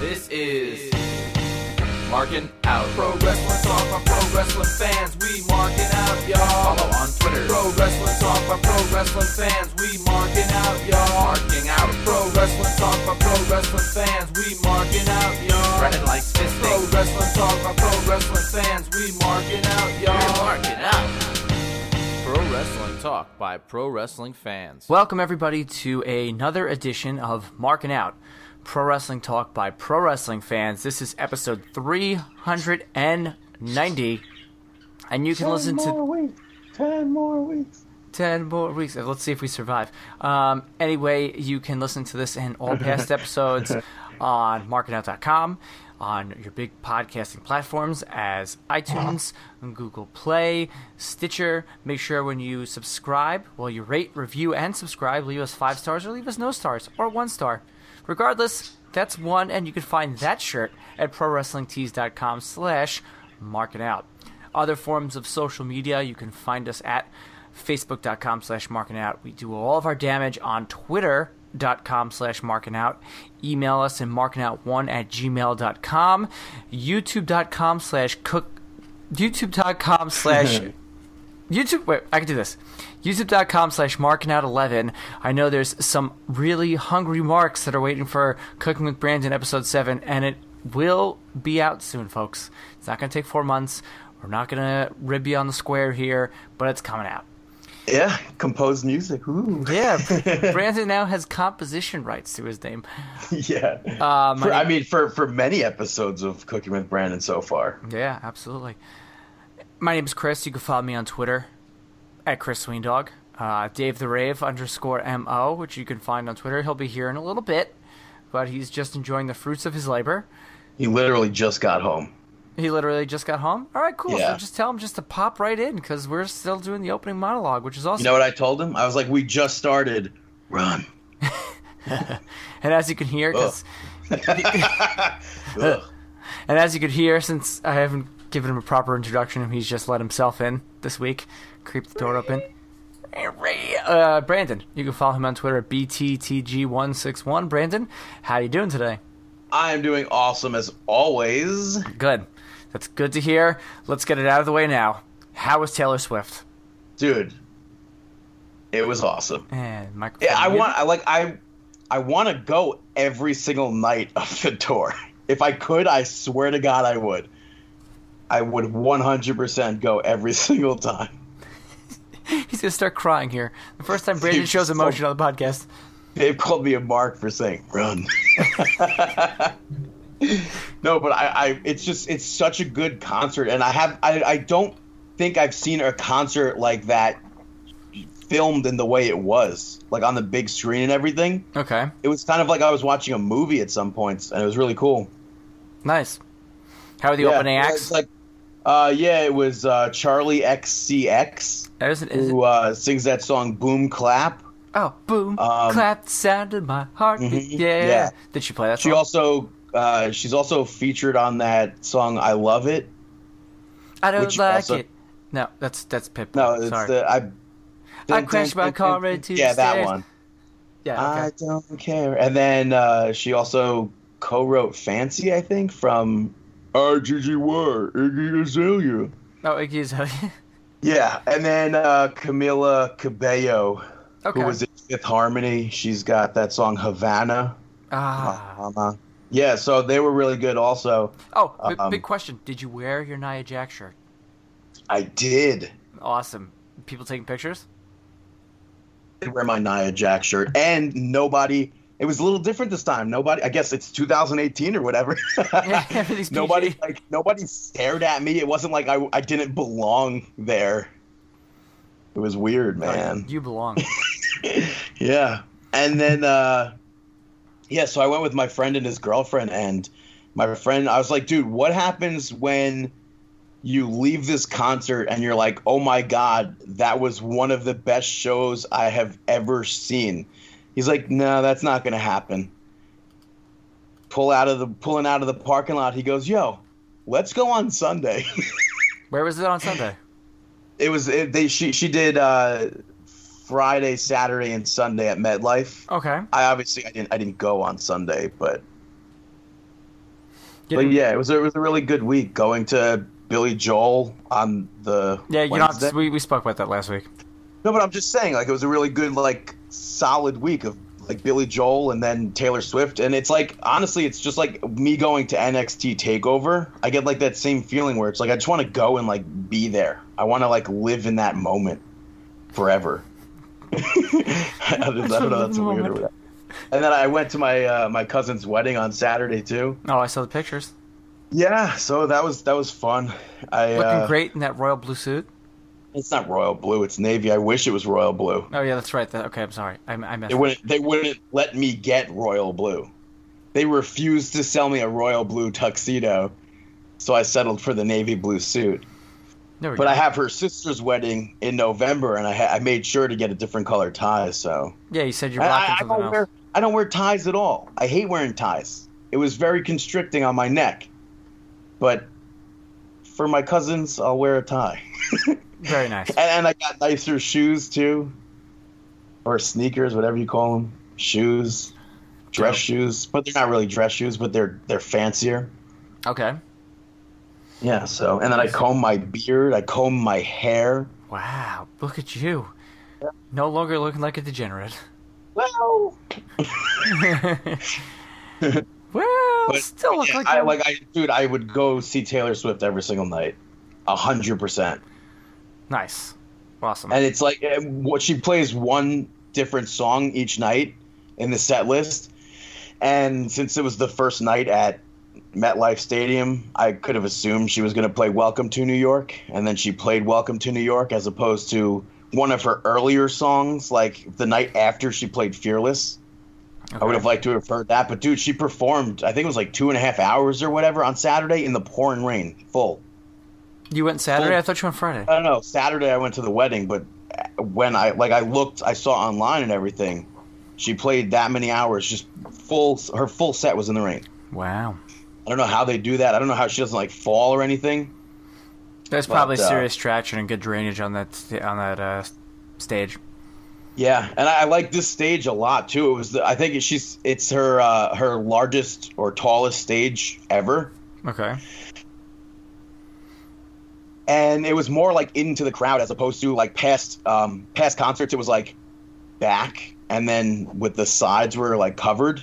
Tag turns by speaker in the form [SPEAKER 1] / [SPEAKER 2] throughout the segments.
[SPEAKER 1] This is Marking Out. Pro Wrestling Talk by Pro Wrestling Fans. We marking out, y'all. Follow on Twitter. Pro Wrestling Talk by Pro Wrestling Fans. We marking out, y'all. Marking Out. Pro Wrestling Talk by Pro Wrestling Fans. We marking out, y'all. Brennan likes fisting. Pro Wrestling Talk by Pro Wrestling Fans. We marking out, y'all. We're marking out. Pro Wrestling Talk by Pro Wrestling Fans.
[SPEAKER 2] Welcome, everybody, to another edition of Marking Out Pro Wrestling Talk by Pro Wrestling Fans. This is episode 390, and you can listen to
[SPEAKER 3] weeks. Ten more weeks.
[SPEAKER 2] 10 more weeks. Let's see if we survive. Um, anyway, you can listen to this and all past episodes on marketout.com, on your big podcasting platforms as iTunes, Google Play, Stitcher. Make sure when you subscribe, well, you rate, review, and subscribe, leave us five stars or leave us no stars or one star. Regardless, that's one, and you can find that shirt at prowrestlingtees.com slash marketout other forms of social media. You can find us at facebook.com slash marking out. We do all of our damage on twitter.com slash marking out. Email us at markingout1 at gmail.com. YouTube.com slash cook. YouTube.com slash. YouTube. Wait, I can do this. YouTube.com slash markingout11. I know there's some really hungry marks that are waiting for Cooking with Brandon episode 7, and it will be out soon, folks. It's not going to take four months. We're not going to rib you on the square here, but it's coming out.
[SPEAKER 3] Yeah, composed music. Ooh.
[SPEAKER 2] Yeah, Brandon now has composition rights to his name.
[SPEAKER 3] yeah.
[SPEAKER 2] Uh, my
[SPEAKER 3] For- I mean, for for many episodes of Cooking with Brandon so far.
[SPEAKER 2] Yeah, absolutely. My name's Chris. You can follow me on Twitter at Chris Sweendog. Uh, Dave the Rave underscore MO, which you can find on Twitter. He'll be here in a little bit, but he's just enjoying the fruits of his labor.
[SPEAKER 3] He literally just got home.
[SPEAKER 2] He literally just got home. All right, cool.
[SPEAKER 3] Yeah.
[SPEAKER 2] So just tell him just to pop right in because we're still doing the opening monologue, which is awesome.
[SPEAKER 3] You know what I told him? I was like, "We just started. Run."
[SPEAKER 2] and as you can hear, 'cause-
[SPEAKER 3] Ugh.
[SPEAKER 2] and as you could hear, since I haven't given him a proper introduction, he's just let himself in this week. Creep the door open. Uh, Brandon, you can follow him on Twitter at bttg161. Brandon, how you doing today?
[SPEAKER 3] I am doing awesome as always.
[SPEAKER 2] Good. That's good to hear. Let's get it out of the way now. How was Taylor Swift?
[SPEAKER 3] Dude, it was awesome.
[SPEAKER 2] And microphone.
[SPEAKER 3] Yeah, I
[SPEAKER 2] muted.
[SPEAKER 3] want I like I I want to go every single night of the tour. If I could, I swear to God I would. I would 100% go every single time.
[SPEAKER 2] He's gonna start crying here. The first time Brandon
[SPEAKER 3] Dude,
[SPEAKER 2] shows
[SPEAKER 3] so-
[SPEAKER 2] emotion on the podcast.
[SPEAKER 3] They've called me a mark for saying run. no, but I, I it's just it's such a good concert and I have I, I don't think I've seen a concert like that filmed in the way it was, like on the big screen and everything.
[SPEAKER 2] Okay.
[SPEAKER 3] It was kind of like I was watching a movie at some points and it was really cool.
[SPEAKER 2] Nice. How are the opening
[SPEAKER 3] yeah,
[SPEAKER 2] acts?
[SPEAKER 3] it's Like, uh, yeah, it was uh, Charlie XCX
[SPEAKER 2] That isn't- is it-
[SPEAKER 3] who uh, sings that song "Boom Clap."
[SPEAKER 2] oh, boom!
[SPEAKER 3] um,
[SPEAKER 2] clap the sound of my heart.
[SPEAKER 3] Mhm,
[SPEAKER 2] yeah.
[SPEAKER 3] yeah.
[SPEAKER 2] Did she play that
[SPEAKER 3] She
[SPEAKER 2] song?
[SPEAKER 3] also uh, she's also featured on that song "I Love It."
[SPEAKER 2] I don't
[SPEAKER 3] which
[SPEAKER 2] like
[SPEAKER 3] also-
[SPEAKER 2] it. No, that's that's Pitbull.
[SPEAKER 3] No, it's
[SPEAKER 2] Sorry.
[SPEAKER 3] the I.
[SPEAKER 2] I crashed my car into
[SPEAKER 3] Yeah,
[SPEAKER 2] the
[SPEAKER 3] that
[SPEAKER 2] stairs.
[SPEAKER 3] one.
[SPEAKER 2] yeah. Okay.
[SPEAKER 3] I don't care. And then uh, she also co-wrote "Fancy," I think, from RGG War, Iggy Azalea.
[SPEAKER 2] Oh, Iggy Azalea.
[SPEAKER 3] Yeah, and then uh, Camila Cabello
[SPEAKER 2] okay.
[SPEAKER 3] who was in Fifth Harmony. She's got that song Havana.
[SPEAKER 2] Ah.
[SPEAKER 3] Mama. Yeah, so they were really good. Also,
[SPEAKER 2] Oh, big,
[SPEAKER 3] Um,
[SPEAKER 2] big question. Did you wear your Nia Jack shirt?
[SPEAKER 3] I did
[SPEAKER 2] Awesome. People taking pictures.
[SPEAKER 3] did wear my Nia Jack shirt, and nobody. It was a little different this time. Nobody. I guess it's 2018 or whatever.
[SPEAKER 2] Yeah, everything's PG.
[SPEAKER 3] nobody like nobody stared at me. It wasn't like I I didn't belong there. It was weird, man.
[SPEAKER 2] You belong.
[SPEAKER 3] Yeah. And then uh yeah, so I went with my friend and his girlfriend and my friend I was like, "Dude, what happens when you leave this concert and you're like, "Oh my god, that was one of the best shows I have ever seen." He's like, "No, that's not going to happen." Pull out of the pulling out of the parking lot, he goes, "Yo, let's go on Sunday."
[SPEAKER 2] Where was it on Sunday?
[SPEAKER 3] it was it, they she she did uh Friday, Saturday and Sunday at MetLife.
[SPEAKER 2] Okay.
[SPEAKER 3] I obviously I didn't I didn't go on Sunday, but But yeah, it was a, it was a really good week going to Billy Joel on the
[SPEAKER 2] Yeah, you know,
[SPEAKER 3] Wednesday.
[SPEAKER 2] we, we spoke about that last week.
[SPEAKER 3] no, but I'm just saying like it was a really good like solid week of like Billy Joel and then Taylor Swift and it's like honestly it's just like me going to NXT Takeover. I get like that same feeling where it's like I just want to go and like be there. I want to like live in that moment forever. I don't I don't know. That's a weird. word. And then I went to my uh, my cousin's wedding on Saturday too.
[SPEAKER 2] Oh, I saw the pictures.
[SPEAKER 3] Yeah, so that was that was fun. I
[SPEAKER 2] Looking
[SPEAKER 3] uh,
[SPEAKER 2] great in that royal blue suit.
[SPEAKER 3] It's not royal blue. It's navy. I wish it was royal blue.
[SPEAKER 2] Oh yeah, that's right. That, okay, I'm sorry. I, I messed
[SPEAKER 3] They
[SPEAKER 2] up.
[SPEAKER 3] wouldn't. They wouldn't let me get royal blue. They refused to sell me a royal blue tuxedo, so I settled for the navy blue suit.
[SPEAKER 2] There we
[SPEAKER 3] But
[SPEAKER 2] go.
[SPEAKER 3] I have her sister's wedding in November, and I, ha- I made sure to get a different color tie. So
[SPEAKER 2] yeah, you said you're
[SPEAKER 3] And I,
[SPEAKER 2] blocking
[SPEAKER 3] I
[SPEAKER 2] something
[SPEAKER 3] don't
[SPEAKER 2] else.
[SPEAKER 3] wear. I don't wear ties at all. I hate wearing ties. It was very constricting on my neck, but for my cousins, I'll wear a tie.
[SPEAKER 2] Very nice.
[SPEAKER 3] And, and I got nicer shoes too, or sneakers, whatever you call them, shoes, dress
[SPEAKER 2] Yeah.
[SPEAKER 3] shoes. But they're not really dress shoes, but they're they're fancier.
[SPEAKER 2] Okay.
[SPEAKER 3] Yeah. So, and then I comb my beard. I comb my hair.
[SPEAKER 2] Wow, look at you. No longer looking like a degenerate.
[SPEAKER 3] Well,
[SPEAKER 2] well,
[SPEAKER 3] but
[SPEAKER 2] still look
[SPEAKER 3] yeah,
[SPEAKER 2] like
[SPEAKER 3] I
[SPEAKER 2] a-
[SPEAKER 3] like I dude. I would go see Taylor Swift every single night, a hundred percent.
[SPEAKER 2] nice, awesome.
[SPEAKER 3] and it's like eh, what she plays one different song each night in the set list and since it was the first night at MetLife Stadium, I could have assumed she was going to play Welcome to New York, and then she played Welcome to New York as opposed to one of her earlier songs, like the night after she played Fearless. I would have liked to have heard that, but dude, she performed, I think it was like two and a half hours or whatever on Saturday in the pouring rain, full.
[SPEAKER 2] you went Saturday. I thought you went Friday.
[SPEAKER 3] I don't know. Saturday I went to the wedding, but uh, when I like I looked, I saw online and everything. She played that many hours, just full. Her full set was in the rain.
[SPEAKER 2] wow,
[SPEAKER 3] I don't know how they do that. I don't know how she doesn't like fall or anything.
[SPEAKER 2] that's probably
[SPEAKER 3] but, uh,
[SPEAKER 2] serious traction and good drainage on that sta- on that uh, stage.
[SPEAKER 3] Yeah, and I, I like this stage a lot too. It was the, I think she's it's her uh, her largest or tallest stage ever.
[SPEAKER 2] Okay.
[SPEAKER 3] and it was more like into the crowd as opposed to like past um, past concerts. It was like back, and then with the sides were like covered.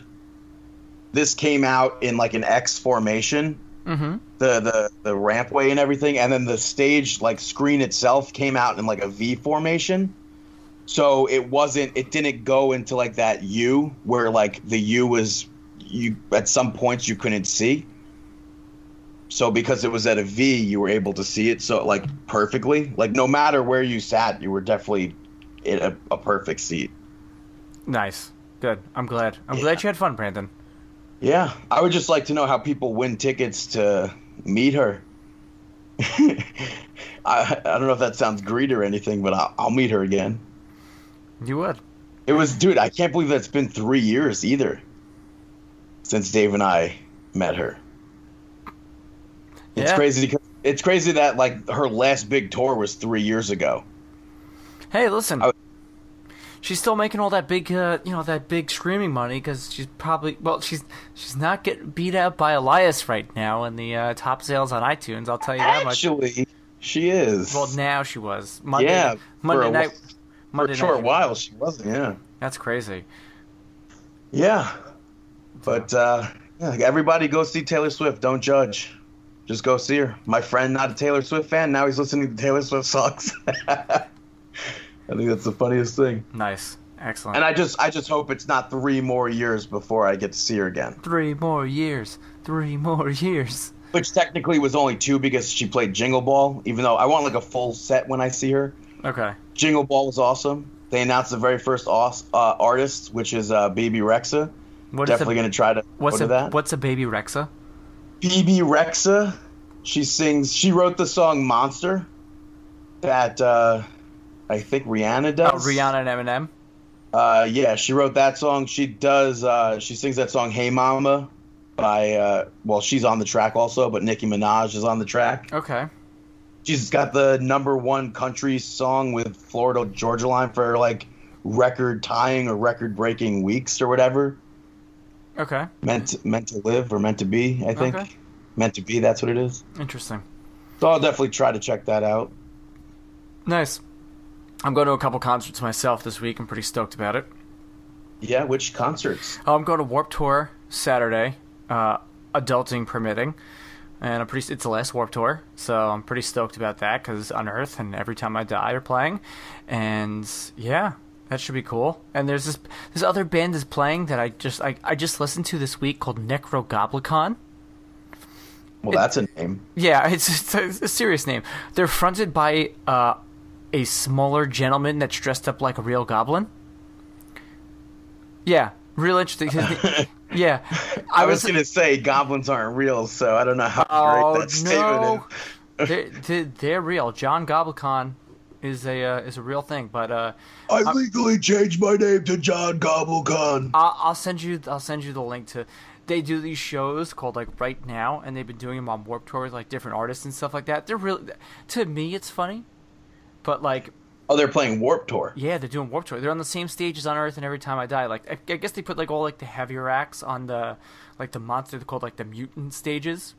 [SPEAKER 3] This came out in like an X formation,
[SPEAKER 2] Mm-hmm.
[SPEAKER 3] the the the rampway and everything, and then the stage like screen itself came out in like a V formation. So it wasn't it didn't go into like that U where like the U was you at some points you couldn't see. So because it was at a V, you were able to see it so like perfectly. Like no matter where you sat, you were definitely in a, a perfect seat.
[SPEAKER 2] Nice. Good. I'm glad. I'm
[SPEAKER 3] Yeah.
[SPEAKER 2] glad you had fun, Brandon.
[SPEAKER 3] Yeah, I would just like to know how people win tickets to meet her. I, I don't know if that sounds greedy or anything, but I'll, I'll meet her again.
[SPEAKER 2] You would.
[SPEAKER 3] It was, dude, I can't believe that's been three years either since Dave and I met her. It's
[SPEAKER 2] Yeah.
[SPEAKER 3] crazy. Because, it's crazy that like her last big tour was three years ago.
[SPEAKER 2] Hey, listen.
[SPEAKER 3] I-
[SPEAKER 2] She's still making all that big, uh, you know, that big screaming money because she's probably well, she's she's not getting beat out by Elias right now in the uh, top sales on iTunes. I'll tell you that much.
[SPEAKER 3] Actually, she is.
[SPEAKER 2] Well, now she was Monday.
[SPEAKER 3] Yeah,
[SPEAKER 2] Monday
[SPEAKER 3] for a
[SPEAKER 2] night.
[SPEAKER 3] wh- for
[SPEAKER 2] Monday
[SPEAKER 3] a short
[SPEAKER 2] night.
[SPEAKER 3] while, she wasn't. Yeah.
[SPEAKER 2] That's crazy.
[SPEAKER 3] Yeah. But uh, yeah, like, everybody go see Taylor Swift. Don't judge. Just go see her. My friend, not a Taylor Swift fan, now he's listening to Taylor Swift songs. I think that's the funniest thing.
[SPEAKER 2] Nice. Excellent.
[SPEAKER 3] And I just, I just hope it's not three more years before I get to see her again.
[SPEAKER 2] Three more years. Three more years.
[SPEAKER 3] Which technically was only two because she played Jingle Ball. Even though I want like a full set when I see her.
[SPEAKER 2] Okay.
[SPEAKER 3] Jingle Ball was awesome. They announced the very first aus- uh, artist, which is uh, BB Rexa.
[SPEAKER 2] What is
[SPEAKER 3] Definitely
[SPEAKER 2] a,
[SPEAKER 3] gonna try to
[SPEAKER 2] what's
[SPEAKER 3] go
[SPEAKER 2] a
[SPEAKER 3] to that.
[SPEAKER 2] what's a baby Rexa?
[SPEAKER 3] BB Rexa. She sings. She wrote the song "Monster," that uh, I think Rihanna
[SPEAKER 2] Oh,
[SPEAKER 3] does.
[SPEAKER 2] Rihanna and Eminem.
[SPEAKER 3] Uh, yeah, she wrote that song. She does. Uh, she sings that song "Hey Mama" by. Uh, well, she's on the track also, but Nicki Minaj is on the track.
[SPEAKER 2] Okay.
[SPEAKER 3] She's got the number one country song with Florida Georgia Line for like record tying or record breaking weeks or whatever.
[SPEAKER 2] Okay.
[SPEAKER 3] Meant meant to live or meant to be, I think.
[SPEAKER 2] Okay.
[SPEAKER 3] meant to be. That's what it is.
[SPEAKER 2] Interesting.
[SPEAKER 3] So I'll definitely try to check that out.
[SPEAKER 2] Nice. I'm going to a couple concerts myself this week. I'm pretty stoked about it.
[SPEAKER 3] Yeah, which concerts?
[SPEAKER 2] I'm going to Warp Tour Saturday, uh, adulting permitting, and I'm pretty. It's the last Warp Tour, so I'm pretty stoked about that because Unearth and Every Time I Die are playing, and yeah, that should be cool. And there's this this other band is playing that I just I, I just listened to this week called Necrogoblicon.
[SPEAKER 3] Well, that's a name.
[SPEAKER 2] Yeah, it's, it's a serious name. They're fronted by uh, a smaller gentleman that's dressed up like a real goblin. Yeah, real interesting. His- yeah,
[SPEAKER 3] I, was, gonna say goblins aren't real, so I don't know how
[SPEAKER 2] Oh
[SPEAKER 3] great that statement
[SPEAKER 2] no,
[SPEAKER 3] is.
[SPEAKER 2] they're, they're, they're real. John Goblicon is a uh, is a real thing, but uh,
[SPEAKER 3] I legally changed my name to John Gobblecon.
[SPEAKER 2] I'll, I'll send you I'll send you the link to. They do these shows called like Right Now, and they've been doing them on Warp Tour with like different artists and stuff like that. They're really to me, it's funny, but like
[SPEAKER 3] Oh, they're playing Warp Tour.
[SPEAKER 2] yeah, they're doing Warp Tour. They're on the same stage as on Earth, and every time I die, like I, I guess they put like all like the heavier acts on the like the monster they're called like the mutant stages.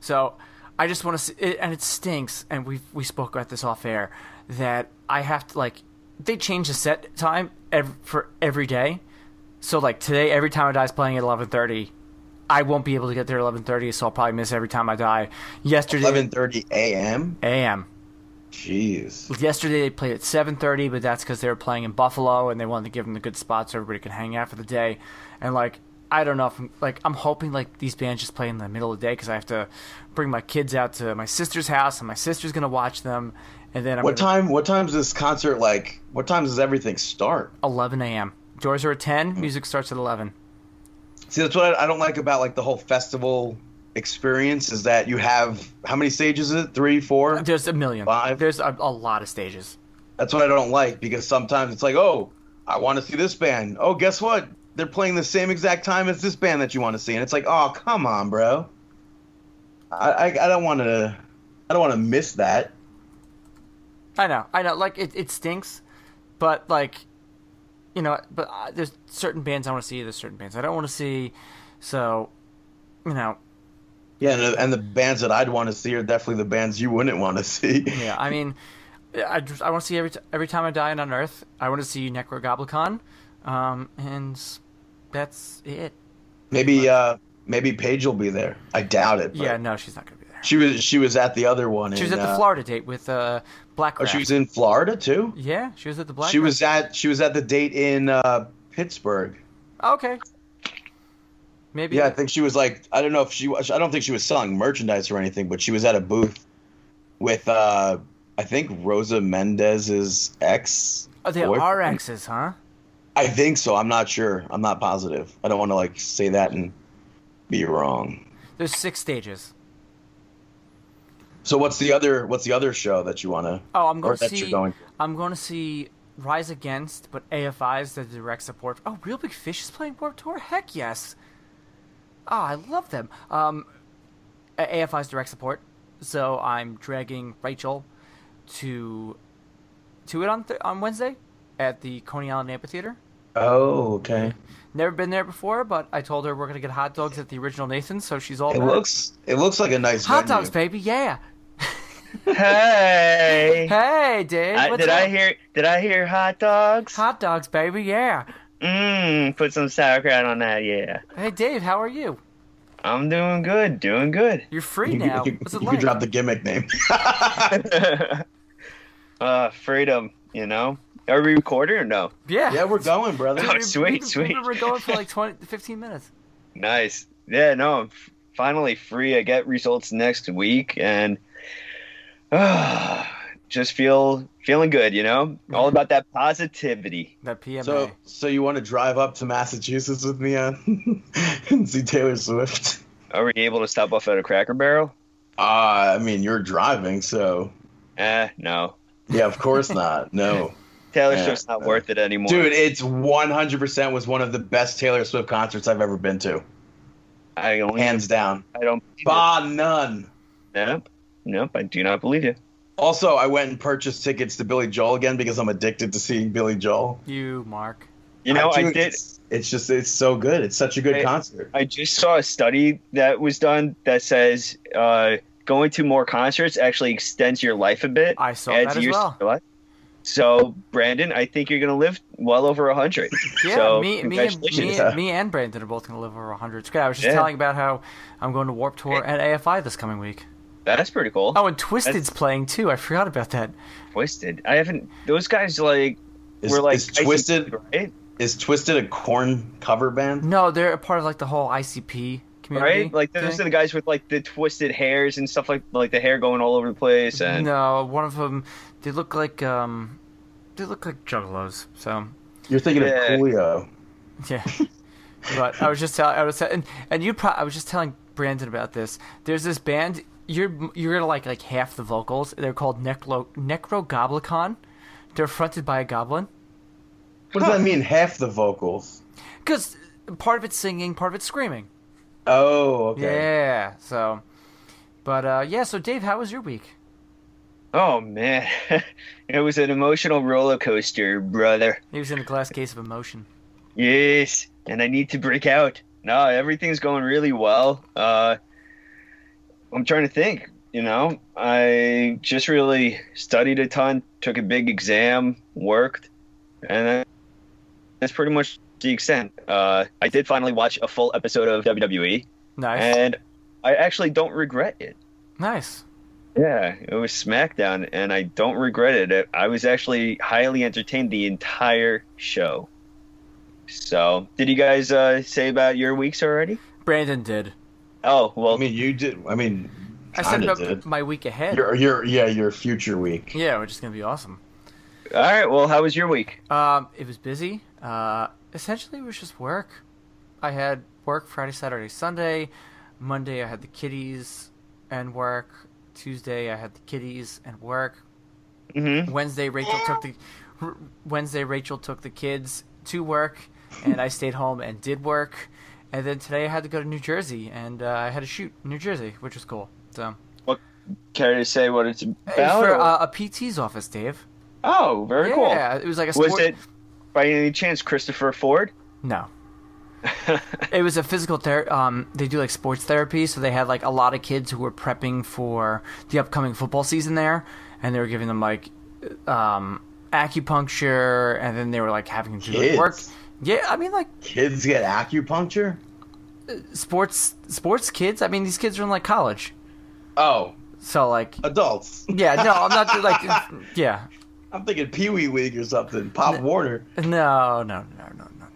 [SPEAKER 2] So I just want to see, it, and it stinks. And we we spoke about this off air that I have to like they change the set time ev- for every day. So like today, every time I die is playing at eleven thirty. I won't be able to get there at eleven thirty, so I'll probably miss every time I die. Yesterday
[SPEAKER 3] 11:30 a.m.
[SPEAKER 2] a.m.
[SPEAKER 3] Jeez.
[SPEAKER 2] Yesterday they played at 7:30, but that's because they were playing in Buffalo and they wanted to give them the good spot so everybody could hang out for the day. And like, I don't know if I'm, like I'm hoping like these bands just play in the middle of the day because I have to bring my kids out to my sister's house and my sister's gonna watch them. And then I'm
[SPEAKER 3] What
[SPEAKER 2] gonna,
[SPEAKER 3] time? What time's this concert like? What time does everything start?
[SPEAKER 2] 11 a.m. Doors are at
[SPEAKER 3] Hmm.
[SPEAKER 2] 10. Music starts at 11.
[SPEAKER 3] See, that's what I, I don't like about like the whole festival experience is that you have how many stages is it? Three, four?
[SPEAKER 2] There's a million.
[SPEAKER 3] Five.
[SPEAKER 2] There's a, a lot of stages.
[SPEAKER 3] That's what I don't like because sometimes it's like, oh, I want to see this band. Oh, guess what? They're playing the same exact time as this band that you want to see, and it's like, oh, come on, bro. I I, I don't want to, I don't want to miss that.
[SPEAKER 2] I know, I know. Like it, it stinks, but like, you know, but uh, there's certain bands I want to see. There's certain bands I don't want to see. So, you know,
[SPEAKER 3] Yeah, and, the- and the bands that I'd want to see are definitely the bands you wouldn't want to see.
[SPEAKER 2] yeah. I mean, I, just- I want to see every t- every time I die and unearth. I want to see Necrogoblicon, um, and that's it.
[SPEAKER 3] Maybe uh, maybe Paige will be there. I doubt it. But
[SPEAKER 2] Yeah, no, she's not gonna be there.
[SPEAKER 3] She was she was at the other one.
[SPEAKER 2] She was
[SPEAKER 3] in,
[SPEAKER 2] at the
[SPEAKER 3] uh,
[SPEAKER 2] Florida date with uh, Black.
[SPEAKER 3] Oh, she was in Florida too.
[SPEAKER 2] Yeah, she was at the Black.
[SPEAKER 3] She was at she was at the date in uh, Pittsburgh.
[SPEAKER 2] okay. Maybe
[SPEAKER 3] Yeah, I think she was like I don't know if she was I don't think she was selling merchandise or anything, but she was at a booth with uh I think Rosa Mendez's ex.
[SPEAKER 2] Oh, they
[SPEAKER 3] boyfriend.
[SPEAKER 2] are RXs, huh?
[SPEAKER 3] I think so. I'm not sure. I'm not positive. I don't want to like say that and be wrong.
[SPEAKER 2] There's six stages.
[SPEAKER 3] So what's the other what's the other show that you want to
[SPEAKER 2] Oh, I'm
[SPEAKER 3] or
[SPEAKER 2] going to
[SPEAKER 3] that you're
[SPEAKER 2] see.
[SPEAKER 3] going
[SPEAKER 2] I'm going to see Rise Against, but AFI's the direct support. Oh, Real Big Fish is playing Warped Tour. Heck yes. Ah, I love them. Um, A- AFI's direct support. So I'm dragging Rachel to to it on th- on Wednesday at the Coney Island Amphitheater.
[SPEAKER 3] Oh, okay.
[SPEAKER 2] Never been there before, but I told her we're gonna get hot dogs at the original Nathan's, so she's all
[SPEAKER 3] It
[SPEAKER 2] about it.
[SPEAKER 3] looks it looks like a nice
[SPEAKER 2] hot
[SPEAKER 3] venue.
[SPEAKER 2] dogs, baby. Yeah.
[SPEAKER 4] Hey.
[SPEAKER 2] Hey, Dave.
[SPEAKER 4] I,
[SPEAKER 2] what's
[SPEAKER 4] did
[SPEAKER 2] up?
[SPEAKER 4] I hear? Did I hear hot dogs?
[SPEAKER 2] hot dogs, baby? Yeah.
[SPEAKER 4] Mmm. Put some sauerkraut on that. Yeah.
[SPEAKER 2] Hey, Dave. How are you?
[SPEAKER 4] I'm doing good. Doing good.
[SPEAKER 2] You're free
[SPEAKER 3] You,
[SPEAKER 2] now.
[SPEAKER 3] you,
[SPEAKER 2] What's it
[SPEAKER 3] you
[SPEAKER 2] like?
[SPEAKER 3] could drop the gimmick name.
[SPEAKER 4] uh, freedom. You know. Are we recording or no?
[SPEAKER 2] yeah.
[SPEAKER 3] yeah, we're going, brother.
[SPEAKER 4] Oh, sweet, sweet.
[SPEAKER 2] We were going for like 20, 15 minutes.
[SPEAKER 4] Nice. Yeah. No. I'm f- finally free. I get results next week, and uh, just feel feeling good. You know, all about that positivity.
[SPEAKER 2] That PMA.
[SPEAKER 3] So, so you want to drive up to Massachusetts with me uh, and see Taylor Swift?
[SPEAKER 4] Are we able to stop off at a Cracker Barrel?
[SPEAKER 3] Uh, I mean, you're driving, so
[SPEAKER 4] Eh, no.
[SPEAKER 3] yeah, of course not. No,
[SPEAKER 4] Taylor
[SPEAKER 3] Yeah.
[SPEAKER 4] Swift's not worth it anymore.
[SPEAKER 3] dude, it's 100% was one of the best Taylor Swift concerts I've ever been to,
[SPEAKER 4] I only
[SPEAKER 3] hands down,
[SPEAKER 4] I don't. believe
[SPEAKER 3] bar none.
[SPEAKER 4] it. Nope. Nope. I do not believe you.
[SPEAKER 3] Also, I went and purchased tickets to Billy Joel again because I'm addicted to seeing Billy Joel.
[SPEAKER 2] you, Mark.
[SPEAKER 4] You know, I,
[SPEAKER 3] do-
[SPEAKER 4] did.
[SPEAKER 3] It's, it's just it's so good. It's such a good
[SPEAKER 4] I-
[SPEAKER 3] concert.
[SPEAKER 4] I just saw a study that was done that says uh, going to more concerts actually extends your life a bit.
[SPEAKER 2] I saw
[SPEAKER 4] adds
[SPEAKER 2] that as
[SPEAKER 4] years
[SPEAKER 2] well.
[SPEAKER 4] to your life. So, Brandon, I think you're going to live well over 100.
[SPEAKER 2] Yeah,
[SPEAKER 4] so,
[SPEAKER 2] me, me, and,
[SPEAKER 4] congratulations.
[SPEAKER 2] me,
[SPEAKER 3] Yeah.
[SPEAKER 2] me and Brandon are both going to live over 100. It's good. I was just
[SPEAKER 4] Yeah.
[SPEAKER 2] telling about how I'm going to Warp Tour at AFI this coming week.
[SPEAKER 4] That's pretty cool.
[SPEAKER 2] Oh, and Twisted's playing too. I forgot about that.
[SPEAKER 4] Twisted. I haven't. Those guys, like,
[SPEAKER 3] Is,
[SPEAKER 4] were like.
[SPEAKER 3] is
[SPEAKER 4] Icy-
[SPEAKER 3] twisted
[SPEAKER 4] right?
[SPEAKER 3] is twisted a corn cover band?
[SPEAKER 2] No, they're a part of like the whole ICP community.
[SPEAKER 4] Right? Like, those
[SPEAKER 2] thing.
[SPEAKER 4] are the guys with, like, the twisted hairs and stuff like like the hair going all over the place. And
[SPEAKER 2] No, one of them. They look like um, they look like juggalos. So
[SPEAKER 3] You're thinking
[SPEAKER 4] Yeah.
[SPEAKER 3] of Coolio.
[SPEAKER 2] yeah. but I was just telling. I was tell- and, and you. Pro- I was just telling Brandon about this. There's this band. You're you're gonna like like half the vocals. They're called Necro Necrogoblicon. They're fronted by a goblin.
[SPEAKER 3] What does that mean? Half the vocals.
[SPEAKER 2] Because part of it's singing, part of it's screaming.
[SPEAKER 3] Oh, okay.
[SPEAKER 2] Yeah. So, but uh, yeah. So Dave, how was your week?
[SPEAKER 4] Oh, man. it was an emotional roller coaster, brother.
[SPEAKER 2] He was in a glass case of emotion.
[SPEAKER 4] Yes, and I need to break out. No, everything's going really well. Uh, I'm trying to think. You know, I just really studied a ton, took a big exam, worked, and then that's pretty much the extent. Uh, I did finally watch a full episode of WWE,
[SPEAKER 2] Nice.
[SPEAKER 3] Eh.
[SPEAKER 4] and I actually don't regret it.
[SPEAKER 2] nice.
[SPEAKER 4] Yeah, it was SmackDown, and I don't regret it. I was actually highly entertained the entire show. So, did you guys uh, say about your weeks already?
[SPEAKER 2] Brandon did.
[SPEAKER 4] Oh, well,
[SPEAKER 3] I mean, you did. I mean,
[SPEAKER 2] I said
[SPEAKER 3] kinda
[SPEAKER 2] about
[SPEAKER 3] did.
[SPEAKER 2] my week ahead.
[SPEAKER 3] Your your yeah your future week.
[SPEAKER 2] Yeah, which is gonna be awesome.
[SPEAKER 4] all right. Well, how was your week?
[SPEAKER 2] Um, it was busy. Uh, essentially, it was just work. I had work Friday, Saturday, Sunday. Monday, I had the kiddies and work. Tuesday, I had the kiddies and work.
[SPEAKER 4] Mm-hmm.
[SPEAKER 2] Wednesday, Rachel took the R- Wednesday Rachel took the kids to work, and I stayed home and did work. And then today, I had to go to New Jersey, and uh, I had a shoot in New Jersey, which was cool. So
[SPEAKER 4] Care to say what it's
[SPEAKER 2] it was
[SPEAKER 4] about?
[SPEAKER 2] for
[SPEAKER 4] or-
[SPEAKER 2] uh, a PT's office, Dave.
[SPEAKER 4] oh, very
[SPEAKER 2] yeah,
[SPEAKER 4] cool.
[SPEAKER 2] it was like a
[SPEAKER 4] Was
[SPEAKER 2] sport-
[SPEAKER 4] it by any chance Christopher Ford?
[SPEAKER 2] No. it was a physical therapy. Um, they do like sports therapy, so they had like a lot of kids who were prepping for the upcoming football season there, and they were giving them like um, acupuncture, and then they were like having them do like, work.
[SPEAKER 3] Kids.
[SPEAKER 2] Yeah, I mean like
[SPEAKER 3] Kids get acupuncture.
[SPEAKER 2] sports sports kids. I mean these kids are in like college,
[SPEAKER 3] Oh,
[SPEAKER 2] so like
[SPEAKER 3] adults.
[SPEAKER 2] yeah, no, I'm not like yeah,
[SPEAKER 3] I'm thinking Pee Wee League or something. Pop Warner.
[SPEAKER 2] No, no, no, no, no, no.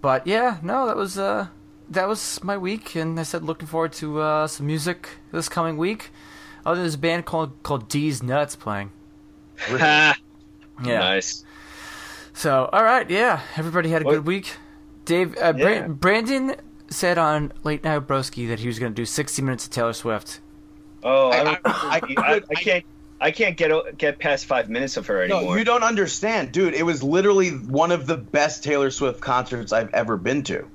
[SPEAKER 2] But yeah, no, that was uh, that was my week, and I said looking forward to uh, some music this coming week. Oh, there's a band called called D's Nuts playing.
[SPEAKER 4] Ha,
[SPEAKER 2] Yeah.
[SPEAKER 4] Nice.
[SPEAKER 2] So all right, yeah, everybody had a
[SPEAKER 4] What-
[SPEAKER 2] good week. Dave, uh,
[SPEAKER 4] Yeah.
[SPEAKER 2] Bran- Brandon said on Late Night Broski that he was going to do 60 minutes of Taylor Swift.
[SPEAKER 4] Oh, I,
[SPEAKER 3] I-
[SPEAKER 4] I, I, I, can't. I can't get o- get past five minutes of her
[SPEAKER 3] No,
[SPEAKER 4] anymore.
[SPEAKER 3] you don't understand, dude. It was literally one of the best Taylor Swift concerts I've ever been to,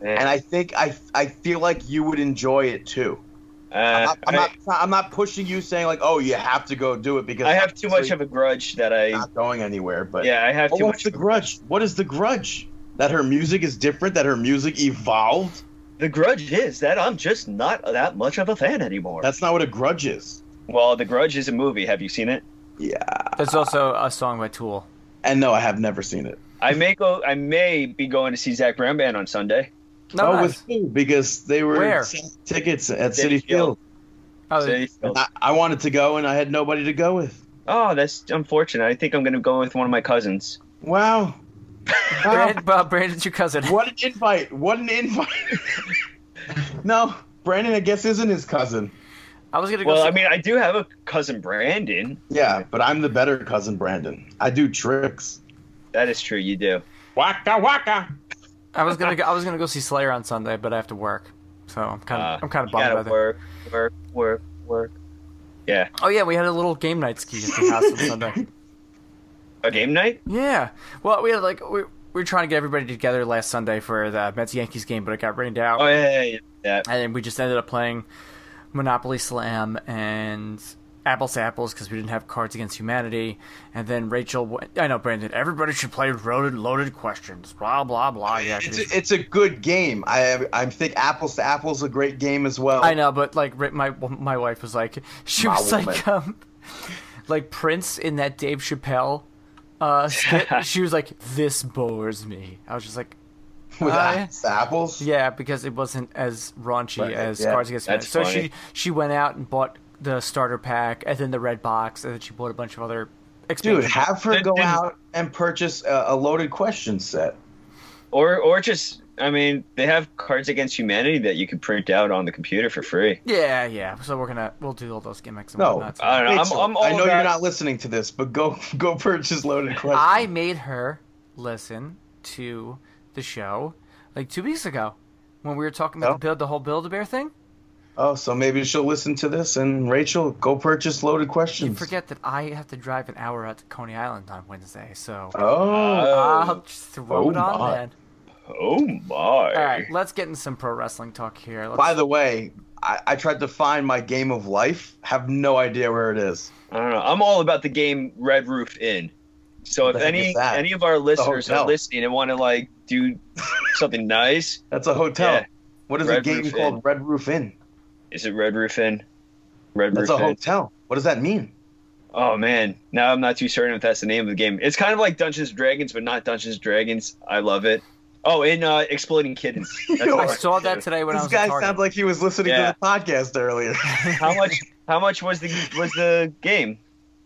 [SPEAKER 3] and I think I I feel like you would enjoy it too. I'm
[SPEAKER 4] Uh,
[SPEAKER 3] not, I'm not, I'm not pushing you saying like, oh, you have to go do it because
[SPEAKER 4] I have too much
[SPEAKER 3] obviously
[SPEAKER 4] of a grudge that I.
[SPEAKER 3] it's not going anywhere. But
[SPEAKER 4] Yeah, I have
[SPEAKER 3] But
[SPEAKER 4] too
[SPEAKER 3] Oh, what's
[SPEAKER 4] much.
[SPEAKER 3] the
[SPEAKER 4] of a-
[SPEAKER 3] grudge? What is the grudge? That her music is different. That her music evolved.
[SPEAKER 4] The grudge is that I'm just not that much of a fan anymore.
[SPEAKER 3] That's not what a grudge is.
[SPEAKER 4] well, The Grudge is a movie. Have you seen it?
[SPEAKER 3] Yeah.
[SPEAKER 2] There's also a song by Tool.
[SPEAKER 3] And no, I have never seen it.
[SPEAKER 4] I may go. I may be going to see Zach Brown Band on Sunday.
[SPEAKER 2] No,
[SPEAKER 3] oh,
[SPEAKER 2] nice.
[SPEAKER 3] with who? Because they were
[SPEAKER 2] Where?
[SPEAKER 3] selling tickets at
[SPEAKER 4] City
[SPEAKER 3] City Field.
[SPEAKER 4] Field.
[SPEAKER 2] oh,
[SPEAKER 4] So-
[SPEAKER 3] I, I wanted to go and I had nobody to go with.
[SPEAKER 4] oh, that's unfortunate. I think I'm going to go with one of my cousins.
[SPEAKER 3] Wow. Wow.
[SPEAKER 2] Brandon, uh, Brandon's your cousin.
[SPEAKER 3] what an invite! What an invite! no, Brandon, I guess isn't his cousin.
[SPEAKER 2] I was going to go.
[SPEAKER 4] Well,
[SPEAKER 2] see-
[SPEAKER 4] I mean, I do have a cousin Brandon.
[SPEAKER 3] Yeah, but I'm the better cousin, Brandon. I do tricks.
[SPEAKER 4] That is true. You do.
[SPEAKER 3] Waka waka.
[SPEAKER 2] I was gonna go, I was gonna go see Slayer on Sunday, but I have to work, so I'm kind
[SPEAKER 4] Uh,
[SPEAKER 2] of I'm kind of
[SPEAKER 4] you
[SPEAKER 2] bummed
[SPEAKER 4] gotta
[SPEAKER 2] about that.
[SPEAKER 4] work, work, work, work.
[SPEAKER 2] Oh yeah, we had a little game night ski at the house on Sunday.
[SPEAKER 4] A game night?
[SPEAKER 2] Yeah, well we had like we, we were trying to get everybody together last Sunday for the Mets Yankees game, but it got rained out,
[SPEAKER 4] Oh yeah, yeah, yeah. yeah.
[SPEAKER 2] and then we just ended up playing Monopoly Slam and apples to apples because we didn't have Cards Against Humanity. And then Rachel, went, I know Brandon, everybody should play loaded, loaded questions. Blah blah blah. Yeah,
[SPEAKER 3] It's a, it's a good game. I I think apples to apples is a great game as well.
[SPEAKER 2] I know, but like Ri- my my wife was like, she
[SPEAKER 3] Oh. My
[SPEAKER 2] was like, um, like Prince in that Dave Chappelle uh, skit. she was like, this bores me. I was just like,
[SPEAKER 3] With
[SPEAKER 2] uh,
[SPEAKER 3] apples to apples.
[SPEAKER 2] yeah, because it wasn't as raunchy
[SPEAKER 3] Right,
[SPEAKER 2] as
[SPEAKER 3] yeah,
[SPEAKER 2] Cards Against Humanity.
[SPEAKER 4] that's
[SPEAKER 2] So she
[SPEAKER 4] funny.
[SPEAKER 2] she went out and bought the starter pack and then the red box and then she bought a bunch of other
[SPEAKER 3] Dude,
[SPEAKER 2] expansion.
[SPEAKER 3] have her
[SPEAKER 4] Then-
[SPEAKER 3] go
[SPEAKER 4] then-
[SPEAKER 3] out and purchase a, a loaded question set.
[SPEAKER 4] Or or just I mean, they have Cards Against Humanity that you can print out on the computer for free.
[SPEAKER 2] yeah, yeah. So we're gonna we'll do all those gimmicks and
[SPEAKER 3] No,
[SPEAKER 2] whatnot.
[SPEAKER 4] I don't know. I'm,
[SPEAKER 3] Rachel,
[SPEAKER 4] I'm all
[SPEAKER 3] I know you're
[SPEAKER 4] about-
[SPEAKER 3] not listening to this, but go go purchase loaded questions.
[SPEAKER 2] I made her listen to the show like two weeks ago when we were talking about
[SPEAKER 3] Oh.
[SPEAKER 2] the build the whole Build a Bear thing.
[SPEAKER 3] oh, so maybe she'll listen to this and Rachel, go purchase loaded
[SPEAKER 2] You
[SPEAKER 3] questions.
[SPEAKER 2] forget that I have to drive an hour out to Coney Island on Wednesday, so
[SPEAKER 4] Uh,
[SPEAKER 3] Oh,
[SPEAKER 2] I'll just throw
[SPEAKER 3] Oh
[SPEAKER 2] it on
[SPEAKER 3] my.
[SPEAKER 2] then.
[SPEAKER 4] Oh my!
[SPEAKER 2] All right, let's get into some pro wrestling talk here. Let's,
[SPEAKER 3] by the way, I, I tried to find my game of life. Have no idea where it is.
[SPEAKER 4] I don't know. I'm all about the game Red Roof Inn. So
[SPEAKER 3] What
[SPEAKER 4] if
[SPEAKER 3] the heck is
[SPEAKER 4] any
[SPEAKER 3] that?
[SPEAKER 4] any of our listeners are
[SPEAKER 3] hotel.
[SPEAKER 4] listening and want to like do something nice,
[SPEAKER 3] That's a hotel.
[SPEAKER 4] Yeah.
[SPEAKER 3] What is a
[SPEAKER 4] Red
[SPEAKER 3] game
[SPEAKER 4] Roof
[SPEAKER 3] called
[SPEAKER 4] Inn.
[SPEAKER 3] Red Roof Inn?
[SPEAKER 4] is it Red Roof Inn? Red
[SPEAKER 3] That's
[SPEAKER 4] Roof
[SPEAKER 3] a
[SPEAKER 4] Inn.
[SPEAKER 3] hotel. What does that mean?
[SPEAKER 4] Oh man, now I'm not too certain if that's the name of the game. It's kind of like Dungeons and Dragons, but not Dungeons and Dragons. I love it. Oh, and uh, Exploding Kittens. That's
[SPEAKER 3] Yo,
[SPEAKER 4] what
[SPEAKER 2] I saw that
[SPEAKER 4] did.
[SPEAKER 2] today when I
[SPEAKER 3] this
[SPEAKER 2] was at
[SPEAKER 3] guy
[SPEAKER 2] Target.
[SPEAKER 3] sounds like he was listening
[SPEAKER 4] Yeah.
[SPEAKER 3] to the podcast earlier.
[SPEAKER 4] How much? How much was the was the game?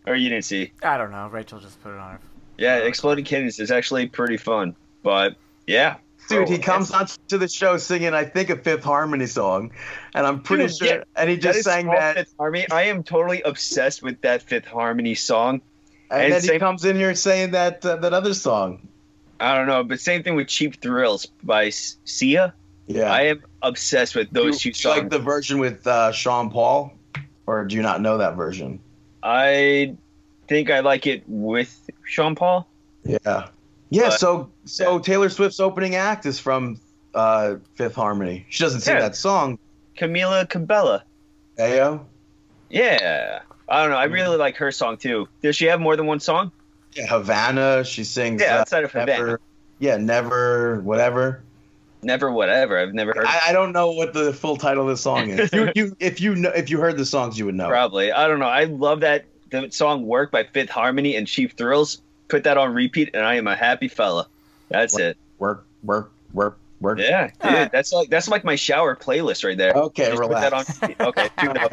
[SPEAKER 4] Or you didn't see?
[SPEAKER 2] I don't know. Rachel just put it on. her-
[SPEAKER 4] Yeah, Exploding Kittens is actually pretty fun. But yeah,
[SPEAKER 3] Dude, he
[SPEAKER 4] Bro,
[SPEAKER 3] comes
[SPEAKER 4] it's-
[SPEAKER 3] on to the show singing, I think, a Fifth Harmony song, and I'm pretty
[SPEAKER 4] Dude,
[SPEAKER 3] sure,
[SPEAKER 4] yeah,
[SPEAKER 3] and he
[SPEAKER 4] that
[SPEAKER 3] just
[SPEAKER 4] is
[SPEAKER 3] sang
[SPEAKER 4] all
[SPEAKER 3] that,
[SPEAKER 4] Fifth Harmony. I am totally obsessed with that Fifth Harmony song.
[SPEAKER 3] and
[SPEAKER 4] and
[SPEAKER 3] then he
[SPEAKER 4] same-
[SPEAKER 3] comes in here saying that uh, that other song.
[SPEAKER 4] I don't know, but same thing with Cheap Thrills by S- Sia.
[SPEAKER 3] Yeah,
[SPEAKER 4] I am obsessed with those
[SPEAKER 3] Do you
[SPEAKER 4] two songs.
[SPEAKER 3] Like the version with uh, Sean Paul, or do you not know that version?
[SPEAKER 4] I think I like it with Sean Paul.
[SPEAKER 3] Yeah, yeah.
[SPEAKER 4] But-
[SPEAKER 3] so, so Taylor Swift's opening act is from uh, Fifth Harmony. She doesn't sing
[SPEAKER 4] Yeah.
[SPEAKER 3] that song.
[SPEAKER 4] Camila Cabella.
[SPEAKER 3] Ayo.
[SPEAKER 4] Yeah. I don't know. I really like her song too. Does she have more than one song?
[SPEAKER 3] Yeah, Havana. She sings.
[SPEAKER 4] Yeah,
[SPEAKER 3] uh,
[SPEAKER 4] outside of Havana.
[SPEAKER 3] Never- Yeah, never. Whatever.
[SPEAKER 4] Never, whatever. I've never heard.
[SPEAKER 3] I, I don't know what the full title of the song is. you, you, if you know, if you heard the songs, you would know.
[SPEAKER 4] Probably. I don't know. I love that the song "Work" by Fifth Harmony and Chief Thrills. Put that on repeat, and I am a happy fella. That's
[SPEAKER 3] What?
[SPEAKER 4] it.
[SPEAKER 3] Work, work, work, work.
[SPEAKER 4] Yeah, dude.
[SPEAKER 2] Alright.
[SPEAKER 4] That's like that's like my shower playlist right there.
[SPEAKER 3] Okay,
[SPEAKER 4] Just
[SPEAKER 3] relax.
[SPEAKER 4] Put that on. Okay. dude, no.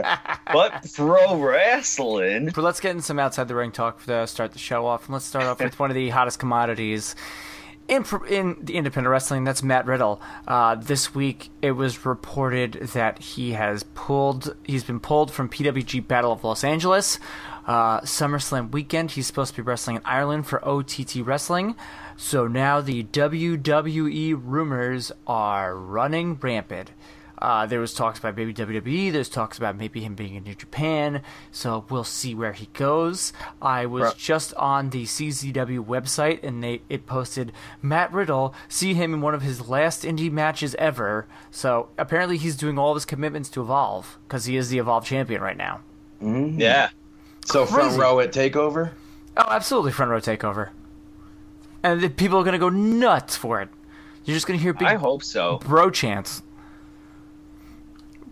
[SPEAKER 4] But pro wrestling.
[SPEAKER 2] But let's get in some outside the ring talk to start the show off. And let's start off with one of the hottest commodities in, pro- in the independent wrestling. That's Matt Riddle. Uh, this week, it was reported that he has pulled. He's been pulled from PWG Battle of Los Angeles. Uh, SummerSlam weekend, he's supposed to be wrestling in Ireland for OTT Wrestling. So now the WWE rumors are running rampant. Uh, there was talks about maybe WWE. There's talks about maybe him being in New Japan. So we'll see where he goes. I was just on the CZW website and they it posted Matt Riddle. See him in one of his last indie matches ever. So apparently he's doing all of his commitments to Evolve because he is the Evolve champion right now.
[SPEAKER 4] Yeah.
[SPEAKER 3] So front
[SPEAKER 2] Crazy.
[SPEAKER 3] row at Takeover.
[SPEAKER 2] Oh, absolutely front row takeover. And the people are gonna go nuts for it. You're just gonna hear big
[SPEAKER 4] I hope so.
[SPEAKER 2] bro chance.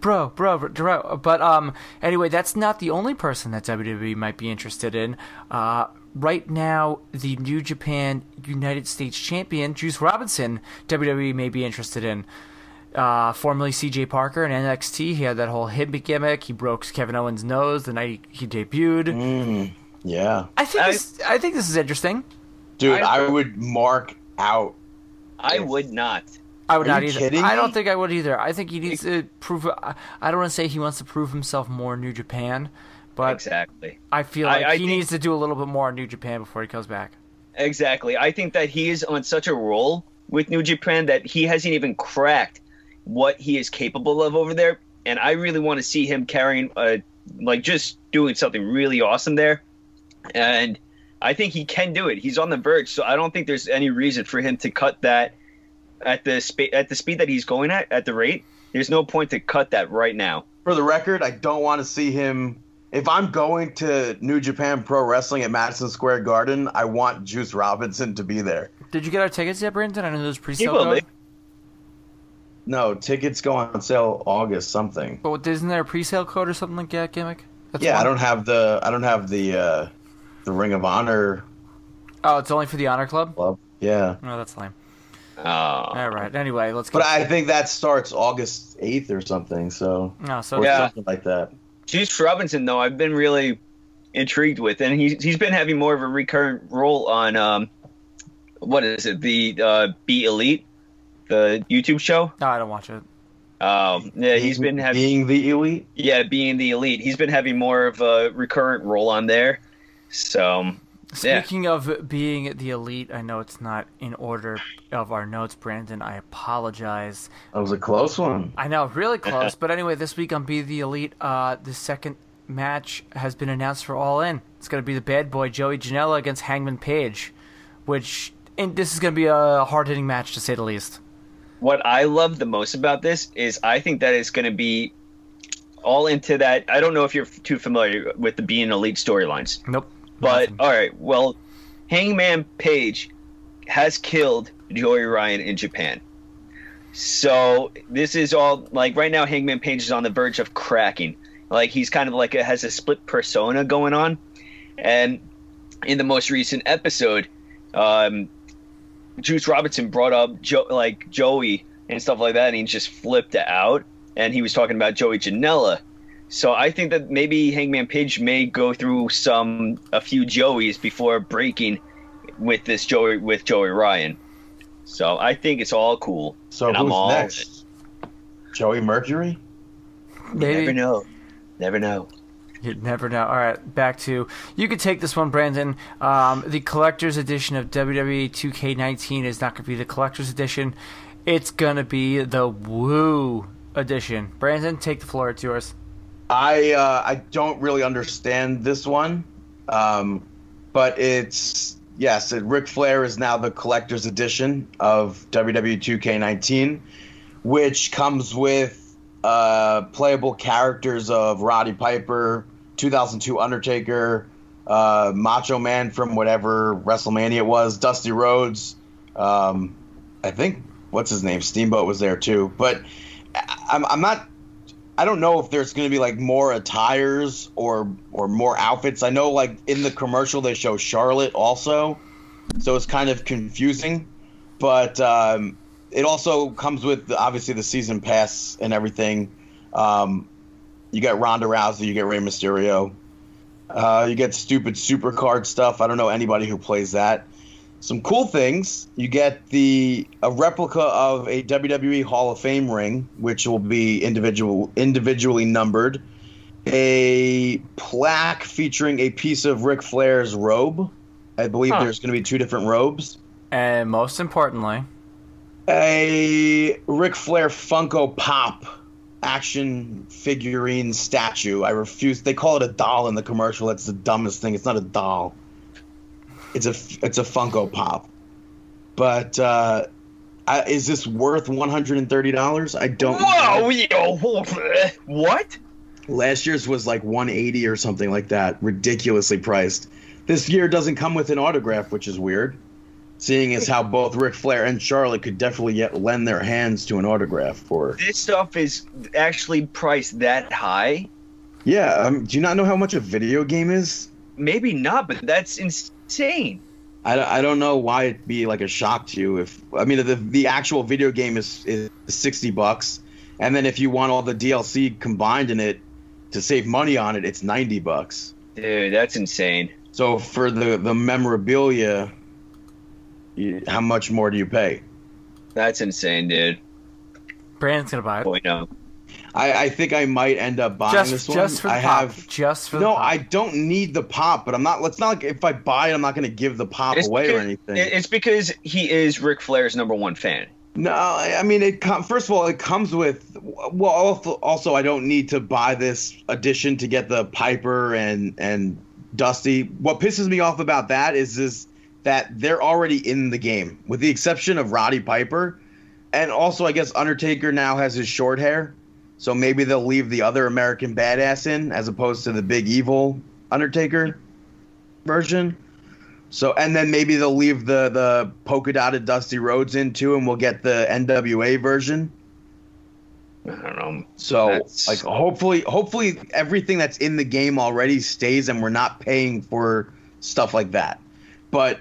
[SPEAKER 2] Bro, bro, bro. But um, anyway, that's not the only person that WWE might be interested in. Uh, right now, the New Japan United States Champion Juice Robinson, WWE may be interested in. Uh, formerly CJ Parker in NXT, he had that whole Hibby gimmick. He broke Kevin Owens' nose the night he, he debuted.
[SPEAKER 3] Mm. Hmm, Yeah,
[SPEAKER 2] I think
[SPEAKER 4] I-
[SPEAKER 2] this, I think this is interesting.
[SPEAKER 3] dude,
[SPEAKER 4] I-
[SPEAKER 3] I would mark out
[SPEAKER 4] I would not.
[SPEAKER 2] I would
[SPEAKER 3] Are
[SPEAKER 2] not
[SPEAKER 3] you
[SPEAKER 2] either.
[SPEAKER 3] kidding
[SPEAKER 2] I
[SPEAKER 3] me?
[SPEAKER 2] don't think I would either. I think he needs to prove. I I don't want to say he wants to prove himself more in New Japan, but
[SPEAKER 4] Exactly.
[SPEAKER 2] I feel
[SPEAKER 4] I-
[SPEAKER 2] like
[SPEAKER 4] I
[SPEAKER 2] he
[SPEAKER 4] think-
[SPEAKER 2] needs to do a little bit more in New Japan before he comes back.
[SPEAKER 4] Exactly. I think that he is on such a roll with New Japan that he hasn't even cracked what he is capable of over there. And I really want to see him carrying, uh, like, just doing something really awesome there. And I think he can do it. He's on the verge, so I don't think there's any reason for him to cut that at the spe- at the speed that he's going at at the rate. There's no point to cut that right now.
[SPEAKER 3] for the record, I don't want to see him if I'm going to New Japan Pro Wrestling at Madison Square Garden, I want Juice Robinson to be there.
[SPEAKER 2] Did you get our tickets yet, Brandon? I know there's pre-sale
[SPEAKER 4] will be.
[SPEAKER 2] going.
[SPEAKER 3] No, tickets go on sale August something.
[SPEAKER 2] But isn't there a pre-sale code or something like that gimmick? That's
[SPEAKER 3] Yeah,
[SPEAKER 2] one-
[SPEAKER 3] I don't have the I don't have the uh the Ring of Honor
[SPEAKER 2] Oh, it's only for the Honor Club.
[SPEAKER 3] club. Yeah.
[SPEAKER 2] No, that's lame.
[SPEAKER 4] Oh.
[SPEAKER 2] All right. Anyway, let's.
[SPEAKER 3] But
[SPEAKER 2] get-
[SPEAKER 3] I think that starts August 8th or something, so
[SPEAKER 2] No, so
[SPEAKER 3] or
[SPEAKER 4] Yeah.
[SPEAKER 3] something like that.
[SPEAKER 4] Juice Robinson, though, I've been really intrigued with, and he's he's been having more of a recurrent role on um, what is it, the uh, Be Elite, the YouTube show.
[SPEAKER 2] no, I don't watch it.
[SPEAKER 4] Um, yeah, he's been having
[SPEAKER 3] being the elite.
[SPEAKER 4] yeah, being the elite. He's been having more of a recurrent role on there. So Yeah.
[SPEAKER 2] Speaking of being the elite, I know it's not in order of our notes, Brandon. I apologize.
[SPEAKER 3] That was a close one.
[SPEAKER 2] I know, really close. but anyway, this week on Be the Elite, uh, the second match has been announced for All In. It's going to be the bad boy Joey Janela against Hangman Page, which and this is going to be a hard hitting match to say the least.
[SPEAKER 4] what I love the most about this is I think that it's going to be all into that. I don't know if you're f- too familiar with the being elite storylines.
[SPEAKER 2] Nope.
[SPEAKER 4] But
[SPEAKER 2] Nothing.
[SPEAKER 4] all right, well, Hangman Page has killed Joey Ryan in Japan. So this is all like right now. Hangman Page is on the verge of cracking. Like he's kind of like a, has a split persona going on, and in the most recent episode, um, Juice Robinson brought up jo- like Joey and stuff like that, and he just flipped out. And he was talking about Joey Janela, so I think that maybe Hangman Page may go through some a few Joeys before breaking with this Joey with Joey Ryan. So I think it's all cool.
[SPEAKER 3] So
[SPEAKER 4] and
[SPEAKER 3] who's
[SPEAKER 4] I'm all
[SPEAKER 3] next? Joey Mercury?
[SPEAKER 2] maybe
[SPEAKER 4] Never know. Never know.
[SPEAKER 2] You never know. All right, back to you. Could take this one, Brandon. Um, the collector's edition of E WWE 2K19 is not going to be the collector's edition. It's going to be the Woo edition. Brandon, take the floor. It's yours.
[SPEAKER 3] I uh, I don't really understand this one, um, but it's yes, it, Ric Flair is now the collector's edition of E WWE 2K19, which comes with uh, playable characters of Roddy Piper, 2002 Undertaker, uh, Macho Man from whatever WrestleMania it was, Dusty Rhodes. Um, I think what's his name, Steamboat was there too, but I- I'm I'm not I don't know if there's going to be like more attires or or more outfits. I know like in the commercial they show Charlotte also, so it's kind of confusing. But um, it also comes with the, obviously the season pass and everything. Um, you got Ronda Rousey, you get Rey Mysterio, uh, you get stupid super card stuff. I don't know anybody who plays that. Some cool things. You get the a replica of a WWE Hall of Fame ring, which will be individual individually numbered. A plaque featuring a piece of Ric Flair's robe. I believe
[SPEAKER 4] Huh.
[SPEAKER 3] there's going to be two different robes.
[SPEAKER 2] And most importantly,
[SPEAKER 3] A Ric Flair Funko Pop action figurine statue. I refuse. They call it a doll in the commercial. That's the dumbest thing. It's not a doll. It's a it's a Funko Pop. But uh, I, is this worth one hundred and thirty dollars? I don't.
[SPEAKER 4] Whoa!
[SPEAKER 3] know.
[SPEAKER 4] Yo, what?
[SPEAKER 3] Last year's was like one eighty or something like that. Ridiculously priced. This year doesn't come with an autograph, which is weird. Seeing as how both Ric Flair and Charlotte could definitely yet lend their hands to an autograph for
[SPEAKER 4] This stuff is actually priced that high?
[SPEAKER 3] Yeah, um, do you not know how much a video game is?
[SPEAKER 4] Maybe not, but that's insane.
[SPEAKER 3] I, don't- I don't know why it'd be like a shock to you if I mean the the actual video game is is sixty bucks, and then if you want all the DLC combined in it to save money on it, it's ninety bucks.
[SPEAKER 4] Dude, that's insane.
[SPEAKER 3] So for the the memorabilia, you, how much more do you pay?
[SPEAKER 4] That's insane, dude.
[SPEAKER 2] Brandon's going to buy it.
[SPEAKER 4] Boy, no.
[SPEAKER 3] I, I think I might end up buying this
[SPEAKER 2] Just,
[SPEAKER 3] one.
[SPEAKER 2] just for the
[SPEAKER 3] I
[SPEAKER 2] pop.
[SPEAKER 3] have
[SPEAKER 2] Just for the
[SPEAKER 3] no,
[SPEAKER 2] pop.
[SPEAKER 3] I don't need the pop, but I'm not. It's not like if I buy it, I'm not going to give the pop
[SPEAKER 4] It's
[SPEAKER 3] away or
[SPEAKER 4] because-
[SPEAKER 3] anything.
[SPEAKER 4] it- It's because he is Ric Flair's number one fan.
[SPEAKER 3] No, I I mean it. Com- first of all, it comes with. Well, also, also, I don't need to buy this edition to get the Piper and and Dusty. What pisses me off about that is is that they're already in the game, with the exception of Roddy Piper, and also I guess Undertaker now has his short hair, So maybe they'll leave the other American badass in as opposed to the big evil Undertaker version. So and then maybe they'll leave the the polka dotted Dusty Rhodes in too, and we'll get the NWA version.
[SPEAKER 4] I don't know.
[SPEAKER 3] So
[SPEAKER 4] That's-
[SPEAKER 3] like hopefully hopefully everything that's in the game already stays and we're not paying for stuff like that. But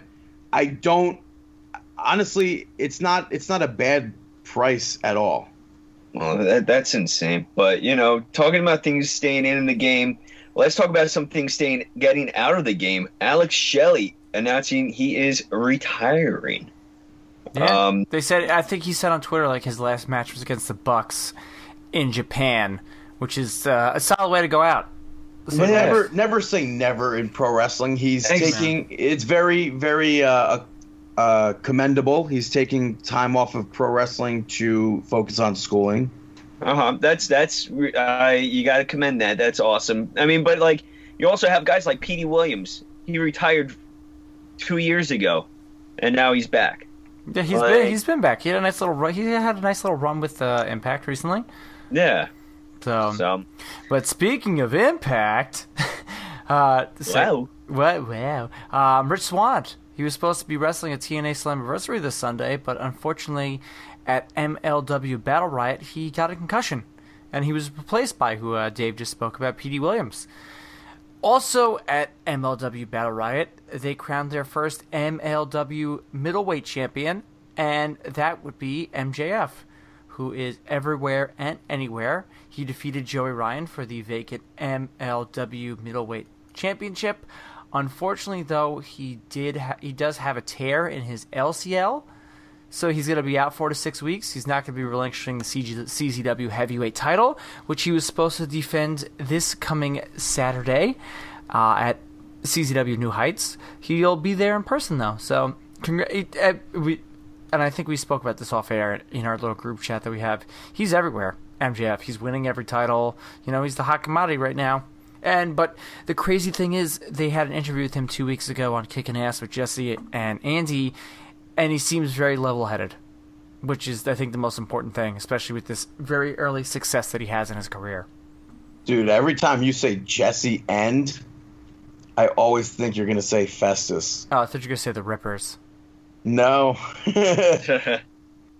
[SPEAKER 3] I don't honestly it's not it's not a bad price at all.
[SPEAKER 4] Well, that, that's insane. But you know, talking about things staying in the game, let's talk about some things staying getting out of the game. Alex Shelley announcing he is retiring.
[SPEAKER 2] Yeah.
[SPEAKER 4] Um,
[SPEAKER 2] they said I think he said on Twitter like his last match was against the Bucks in Japan, which is uh, a solid way to go out. So
[SPEAKER 3] Never never say never in pro wrestling. He's
[SPEAKER 4] Thanks, man.
[SPEAKER 3] taking it's very very uh, uh, commendable. He's taking time off of pro wrestling to focus on schooling.
[SPEAKER 4] Uh huh. That's that's uh, you got to commend that. That's awesome. I mean, but like you also have guys like Petey Williams. He retired two years ago, and now he's back.
[SPEAKER 2] Yeah, he's
[SPEAKER 4] Like-
[SPEAKER 2] been he's been back. He had a nice little run. He had a nice little run with uh, Impact recently.
[SPEAKER 4] Yeah.
[SPEAKER 2] So,
[SPEAKER 4] So
[SPEAKER 2] but speaking of Impact, uh, so,
[SPEAKER 4] wow.
[SPEAKER 2] what wow, um, Rich Swan. He was supposed to be wrestling at TNA Slammiversary this Sunday, but unfortunately, at MLW Battle Riot, he got a concussion, and he was replaced by who uh, Dave just spoke about, P.D. Williams. Also at MLW Battle Riot, they crowned their first MLW middleweight champion, and that would be MJF, who is everywhere and anywhere. He defeated Joey Ryan for the vacant MLW middleweight championship. Unfortunately, though, he did ha- he does have a tear in his LCL, so he's going to be out four to six weeks. He's not going to be relinquishing the CG- CZW heavyweight title, which he was supposed to defend this coming Saturday uh, at CZW New Heights. He'll be there in person, though. So, congr- it, uh, we, and I think we spoke about this off air in our little group chat that we have. He's everywhere, MJF. He's winning every title. You know, he's the hot commodity right now. And but the crazy thing is, they had an interview with him two weeks ago on Kicking Ass with Jesse and Andy, and he seems very level-headed, which is I think the most important thing, especially with this very early success that he has in his career.
[SPEAKER 3] Dude, every time you say Jesse and, I always think you're gonna say Festus.
[SPEAKER 2] Oh, I thought you were gonna say the Rippers.
[SPEAKER 3] No,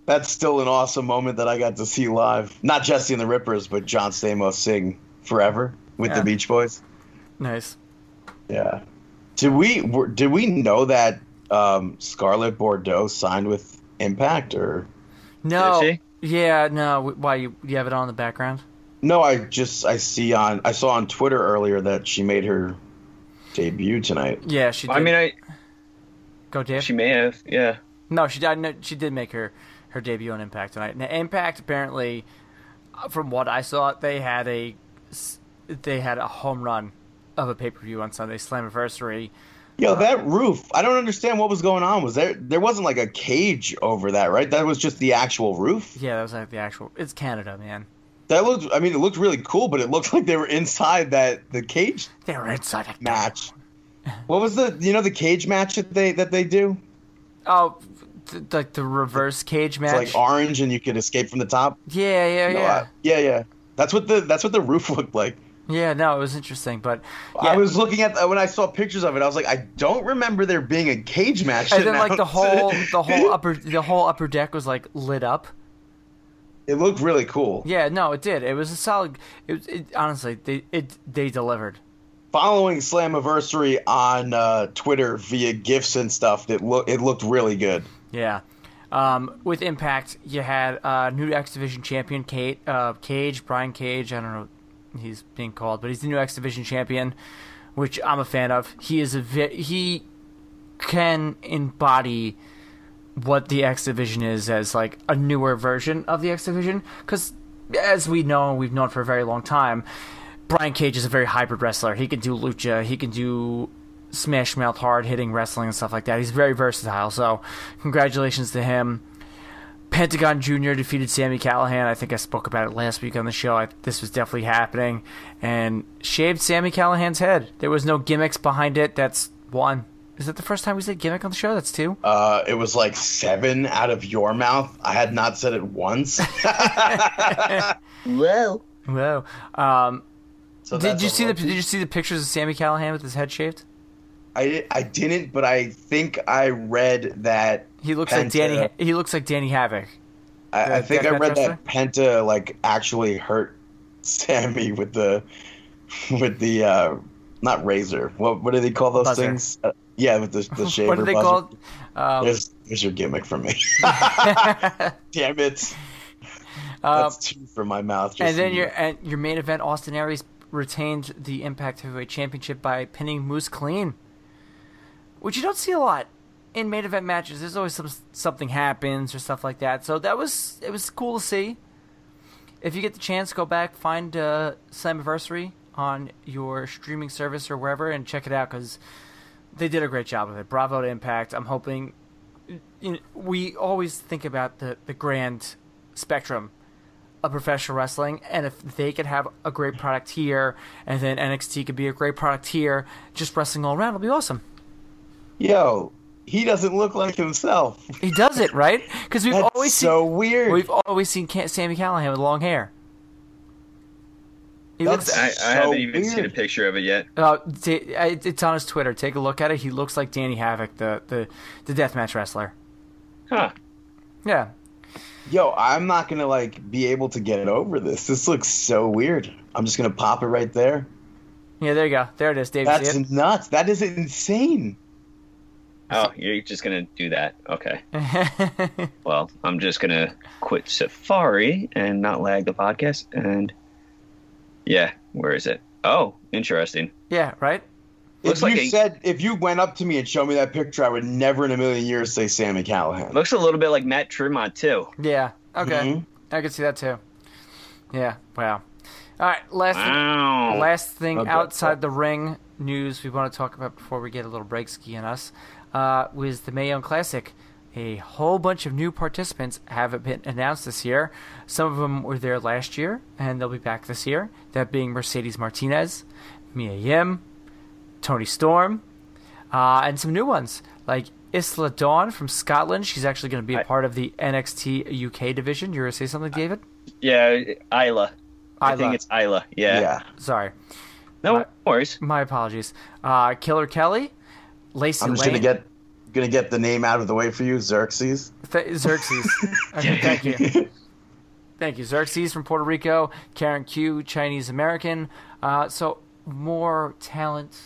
[SPEAKER 3] that's still an awesome moment that I got to see live. Not Jesse and the Rippers, but John Stamos sing "Forever" with
[SPEAKER 2] Yeah.
[SPEAKER 3] the Beach Boys.
[SPEAKER 2] Nice.
[SPEAKER 3] Yeah. Did we were, did we know that um, Scarlett Bordeaux signed with Impact or?
[SPEAKER 2] No.
[SPEAKER 4] Did
[SPEAKER 2] Yeah. No. w- Why you you have it on in the background?
[SPEAKER 3] No, I just I see on I saw on Twitter earlier that she made her debut tonight.
[SPEAKER 2] Yeah, she. Did.
[SPEAKER 4] I mean, I
[SPEAKER 2] go Dave.
[SPEAKER 4] she may have. Yeah.
[SPEAKER 2] No, she did. No, she did make her her debut on Impact tonight. Now, Impact apparently, uh, from what I saw, they had a s- they had a home run of a pay per view on Sunday, Slammiversary.
[SPEAKER 3] Yo, that roof! I don't understand what was going on. Was there there wasn't like a cage over that, right? That was just the actual roof.
[SPEAKER 2] Yeah, that was like the actual. It's Canada, man.
[SPEAKER 3] That looked. I mean, it looked really cool, but it looked like they were inside that the cage
[SPEAKER 2] They were inside a
[SPEAKER 3] match. What was the you know the cage match that they that they do?
[SPEAKER 2] Oh, th- like the reverse cage
[SPEAKER 3] It's like
[SPEAKER 2] match.
[SPEAKER 3] orange and you could escape from the top.
[SPEAKER 2] yeah, yeah,
[SPEAKER 3] No,
[SPEAKER 2] yeah.
[SPEAKER 3] I- yeah, yeah. That's what the that's what the roof looked like.
[SPEAKER 2] yeah, no, it was interesting, but yeah.
[SPEAKER 3] I was looking at when I saw pictures of it. I was like, I don't remember there being a cage match.
[SPEAKER 2] and then like the
[SPEAKER 3] announced.
[SPEAKER 2] whole the whole upper the whole upper deck was like lit up.
[SPEAKER 3] it looked really cool.
[SPEAKER 2] Yeah, no, it did. It was a solid. It, was- it honestly they it they delivered.
[SPEAKER 3] Following Slammiversary on uh, Twitter via gifs and stuff, it looked it looked really good.
[SPEAKER 2] Yeah. Um, with Impact, you had uh, new X Division champion Kate uh, Cage, Brian Cage. I don't know what he's being called, but he's the new X Division champion, which I'm a fan of. He is a vi- he can embody what the X Division is as like a newer version of the X Division, because as we know, we've known for a very long time, Brian Cage is a very hybrid wrestler. He can do lucha, he can do smash mouth hard hitting wrestling and stuff like that. He's very versatile. So, congratulations to him. Pentagon Jr. defeated Sammy Callahan. I think I spoke about it last week on the show. I, this was definitely happening. And shaved Sammy Callahan's head. There was no gimmicks behind it. That's one. Is that the first time we said gimmick on the show? That's two.
[SPEAKER 3] Uh, it was like seven out of your mouth. I had not said it once.
[SPEAKER 4] Well.
[SPEAKER 2] Whoa. Um,
[SPEAKER 3] So
[SPEAKER 2] did
[SPEAKER 3] that's
[SPEAKER 2] you
[SPEAKER 3] a
[SPEAKER 2] see the
[SPEAKER 3] low
[SPEAKER 2] Did you see the pictures of Sammy Callahan with his head shaved?
[SPEAKER 3] I di- I didn't, but I think I read that.
[SPEAKER 2] He looks like
[SPEAKER 3] Penta-
[SPEAKER 2] Danny. He looks like Danny Havoc.
[SPEAKER 3] I, I
[SPEAKER 2] the
[SPEAKER 3] think I
[SPEAKER 2] death
[SPEAKER 3] read
[SPEAKER 2] match
[SPEAKER 3] that Penta like actually hurt Sammy with the with the uh not razor. What what do they call those
[SPEAKER 2] Buzzer.
[SPEAKER 3] things? Uh, yeah, with the the shaver.
[SPEAKER 2] What are they
[SPEAKER 3] buzzer.
[SPEAKER 2] called? Um,
[SPEAKER 3] There's, there's your gimmick for me. Damn it.
[SPEAKER 2] um,
[SPEAKER 3] That's two for my mouth. just
[SPEAKER 2] and then
[SPEAKER 3] so
[SPEAKER 2] your
[SPEAKER 3] you-
[SPEAKER 2] and your main event, Austin Aries retained the Impact Heavyweight Championship by pinning Moose clean, which you don't see a lot in main event matches. There's always some something happens or stuff like that. So that was it was cool to see. If you get the chance, go back find uh, Slammiversary on your streaming service or wherever and check it out because they did a great job with it. Bravo to Impact. I'm hoping you know, we always think about the, the grand spectrum of professional wrestling, and if they could have a great product here, and then NXT could be a great product here, just wrestling all around will be awesome.
[SPEAKER 3] Yo, he doesn't look like himself.
[SPEAKER 2] He does it right because we've
[SPEAKER 3] That's
[SPEAKER 2] always
[SPEAKER 3] so
[SPEAKER 2] seen
[SPEAKER 3] weird.
[SPEAKER 2] we've always seen Ca- Sammy Callahan with long hair. He
[SPEAKER 3] That's-
[SPEAKER 2] looks.
[SPEAKER 4] I, I
[SPEAKER 3] So
[SPEAKER 4] haven't even seen a
[SPEAKER 3] weird.
[SPEAKER 4] picture of it yet.
[SPEAKER 2] Uh, t- I- it's on his Twitter. Take a look at it. He looks like Danny Havoc, the the the deathmatch wrestler.
[SPEAKER 4] Huh.
[SPEAKER 2] Yeah,
[SPEAKER 3] Yo, I'm not gonna like be able to get over this. This looks so weird. I'm just gonna pop it right there.
[SPEAKER 2] yeah. There you go. There it is, Dave.
[SPEAKER 3] That's
[SPEAKER 2] See it?
[SPEAKER 3] nuts. That is insane.
[SPEAKER 4] Oh, you're just gonna do that? Okay. Well, I'm just gonna quit Safari and not lag the podcast. And yeah, where is it? Oh, interesting.
[SPEAKER 2] yeah. Right.
[SPEAKER 4] Looks
[SPEAKER 3] if
[SPEAKER 4] like
[SPEAKER 3] you
[SPEAKER 4] a-
[SPEAKER 3] said if you went up to me and showed me that picture, I would never in a million years say Sammy Callahan. Mm-hmm.
[SPEAKER 4] Looks a little bit like Matt Tremont too.
[SPEAKER 2] Yeah. Okay. I could see that too. Yeah. Wow. All right. Last
[SPEAKER 4] Wow.
[SPEAKER 2] thing, last thing
[SPEAKER 3] Okay.
[SPEAKER 2] outside the ring news we want to talk about before we get a little break ski on us uh, was the Mae Young Classic. A whole bunch of new participants have been announced this year. Some of them were there last year, and they'll be back this year. That being Mercedes Martinez, Mia Yim, Tony Storm, uh, and some new ones like Isla Dawn from Scotland. She's actually going to be a
[SPEAKER 4] I-
[SPEAKER 2] part of the NXT UK division. You were going to say something, David?
[SPEAKER 4] Yeah, Isla. I
[SPEAKER 2] Isla.
[SPEAKER 4] think it's Isla. Yeah.
[SPEAKER 3] Yeah.
[SPEAKER 2] Sorry.
[SPEAKER 4] No worries.
[SPEAKER 2] My apologies. Uh, Killer Kelly, Lacey
[SPEAKER 3] I'm just
[SPEAKER 2] Lane,
[SPEAKER 3] gonna get gonna get the name out of the way for you, Xerxes.
[SPEAKER 2] Th- Xerxes. okay, thank you. Thank you. Xerxes from Puerto Rico, Karen Q, Chinese American. Uh, so more talent.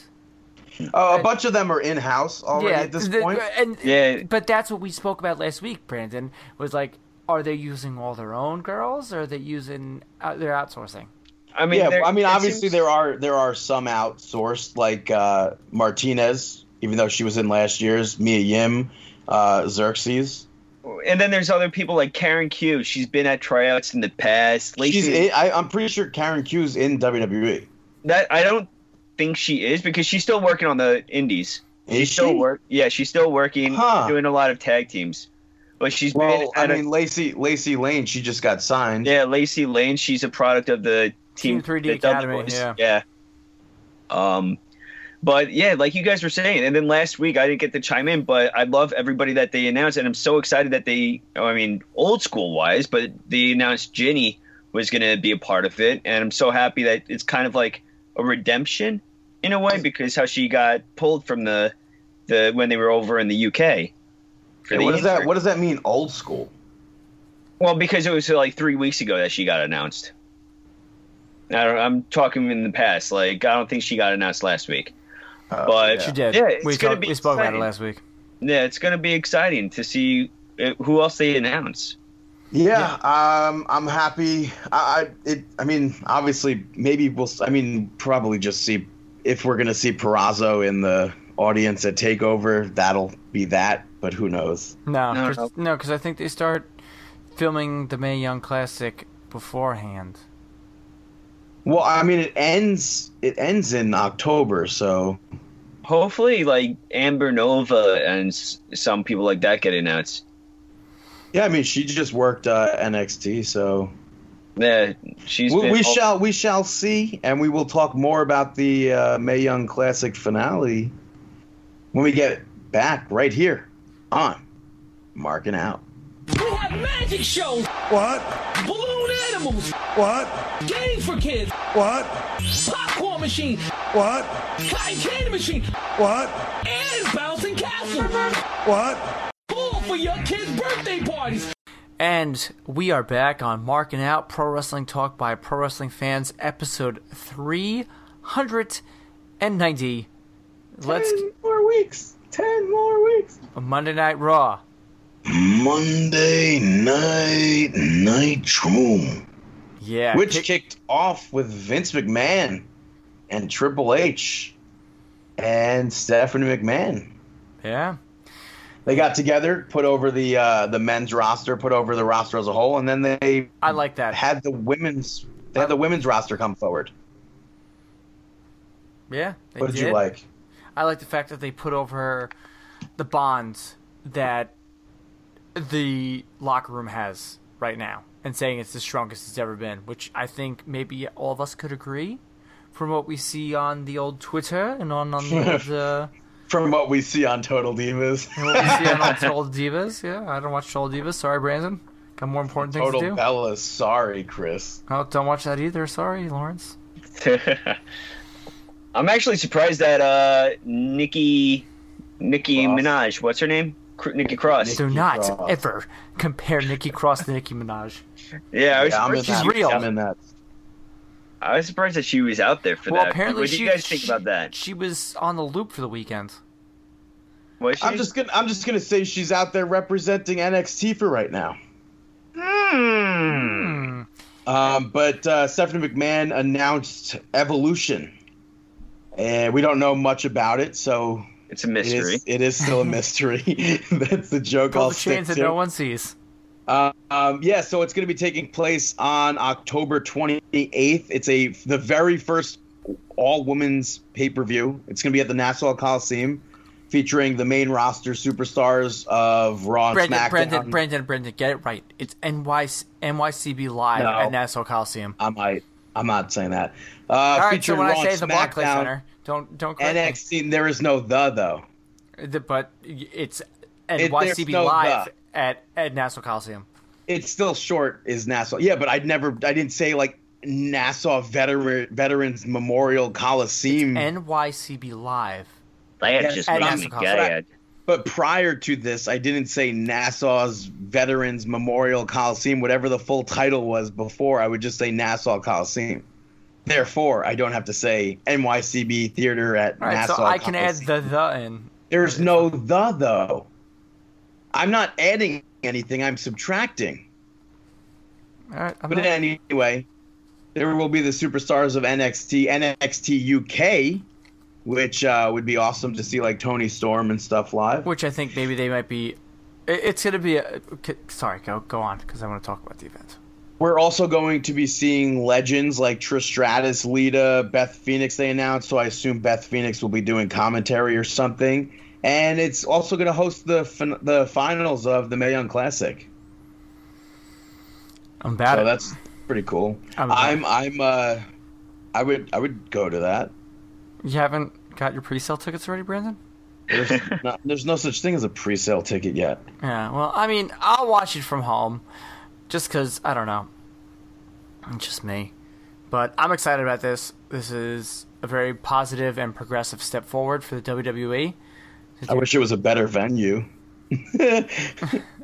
[SPEAKER 3] Oh, a bunch of them are in house already
[SPEAKER 2] yeah,
[SPEAKER 3] Oh, at this
[SPEAKER 2] the-
[SPEAKER 3] point.
[SPEAKER 2] and
[SPEAKER 4] Yeah.
[SPEAKER 2] but that's what we spoke about last week. Brandon was like, are they using all their own girls, or are they using uh, they're outsourcing?
[SPEAKER 4] I mean,
[SPEAKER 3] yeah,
[SPEAKER 4] there-
[SPEAKER 3] I mean,
[SPEAKER 4] it
[SPEAKER 3] obviously
[SPEAKER 4] seems-
[SPEAKER 3] there are there are some outsourced like uh, Martinez, even though she was in last year's Mia Yim, uh, Xerxes.
[SPEAKER 4] And then there's other people like Karen Q. She's been at tryouts in the past. Lacey,
[SPEAKER 3] She's in, I, I'm pretty sure Karen Q's in E. WWE.
[SPEAKER 4] that I don't think she is because she's still working on the indies.
[SPEAKER 3] Is
[SPEAKER 4] she's still
[SPEAKER 3] she?
[SPEAKER 4] work. Yeah, she's still working,
[SPEAKER 3] Huh.
[SPEAKER 4] doing a lot of tag teams. But she's been
[SPEAKER 3] Well, I
[SPEAKER 4] at a-
[SPEAKER 3] mean, Lacey Lacey Lane, she just got signed.
[SPEAKER 4] yeah, Lacey Lane. She's a product of the
[SPEAKER 2] Team
[SPEAKER 4] team
[SPEAKER 2] 3D
[SPEAKER 4] the Dub
[SPEAKER 2] Academy,
[SPEAKER 4] Boys.
[SPEAKER 2] yeah.
[SPEAKER 4] yeah. Um, but yeah, like you guys were saying, and then last week I didn't get to chime in, but I love everybody that they announced, and I'm so excited that they. oh, I mean, old school wise, but they announced Ginny was going to be a part of it, and I'm so happy that it's kind of like a redemption in a way because how she got pulled from the the when they were over in the UK. for
[SPEAKER 3] Hey,
[SPEAKER 4] the
[SPEAKER 3] what does that
[SPEAKER 4] injury.
[SPEAKER 3] What does that mean? Old school.
[SPEAKER 4] Well, because it was uh, like three weeks ago that she got announced. I don't, I'm talking in the past. Like I don't think she got announced last week.
[SPEAKER 3] Uh,
[SPEAKER 4] But-
[SPEAKER 2] She did.
[SPEAKER 4] Yeah, it's
[SPEAKER 2] we,
[SPEAKER 4] gonna
[SPEAKER 2] talked-
[SPEAKER 4] be
[SPEAKER 2] we spoke about it
[SPEAKER 4] exciting.
[SPEAKER 2] last week.
[SPEAKER 4] Yeah, it's gonna be exciting to see uh, who else they announce.
[SPEAKER 3] Yeah, um, I'm happy. I, I, it, I mean, obviously, maybe we'll. s- I mean, probably just see if we're gonna see Perazzo in the audience at Takeover. That'll be that, but who knows?
[SPEAKER 2] No,
[SPEAKER 4] No,
[SPEAKER 2] cause, no, because I think they start filming the May Young Classic beforehand.
[SPEAKER 3] Well, I mean, it ends. It ends in October, so
[SPEAKER 4] Hopefully, like Amber Nova and s- some people like that get announced.
[SPEAKER 3] yeah. I mean, she just worked uh, NXT, so
[SPEAKER 4] Yeah, she's.
[SPEAKER 3] we,
[SPEAKER 4] been
[SPEAKER 3] we
[SPEAKER 4] all-
[SPEAKER 3] shall we shall see, and we will talk more about the uh, May Young Classic finale when we get back right here on Marking Out.
[SPEAKER 5] We have magic shows.
[SPEAKER 6] What?
[SPEAKER 5] Balloon animals. apples. What? Game for kids. What? Popcorn machine. What? Cotton candy machine. What? And bouncing castle. What? Cool for your kids' birthday parties.
[SPEAKER 2] And we are back on Marking Out Pro Wrestling Talk by Pro Wrestling Fans, episode 390. Let's
[SPEAKER 3] Ten more weeks. Ten more weeks.
[SPEAKER 2] Monday Night Raw.
[SPEAKER 3] Monday night nitro,
[SPEAKER 2] Yeah.
[SPEAKER 3] which
[SPEAKER 2] kick-
[SPEAKER 3] kicked off with Vince McMahon and Triple H and Stephanie McMahon.
[SPEAKER 2] yeah.
[SPEAKER 3] They got together, put over the uh, the men's roster, put over the roster as a whole, and then they
[SPEAKER 2] I like that.
[SPEAKER 3] had the women's they had the women's roster come forward.
[SPEAKER 2] yeah. they
[SPEAKER 3] What did you
[SPEAKER 2] did.
[SPEAKER 3] like?
[SPEAKER 2] I like the fact that they put over the bonds that the locker room has right now and saying it's the strongest it's ever been, which I think maybe all of us could agree from what we see on the old Twitter and on, on the old, uh,
[SPEAKER 3] From what we see on Total Divas,
[SPEAKER 2] and what we see on old Total Divas. Yeah, I don't watch Total Divas. Sorry, Brandon. Got more important things to
[SPEAKER 3] Total
[SPEAKER 2] do.
[SPEAKER 3] Bella, sorry, Chris.
[SPEAKER 2] Oh, don't watch that either. Sorry, Lawrence.
[SPEAKER 4] I'm actually surprised that uh, Nikki Nikki
[SPEAKER 3] Cross.
[SPEAKER 4] Minaj, what's her name? Cr- Nikki Cross.
[SPEAKER 2] Do
[SPEAKER 3] Nikki
[SPEAKER 2] not
[SPEAKER 3] Cross.
[SPEAKER 2] ever compare Nikki Cross to Nicki Minaj.
[SPEAKER 4] Yeah, I was,
[SPEAKER 3] Yeah, I'm in
[SPEAKER 4] surprised,
[SPEAKER 2] She's
[SPEAKER 3] that.
[SPEAKER 2] real.
[SPEAKER 3] I'm in that.
[SPEAKER 4] I was surprised that she was out there for
[SPEAKER 2] Well,
[SPEAKER 4] that.
[SPEAKER 2] apparently
[SPEAKER 4] what do
[SPEAKER 2] she,
[SPEAKER 4] you guys think
[SPEAKER 2] she-
[SPEAKER 4] about that?
[SPEAKER 2] She was on the loop for the weekend.
[SPEAKER 4] Was she?
[SPEAKER 3] I'm just gonna I'm just gonna say she's out there representing NXT for right now.
[SPEAKER 4] Hmm.
[SPEAKER 2] Hmm.
[SPEAKER 3] Um, but uh, Stephanie McMahon announced Evolution, and we don't know much about it, so
[SPEAKER 4] It's a
[SPEAKER 3] it
[SPEAKER 4] mystery.
[SPEAKER 3] is, it is still a mystery. That's the joke.
[SPEAKER 2] Pull
[SPEAKER 3] I'll
[SPEAKER 2] the
[SPEAKER 3] stick
[SPEAKER 2] chains that
[SPEAKER 3] to.
[SPEAKER 2] no one sees.
[SPEAKER 3] Uh, um, yeah, so it's going to be taking place on October 28th. It's a the very first all women's pay per view. It's going to be at the Nassau Coliseum, featuring the main roster superstars of Raw and
[SPEAKER 2] Brandon,
[SPEAKER 3] SmackDown.
[SPEAKER 2] Brandon, Brandon, Brandon, get it right. It's NYC, NYCB Live
[SPEAKER 3] No.
[SPEAKER 2] at Nassau Coliseum.
[SPEAKER 3] I might. I'm not saying that. Uh,
[SPEAKER 2] All right, so
[SPEAKER 3] featuring
[SPEAKER 2] when
[SPEAKER 3] Raw
[SPEAKER 2] I
[SPEAKER 3] and
[SPEAKER 2] say the Barclays
[SPEAKER 3] SmackDown,
[SPEAKER 2] Center, don't don't correct
[SPEAKER 3] NXT. There is no the though.
[SPEAKER 2] me. The- But it's
[SPEAKER 3] there's
[SPEAKER 2] NYCB
[SPEAKER 3] no
[SPEAKER 2] Live
[SPEAKER 3] the.
[SPEAKER 2] at at Nassau Coliseum.
[SPEAKER 3] It's still short. Is Nassau? Yeah, but I never. I didn't say like Nassau Veteran Veterans Memorial Coliseum.
[SPEAKER 2] NYCB Live.
[SPEAKER 4] They had
[SPEAKER 3] Yes,
[SPEAKER 4] just
[SPEAKER 2] and
[SPEAKER 4] made
[SPEAKER 2] I'm
[SPEAKER 4] me
[SPEAKER 2] surprised.
[SPEAKER 4] gag.
[SPEAKER 3] But prior to this, I didn't say Nassau's Veterans Memorial Coliseum, whatever the full title was before. I would just say Nassau Coliseum. Therefore, I don't have to say NYCB Theater at
[SPEAKER 2] All right,
[SPEAKER 3] Nassau.
[SPEAKER 2] so I can add
[SPEAKER 3] Coliseum.
[SPEAKER 2] the the in.
[SPEAKER 3] There's no the though. I'm not adding anything. I'm subtracting.
[SPEAKER 2] All right, I'm
[SPEAKER 3] But
[SPEAKER 2] not-
[SPEAKER 3] anyway, there will be the superstars of NXT, NXT UK, which uh, would be awesome to see, like Tony Storm and stuff live.
[SPEAKER 2] which I think maybe they might be. it- It's gonna be. A, okay, sorry, go go on because I want to talk about the event.
[SPEAKER 3] We're also going to be seeing legends like Trish Stratus, Lita, Beth Phoenix. They announced, so I assume Beth Phoenix will be doing commentary or something. And it's also going to host the fin- the finals of the Mae Young Classic.
[SPEAKER 2] I'm bad.
[SPEAKER 3] So that's pretty cool.
[SPEAKER 2] I'm-
[SPEAKER 3] I'm I'm uh, I would I would go to that.
[SPEAKER 2] you haven't got your pre-sale tickets already, Brandon?
[SPEAKER 3] There's, not, there's no such thing as a pre-sale ticket yet.
[SPEAKER 2] Yeah, well, I mean, I'll watch it from home just because, I don't know. It's just me. But I'm excited about this. This is a very positive and progressive step forward for the E. WWE.
[SPEAKER 3] I wish it was a better venue.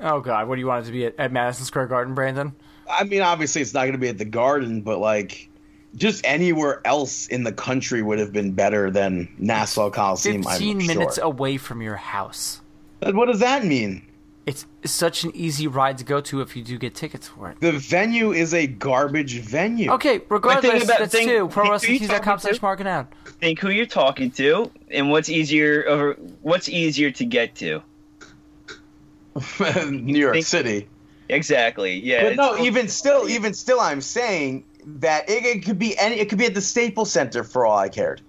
[SPEAKER 2] Oh, God, what do you want it to be at, at Madison Square Garden, Brandon?
[SPEAKER 3] I mean, obviously, it's not going to be at the Garden, but like, just anywhere else in the country would have been better than Nassau Coliseum.
[SPEAKER 2] 15
[SPEAKER 3] I'm
[SPEAKER 2] minutes
[SPEAKER 3] Sure.
[SPEAKER 2] away from your house.
[SPEAKER 3] But What does that mean?
[SPEAKER 2] It's such an easy ride to go to if you do get tickets for it.
[SPEAKER 3] The venue is a garbage venue.
[SPEAKER 2] Okay, regardless,
[SPEAKER 4] about-
[SPEAKER 2] that's
[SPEAKER 4] think-
[SPEAKER 2] two.
[SPEAKER 4] do you
[SPEAKER 2] ProWrestlingTees.com
[SPEAKER 4] talk
[SPEAKER 2] slash
[SPEAKER 4] to-
[SPEAKER 2] marking out.
[SPEAKER 4] Think who you're talking to and what's easier over what's easier to get to.
[SPEAKER 3] New York
[SPEAKER 4] Think-
[SPEAKER 3] City.
[SPEAKER 4] Exactly. Yeah.
[SPEAKER 3] But no,
[SPEAKER 4] it's-
[SPEAKER 3] even still, even still, I'm saying that it, it could be any. It could be at the Staples Center for all I cared.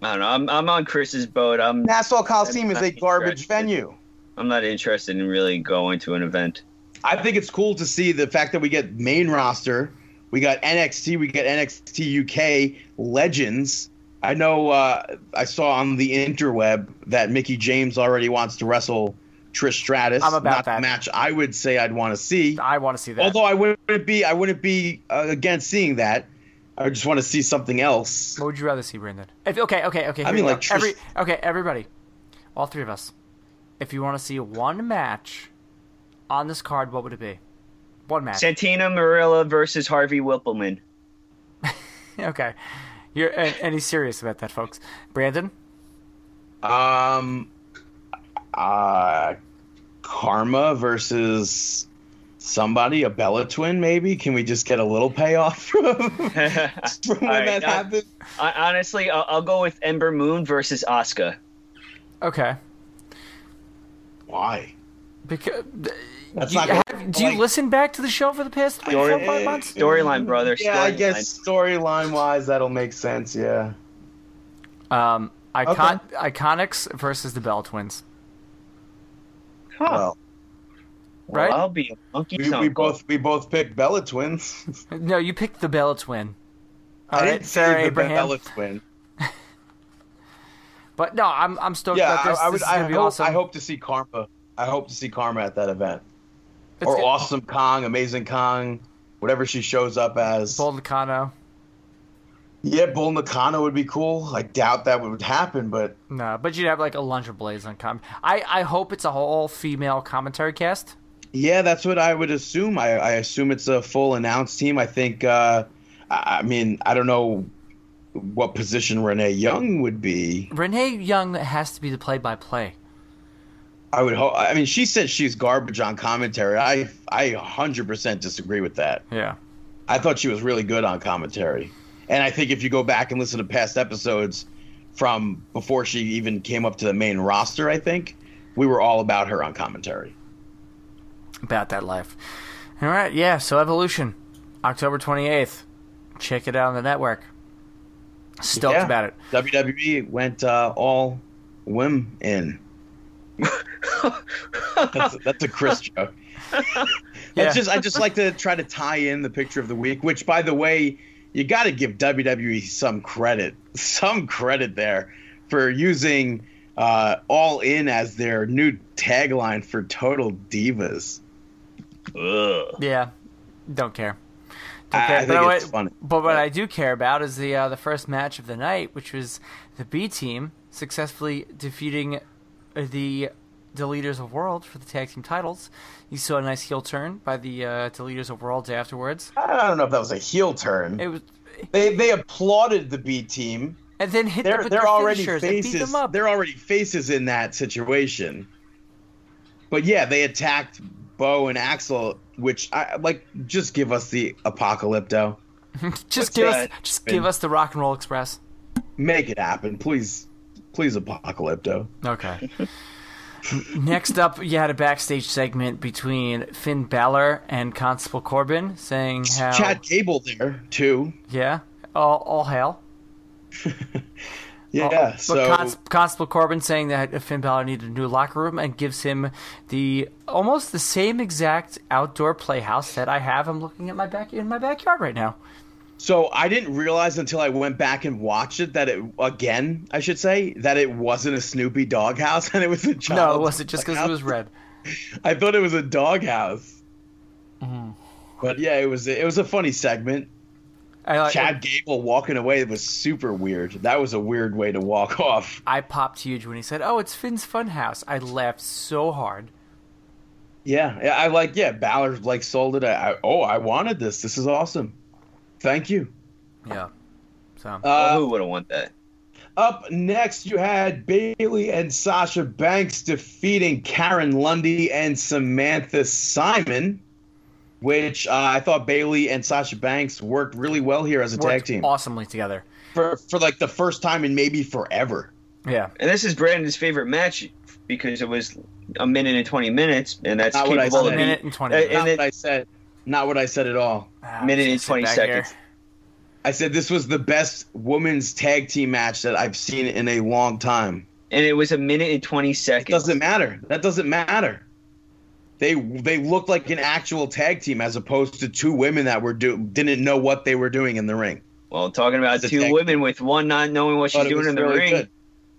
[SPEAKER 4] I don't know. I'm, I'm on Chris's boat. I'm
[SPEAKER 3] Nassau Coliseum is a garbage
[SPEAKER 4] Correct.
[SPEAKER 3] venue.
[SPEAKER 4] I'm not interested in really going to an event.
[SPEAKER 3] I think it's cool to see the fact that we get main roster, we got NXT, we got NXT UK legends. I know uh, I saw on the interweb that Mickey James already wants to wrestle Trish Stratus.
[SPEAKER 2] I'm about
[SPEAKER 3] not
[SPEAKER 2] that.
[SPEAKER 3] the match I would say I'd want to see.
[SPEAKER 2] I want to see that.
[SPEAKER 3] Although I wouldn't be I wouldn't be uh, against seeing that. I just want to see something else.
[SPEAKER 2] what would you rather see, Brandon? If, okay, okay, okay.
[SPEAKER 3] I
[SPEAKER 2] here
[SPEAKER 3] mean,
[SPEAKER 2] we go.
[SPEAKER 3] like, Trish-
[SPEAKER 2] every okay, everybody, all three of us. If you want to see one match on this card, what would it be? One match.
[SPEAKER 4] Santina Marilla versus Harvey Whippleman.
[SPEAKER 2] Okay, you're and, and he's serious about that, folks. Brandon,
[SPEAKER 3] Um, uh, Karma versus somebody, a Bella twin, maybe. Can we just get a little payoff from, from when
[SPEAKER 4] right,
[SPEAKER 3] that
[SPEAKER 4] now-
[SPEAKER 3] happened?
[SPEAKER 4] I, honestly, I'll, I'll go with Ember Moon versus Asuka.
[SPEAKER 2] okay.
[SPEAKER 3] Why?
[SPEAKER 2] Because
[SPEAKER 3] That's
[SPEAKER 2] you,
[SPEAKER 3] not gonna-
[SPEAKER 2] have- do you
[SPEAKER 3] like-
[SPEAKER 2] listen back to the show for the past three, four, five months?
[SPEAKER 4] Storyline, brother.
[SPEAKER 3] Mm, Yeah, I
[SPEAKER 4] storyline.
[SPEAKER 3] guess storyline wise, that'll make sense. Yeah.
[SPEAKER 2] Um, icon- Iconics versus the Bell Twins,
[SPEAKER 4] Huh.
[SPEAKER 3] Well,
[SPEAKER 2] right?
[SPEAKER 4] I'll be a monkey.
[SPEAKER 3] we, we both we both picked Bella twins.
[SPEAKER 2] No, you picked the Bella Twin. All
[SPEAKER 3] I
[SPEAKER 2] right,
[SPEAKER 3] didn't
[SPEAKER 2] Sarah
[SPEAKER 3] say the
[SPEAKER 2] Abraham.
[SPEAKER 3] Bella twin.
[SPEAKER 2] But no, I'm I'm stoked
[SPEAKER 3] Yeah,
[SPEAKER 2] about this.
[SPEAKER 3] I, I would.
[SPEAKER 2] this is
[SPEAKER 3] I
[SPEAKER 2] gonna
[SPEAKER 3] hope,
[SPEAKER 2] be awesome.
[SPEAKER 3] I hope to see Karma. I hope to see Karma at that event.
[SPEAKER 2] it's
[SPEAKER 3] or
[SPEAKER 2] good.
[SPEAKER 3] Awesome Kong, Amazing Kong, whatever she shows up as.
[SPEAKER 2] Bold Nakano.
[SPEAKER 3] Yeah, Bull Nakano would be cool. I doubt that would happen, but
[SPEAKER 2] No, but you'd have like a lunch blaze on com. I I hope it's a whole female commentary cast.
[SPEAKER 3] yeah, that's what I would assume. I, I assume it's a full announced team. I think. Uh, I I mean, I don't know what position Renee Young would be.
[SPEAKER 2] Renee Young has to be the play-by-play.
[SPEAKER 3] I would hope. I mean, she said she's garbage on commentary. I I 100% disagree with that.
[SPEAKER 2] Yeah.
[SPEAKER 3] I thought she was really good on commentary. And I think if you go back and listen to past episodes from before she even came up to the main roster, I think we were all about her on commentary.
[SPEAKER 2] about that life. All right, yeah. So Evolution, October twenty eighth. Check it out on the network. Stoked
[SPEAKER 3] Yeah.
[SPEAKER 2] about it.
[SPEAKER 3] WWE went uh, all whim in. that's, that's a Chris joke.
[SPEAKER 2] Yeah.
[SPEAKER 3] That's just I just like to try to tie in the picture of the week, which by the way, you got to give WWE some credit, some credit there for using uh, all in as their new tagline for Total Divas.
[SPEAKER 4] Ugh.
[SPEAKER 2] Yeah. Don't care. Don't
[SPEAKER 3] I,
[SPEAKER 2] care.
[SPEAKER 3] I
[SPEAKER 2] but,
[SPEAKER 3] think
[SPEAKER 2] what-
[SPEAKER 3] it's funny.
[SPEAKER 2] but what I do care about is the uh, the first match of the night, which was the B team successfully defeating uh, the the leaders of world for the tag team titles. You saw a nice heel turn by the uh, the leaders of worlds afterwards.
[SPEAKER 3] I don't know if that was a heel turn.
[SPEAKER 2] It was,
[SPEAKER 3] they they applauded the B team.
[SPEAKER 2] and then hit them
[SPEAKER 3] they're
[SPEAKER 2] with
[SPEAKER 3] they're
[SPEAKER 2] their
[SPEAKER 3] already
[SPEAKER 2] finishers and beat
[SPEAKER 3] faces.
[SPEAKER 2] them up.
[SPEAKER 3] They're already faces in that situation. But yeah, they attacked Bo and Axel, which I like. Just give us the Apocalypto.
[SPEAKER 2] Just
[SPEAKER 4] What's
[SPEAKER 2] give us,
[SPEAKER 4] that?
[SPEAKER 2] just give us the Rock and Roll Express.
[SPEAKER 3] Make it happen, please, please, Apocalypto.
[SPEAKER 2] Okay. Next up, you had a backstage segment between Finn Balor and Constable Corbin saying how
[SPEAKER 3] Chad Gable there too.
[SPEAKER 2] yeah, all, all hail.
[SPEAKER 3] Yeah,
[SPEAKER 2] Oh, but
[SPEAKER 3] so
[SPEAKER 2] Cons- Constable Corbin saying that Finn Balor needed a new locker room and gives him the almost the same exact outdoor playhouse that I have. I'm looking at my back in my backyard right now.
[SPEAKER 3] so I didn't realize until I went back and watched it that it again, I should say, that it wasn't a Snoopy doghouse and it was a child.
[SPEAKER 2] No, it wasn't just because it was red.
[SPEAKER 3] I thought it was a doghouse. But yeah, it was it was a funny segment.
[SPEAKER 2] I, like-
[SPEAKER 3] Chad Gable walking away was super weird. That was a weird way to walk off.
[SPEAKER 2] I popped huge when he said, "Oh, it's Finn's Funhouse." I laughed so hard.
[SPEAKER 3] Yeah, yeah, I like yeah. Balor like sold it. I, I oh, I wanted this. This is awesome. Thank you.
[SPEAKER 2] Yeah. So
[SPEAKER 4] Well,
[SPEAKER 3] Uh,
[SPEAKER 4] who would have want that?
[SPEAKER 3] up next, you had Bailey and Sasha Banks defeating Karen Lundy and Samantha Simon, which uh, I thought Bailey and Sasha Banks worked really well here as a tag
[SPEAKER 2] worked
[SPEAKER 3] team.
[SPEAKER 2] awesomely together.
[SPEAKER 3] for for like the first time in maybe forever.
[SPEAKER 2] Yeah.
[SPEAKER 4] And this is Brandon's favorite match because it was a minute and twenty minutes, and that's
[SPEAKER 3] Not what I
[SPEAKER 4] capable
[SPEAKER 3] said.
[SPEAKER 4] of
[SPEAKER 2] A
[SPEAKER 4] being-
[SPEAKER 2] minute and 20
[SPEAKER 4] uh,
[SPEAKER 2] minutes.
[SPEAKER 3] Not
[SPEAKER 4] and it-
[SPEAKER 3] what I said. Not what I said at all.
[SPEAKER 2] Ah,
[SPEAKER 4] minute
[SPEAKER 2] I'm
[SPEAKER 4] and
[SPEAKER 2] just
[SPEAKER 4] 20
[SPEAKER 2] gonna sit back
[SPEAKER 4] seconds.
[SPEAKER 2] here.
[SPEAKER 3] I said this was the best women's tag team match that I've seen in a long time.
[SPEAKER 4] and it was a minute and twenty
[SPEAKER 3] It
[SPEAKER 4] seconds.
[SPEAKER 3] doesn't matter. That doesn't matter. They they looked like an actual tag team as opposed to two women that were do didn't know what they were doing in the ring.
[SPEAKER 4] Well, talking about
[SPEAKER 3] It's a
[SPEAKER 4] two
[SPEAKER 3] tech-
[SPEAKER 4] women with one not knowing what
[SPEAKER 3] Thought
[SPEAKER 4] she's
[SPEAKER 3] it
[SPEAKER 4] doing
[SPEAKER 3] was
[SPEAKER 4] in the
[SPEAKER 3] really
[SPEAKER 4] ring.
[SPEAKER 3] good.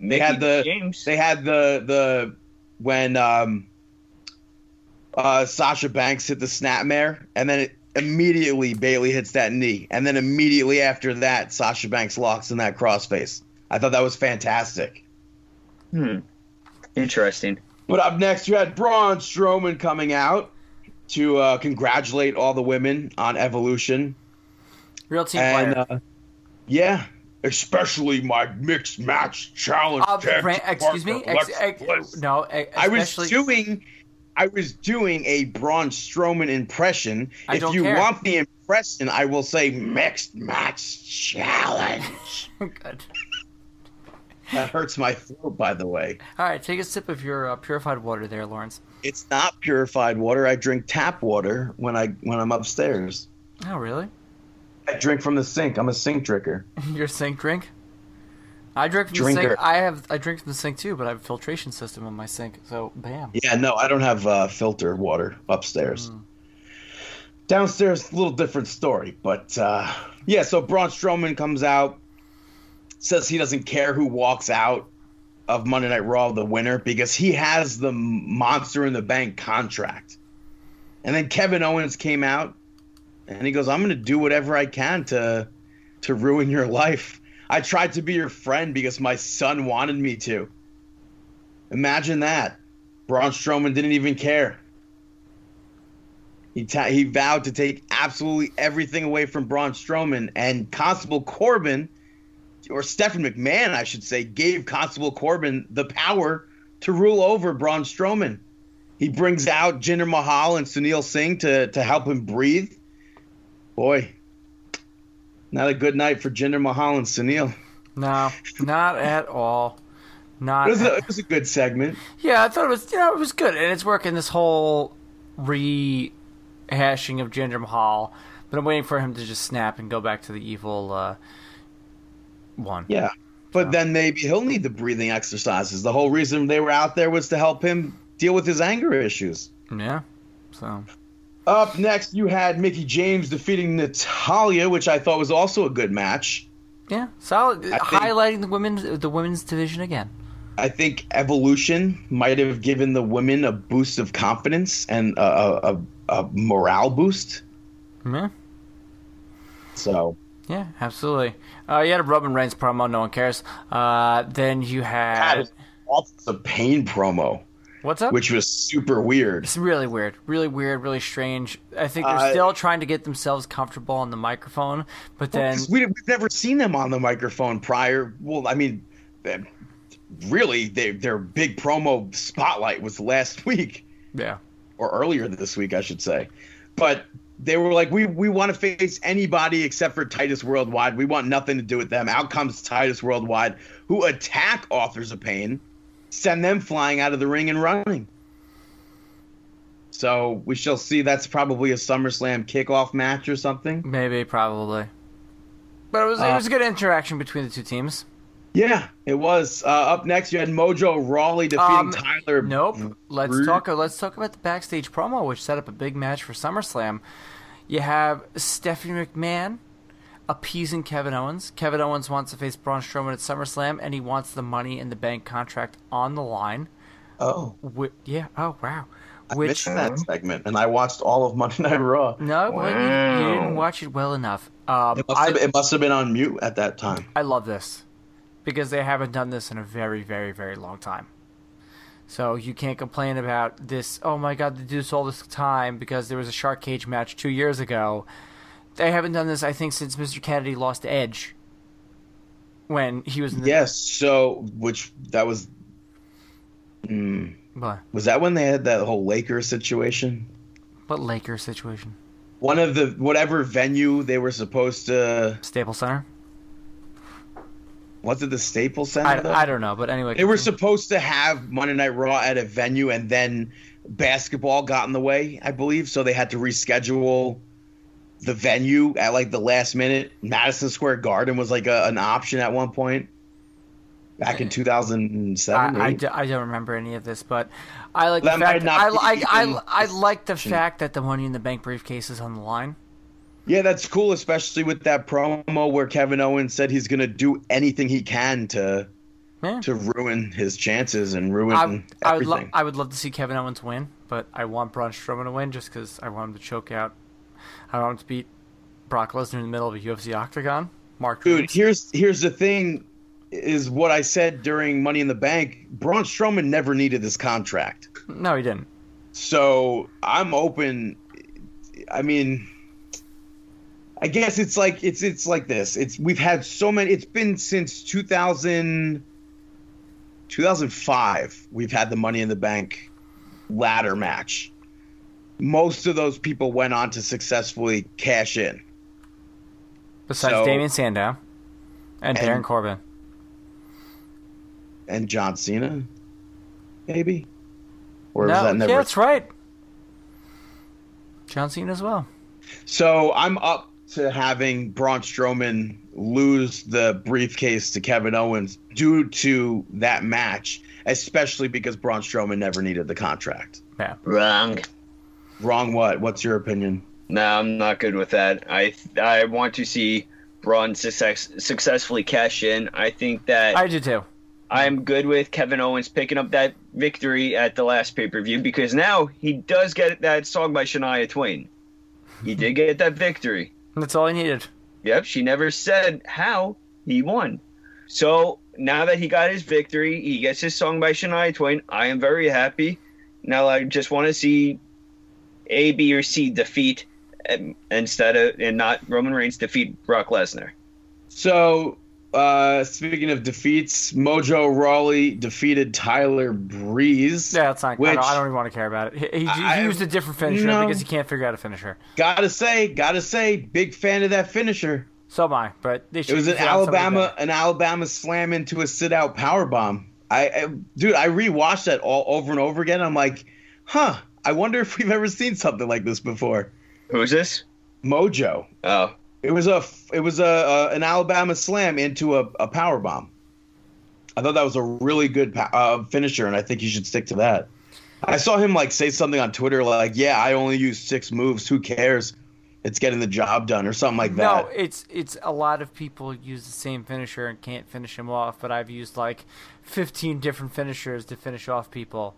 [SPEAKER 3] They had
[SPEAKER 4] Mickey
[SPEAKER 3] the
[SPEAKER 4] James.
[SPEAKER 3] they had the the when um uh, Sasha Banks hit the snapmare, and then it, immediately Bailey hits that knee, and then immediately after that, Sasha Banks locks in that crossface. I thought that was fantastic.
[SPEAKER 4] Hmm. Interesting.
[SPEAKER 3] But up next, you had Braun Strowman coming out to uh, congratulate all the women on Evolution.
[SPEAKER 2] Real team
[SPEAKER 3] And
[SPEAKER 2] player.
[SPEAKER 3] uh, yeah, especially my mixed match challenge.
[SPEAKER 2] Uh,
[SPEAKER 3] tag
[SPEAKER 2] Bran-
[SPEAKER 3] team
[SPEAKER 2] excuse me.
[SPEAKER 3] partner,
[SPEAKER 2] Ex-
[SPEAKER 3] Alexa
[SPEAKER 2] ex-
[SPEAKER 3] Bliss.
[SPEAKER 2] no, e-
[SPEAKER 3] I was
[SPEAKER 2] especially-
[SPEAKER 3] doing, I was doing a Braun Strowman impression.
[SPEAKER 2] I
[SPEAKER 3] if
[SPEAKER 2] don't
[SPEAKER 3] you
[SPEAKER 2] care.
[SPEAKER 3] want the impression, I will say mixed match challenge.
[SPEAKER 2] Good.
[SPEAKER 3] that hurts my throat, by the way.
[SPEAKER 2] All right, take a sip of your uh, purified water there, Lawrence.
[SPEAKER 3] It's not purified water. I drink tap water when I when I'm upstairs.
[SPEAKER 2] Oh, really?
[SPEAKER 3] I drink from the sink. I'm a sink drinker.
[SPEAKER 2] Your sink drink? I drink from the
[SPEAKER 3] Drinker.
[SPEAKER 2] sink. I have I drink from the sink too, but I have a filtration system in my sink. So bam.
[SPEAKER 3] Yeah, no, I don't have uh, filter water upstairs. Downstairs, a little different story. But uh, yeah, so Braun Strowman comes out, says he doesn't care who walks out of Monday Night Raw the winner because he has the Monster in the Bank contract. And then Kevin Owens came out, and he goes, "I'm going to do whatever I can to to ruin your life. I tried to be your friend because my son wanted me to." Imagine that. Braun Strowman didn't even care. He, ta- he vowed to take absolutely everything away from Braun Strowman, and Constable Corbin, or Stephen McMahon, I should say, gave Constable Corbin the power to rule over Braun Strowman. He brings out Jinder Mahal and Sunil Singh to, to help him breathe. Boy, not a good night for Jinder Mahal and Sunil.
[SPEAKER 2] No, not at all. Not.
[SPEAKER 3] It was
[SPEAKER 2] at-
[SPEAKER 3] a, it was a good segment.
[SPEAKER 2] yeah, I thought it was. You know, it was good, and it's working this whole rehashing of Jinder Mahal. But I'm waiting for him to just snap and go back to the evil uh, one.
[SPEAKER 3] Yeah. But then maybe he'll need the breathing exercises. The whole reason they were out there was to help him deal with his anger issues.
[SPEAKER 2] Yeah. So
[SPEAKER 3] Up next, you had Mickey James defeating Natalia, which I thought was also a good match.
[SPEAKER 2] yeah, solid.
[SPEAKER 3] think-
[SPEAKER 2] Highlighting the women's the women's division again.
[SPEAKER 3] I think Evolution might have given the women a boost of confidence and a, a, a, a morale boost.
[SPEAKER 2] Yeah.
[SPEAKER 3] So,
[SPEAKER 2] Yeah, absolutely. Uh, you had a Robin Reigns promo, no one cares. Uh, then you
[SPEAKER 3] that
[SPEAKER 2] had
[SPEAKER 3] was also a pain promo,
[SPEAKER 2] what's up?
[SPEAKER 3] which was super weird.
[SPEAKER 2] it's really weird, really weird, really strange. I think they're
[SPEAKER 3] Uh,
[SPEAKER 2] still trying to get themselves comfortable on the microphone, but then
[SPEAKER 3] 'Cause we, we've never seen them on the microphone prior. Well, I mean, eh, really, they, their big promo spotlight was last week
[SPEAKER 2] yeah,
[SPEAKER 3] or earlier this week, I should say. But they were like, we, we want to face anybody except for Titus Worldwide. We want nothing to do with them. Out comes Titus Worldwide, who attack Authors of Pain, send them flying out of the ring and running. So we shall see. That's probably a SummerSlam kickoff match or something.
[SPEAKER 2] maybe probably. But it was it
[SPEAKER 3] Uh,
[SPEAKER 2] was a good interaction between the two teams.
[SPEAKER 3] Yeah, it was. Uh, up next, you had Mojo Rawley defeating
[SPEAKER 2] Um,
[SPEAKER 3] Tyler.
[SPEAKER 2] Nope. Let's
[SPEAKER 3] Brew-
[SPEAKER 2] talk. Let's talk about the backstage promo, which set up a big match for SummerSlam. You have Stephanie McMahon appeasing Kevin Owens. Kevin Owens wants to face Braun Strowman at SummerSlam, and he wants the Money in the Bank contract on the line.
[SPEAKER 3] Oh,
[SPEAKER 2] Whi yeah. Oh wow.
[SPEAKER 3] missed
[SPEAKER 2] Which
[SPEAKER 3] that segment, and I watched all of Monday Night Raw.
[SPEAKER 2] no, well, you, you didn't watch it well enough. Um,
[SPEAKER 3] It must, have,
[SPEAKER 2] I,
[SPEAKER 3] it must have been on mute at that time.
[SPEAKER 2] I love this because they haven't done this in a very, very, very long time. So you can't complain about this. Oh my God, they do this all this time because there was a shark cage match two years ago. They haven't done this, I think, since Mr. Kennedy lost to Edge when he was in the.
[SPEAKER 3] Yes. So, which that was
[SPEAKER 2] What?
[SPEAKER 3] was that when they had that whole Lakers situation?
[SPEAKER 2] What Lakers situation?
[SPEAKER 3] One of the whatever venue they were supposed to
[SPEAKER 2] Staples Center?
[SPEAKER 3] was it the Staples Center?
[SPEAKER 2] I,
[SPEAKER 3] though?
[SPEAKER 2] I don't know, but anyway.
[SPEAKER 3] They were
[SPEAKER 2] continue.
[SPEAKER 3] supposed to have Monday Night Raw at a venue, and then basketball got in the way, I believe. So they had to reschedule the venue at like the last minute. Madison Square Garden was like a, an option at one point back in 2007.
[SPEAKER 2] I, I,
[SPEAKER 3] eight.
[SPEAKER 2] d- I don't remember any of this, but I like
[SPEAKER 3] That
[SPEAKER 2] the
[SPEAKER 3] might
[SPEAKER 2] fact
[SPEAKER 3] not
[SPEAKER 2] I,
[SPEAKER 3] be
[SPEAKER 2] I,
[SPEAKER 3] even
[SPEAKER 2] I, I like the
[SPEAKER 3] discussion.
[SPEAKER 2] fact that the money in the bank briefcase is on the line.
[SPEAKER 3] yeah, that's cool, especially with that promo where Kevin Owens said he's going to do anything he can to
[SPEAKER 2] Yeah.
[SPEAKER 3] to ruin his chances and ruin
[SPEAKER 2] I, I would
[SPEAKER 3] everything.
[SPEAKER 2] love I would love to see Kevin Owens win, but I want Braun Strowman to win just because I want him to choke out. I want him to beat Brock Lesnar in the middle of a UFC octagon. Mark,
[SPEAKER 3] Dude,
[SPEAKER 2] Reigns.
[SPEAKER 3] here's here's the thing, is what I said during Money in the Bank. Braun Strowman never needed this contract,
[SPEAKER 2] no, he didn't.
[SPEAKER 3] so I'm open. I mean, I guess it's like it's it's like this. It's we've had so many. It's been since 2000, 2005. We've had the Money in the Bank ladder match. Most of those people went on to successfully cash in.
[SPEAKER 2] Besides
[SPEAKER 3] So-
[SPEAKER 2] Damian Sandow
[SPEAKER 3] And-
[SPEAKER 2] and, Baron Corbin,
[SPEAKER 3] and John Cena, maybe. Or
[SPEAKER 2] no,
[SPEAKER 3] was that never?
[SPEAKER 2] yeah, that's right. John Cena as well.
[SPEAKER 3] So I'm up to having Braun Strowman lose the briefcase to Kevin Owens due to that match, especially because Braun Strowman never needed the contract.
[SPEAKER 2] Yeah,
[SPEAKER 4] Wrong.
[SPEAKER 3] Wrong. What? What's your opinion?
[SPEAKER 4] No, I'm not good with that. I I want to see Braun success, successfully cash in. I think that
[SPEAKER 2] I do too.
[SPEAKER 4] I'm good with Kevin Owens picking up that victory at the last pay per view because now he does get that song by Shania Twain. He did get that victory.
[SPEAKER 2] That's all I needed.
[SPEAKER 4] Yep, she never said how he won. So now that he got his victory, he gets his song by Shania Twain. I am very happy. Now I just want to see A, B, or C defeat um, instead of and not Roman Reigns defeat Brock Lesnar.
[SPEAKER 3] So, uh, speaking of defeats, Mojo Rawley defeated Tyler Breeze.
[SPEAKER 2] Yeah, that's not. I,
[SPEAKER 3] Which-
[SPEAKER 2] don't, I don't even want to care about it. He, he,
[SPEAKER 3] I-
[SPEAKER 2] he used a different finisher
[SPEAKER 3] No.
[SPEAKER 2] because he can't figure out a finisher.
[SPEAKER 3] Gotta say, gotta say, big fan of that finisher.
[SPEAKER 2] So am I. But they should
[SPEAKER 3] It was an
[SPEAKER 2] figure out somebody
[SPEAKER 3] Alabama,
[SPEAKER 2] better.
[SPEAKER 3] an Alabama slam into a sit out power bomb. I, I, dude, I rewatched that all over and over again. I'm like, huh. I wonder if we've ever seen something like this before.
[SPEAKER 4] Who's this?
[SPEAKER 3] Mojo.
[SPEAKER 4] Oh,
[SPEAKER 3] It was a, it was a, a an Alabama slam into a, a power bomb. I thought that was a really good pa- uh, finisher, and I think you should stick to that. I saw him like say something on Twitter like, "Yeah, I only use six moves. Who cares? It's getting the job done," or something like that.
[SPEAKER 2] No, it's it's a lot of people use the same finisher and can't finish him off. But I've used like 15 different finishers to finish off people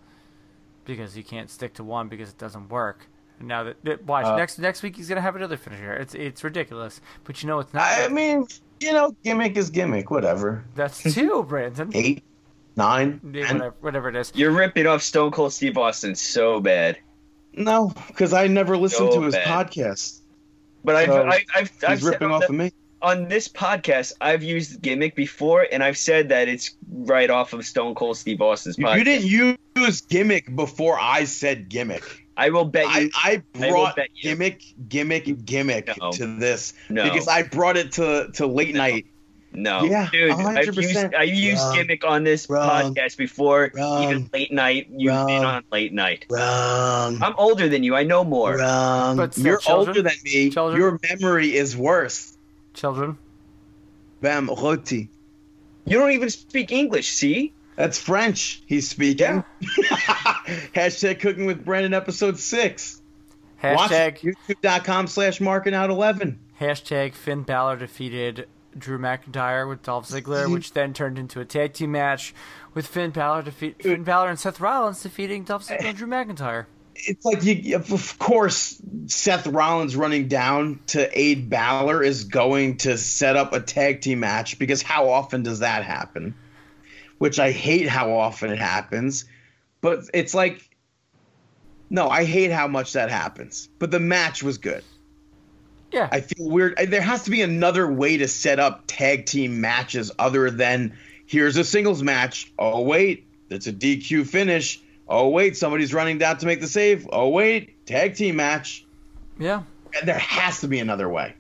[SPEAKER 2] because you can't stick to one because it doesn't work. Now that, that watch
[SPEAKER 3] Uh,
[SPEAKER 2] next next week he's gonna have another finisher. It's it's ridiculous. But you know it's not.
[SPEAKER 3] I
[SPEAKER 2] right.
[SPEAKER 3] mean, you know, gimmick is gimmick. Whatever.
[SPEAKER 2] That's two, Brandon.
[SPEAKER 3] eight, nine.
[SPEAKER 2] Yeah,
[SPEAKER 3] ten?
[SPEAKER 2] Whatever, whatever it is.
[SPEAKER 4] you're ripping off Stone Cold Steve Austin so bad.
[SPEAKER 3] No, because I never listened
[SPEAKER 4] So
[SPEAKER 3] to his
[SPEAKER 4] bad.
[SPEAKER 3] podcast.
[SPEAKER 4] But I've,
[SPEAKER 3] So,
[SPEAKER 4] I've, I've,
[SPEAKER 3] He's
[SPEAKER 4] I've said
[SPEAKER 3] ripping
[SPEAKER 4] on
[SPEAKER 3] off
[SPEAKER 4] the-
[SPEAKER 3] of me.
[SPEAKER 4] on this podcast, I've used gimmick before, and I've said that it's right off of Stone Cold Steve Austin's
[SPEAKER 3] You,
[SPEAKER 4] podcast.
[SPEAKER 3] you didn't use gimmick before I said gimmick.
[SPEAKER 4] I will bet
[SPEAKER 3] I,
[SPEAKER 4] you.
[SPEAKER 3] I
[SPEAKER 4] I will
[SPEAKER 3] brought
[SPEAKER 4] bet you-
[SPEAKER 3] gimmick, gimmick, gimmick
[SPEAKER 4] No.
[SPEAKER 3] to this
[SPEAKER 4] No.
[SPEAKER 3] because I brought it to to late night.
[SPEAKER 4] no,
[SPEAKER 3] Yeah,
[SPEAKER 4] dude, I've used,
[SPEAKER 3] 100%.
[SPEAKER 4] I used
[SPEAKER 3] Wrong.
[SPEAKER 4] gimmick on this
[SPEAKER 3] Wrong.
[SPEAKER 4] podcast before,
[SPEAKER 3] Wrong.
[SPEAKER 4] even late night. You've
[SPEAKER 3] Wrong.
[SPEAKER 4] been on late night.
[SPEAKER 3] Wrong.
[SPEAKER 4] I'm older than you. I know more.
[SPEAKER 3] Wrong.
[SPEAKER 2] But still,
[SPEAKER 3] You're
[SPEAKER 2] children-
[SPEAKER 3] older than me.
[SPEAKER 2] children-
[SPEAKER 3] Your memory is worse.
[SPEAKER 2] Children.
[SPEAKER 3] Bam roti.
[SPEAKER 4] You don't even speak English. See,
[SPEAKER 3] That's French. He's speaking. Hashtag cooking with Brandon episode six. Watch
[SPEAKER 2] Hashtag
[SPEAKER 3] youtube.com slash marking out 11
[SPEAKER 2] Hashtag Finn Balor defeated Drew McIntyre with Dolph Ziggler, which then turned into a tag team match with Finn Balor defeat Finn Balor and Seth Rollins defeating Dolph Ziggler and Drew McIntyre.
[SPEAKER 3] it's like you of course seth rollins running down to aid Balor is going to set up a tag team match because how often does that happen which i hate how often it happens but it's like no i hate how much that happens but the match was good
[SPEAKER 2] Yeah,
[SPEAKER 3] I feel weird. I- There has to be another way to set up tag team matches other than here's a singles match. Oh wait, it's a DQ finish. Oh wait, somebody's running down to make the save. Oh wait, tag team match.
[SPEAKER 2] yeah.
[SPEAKER 3] And There has to be another way.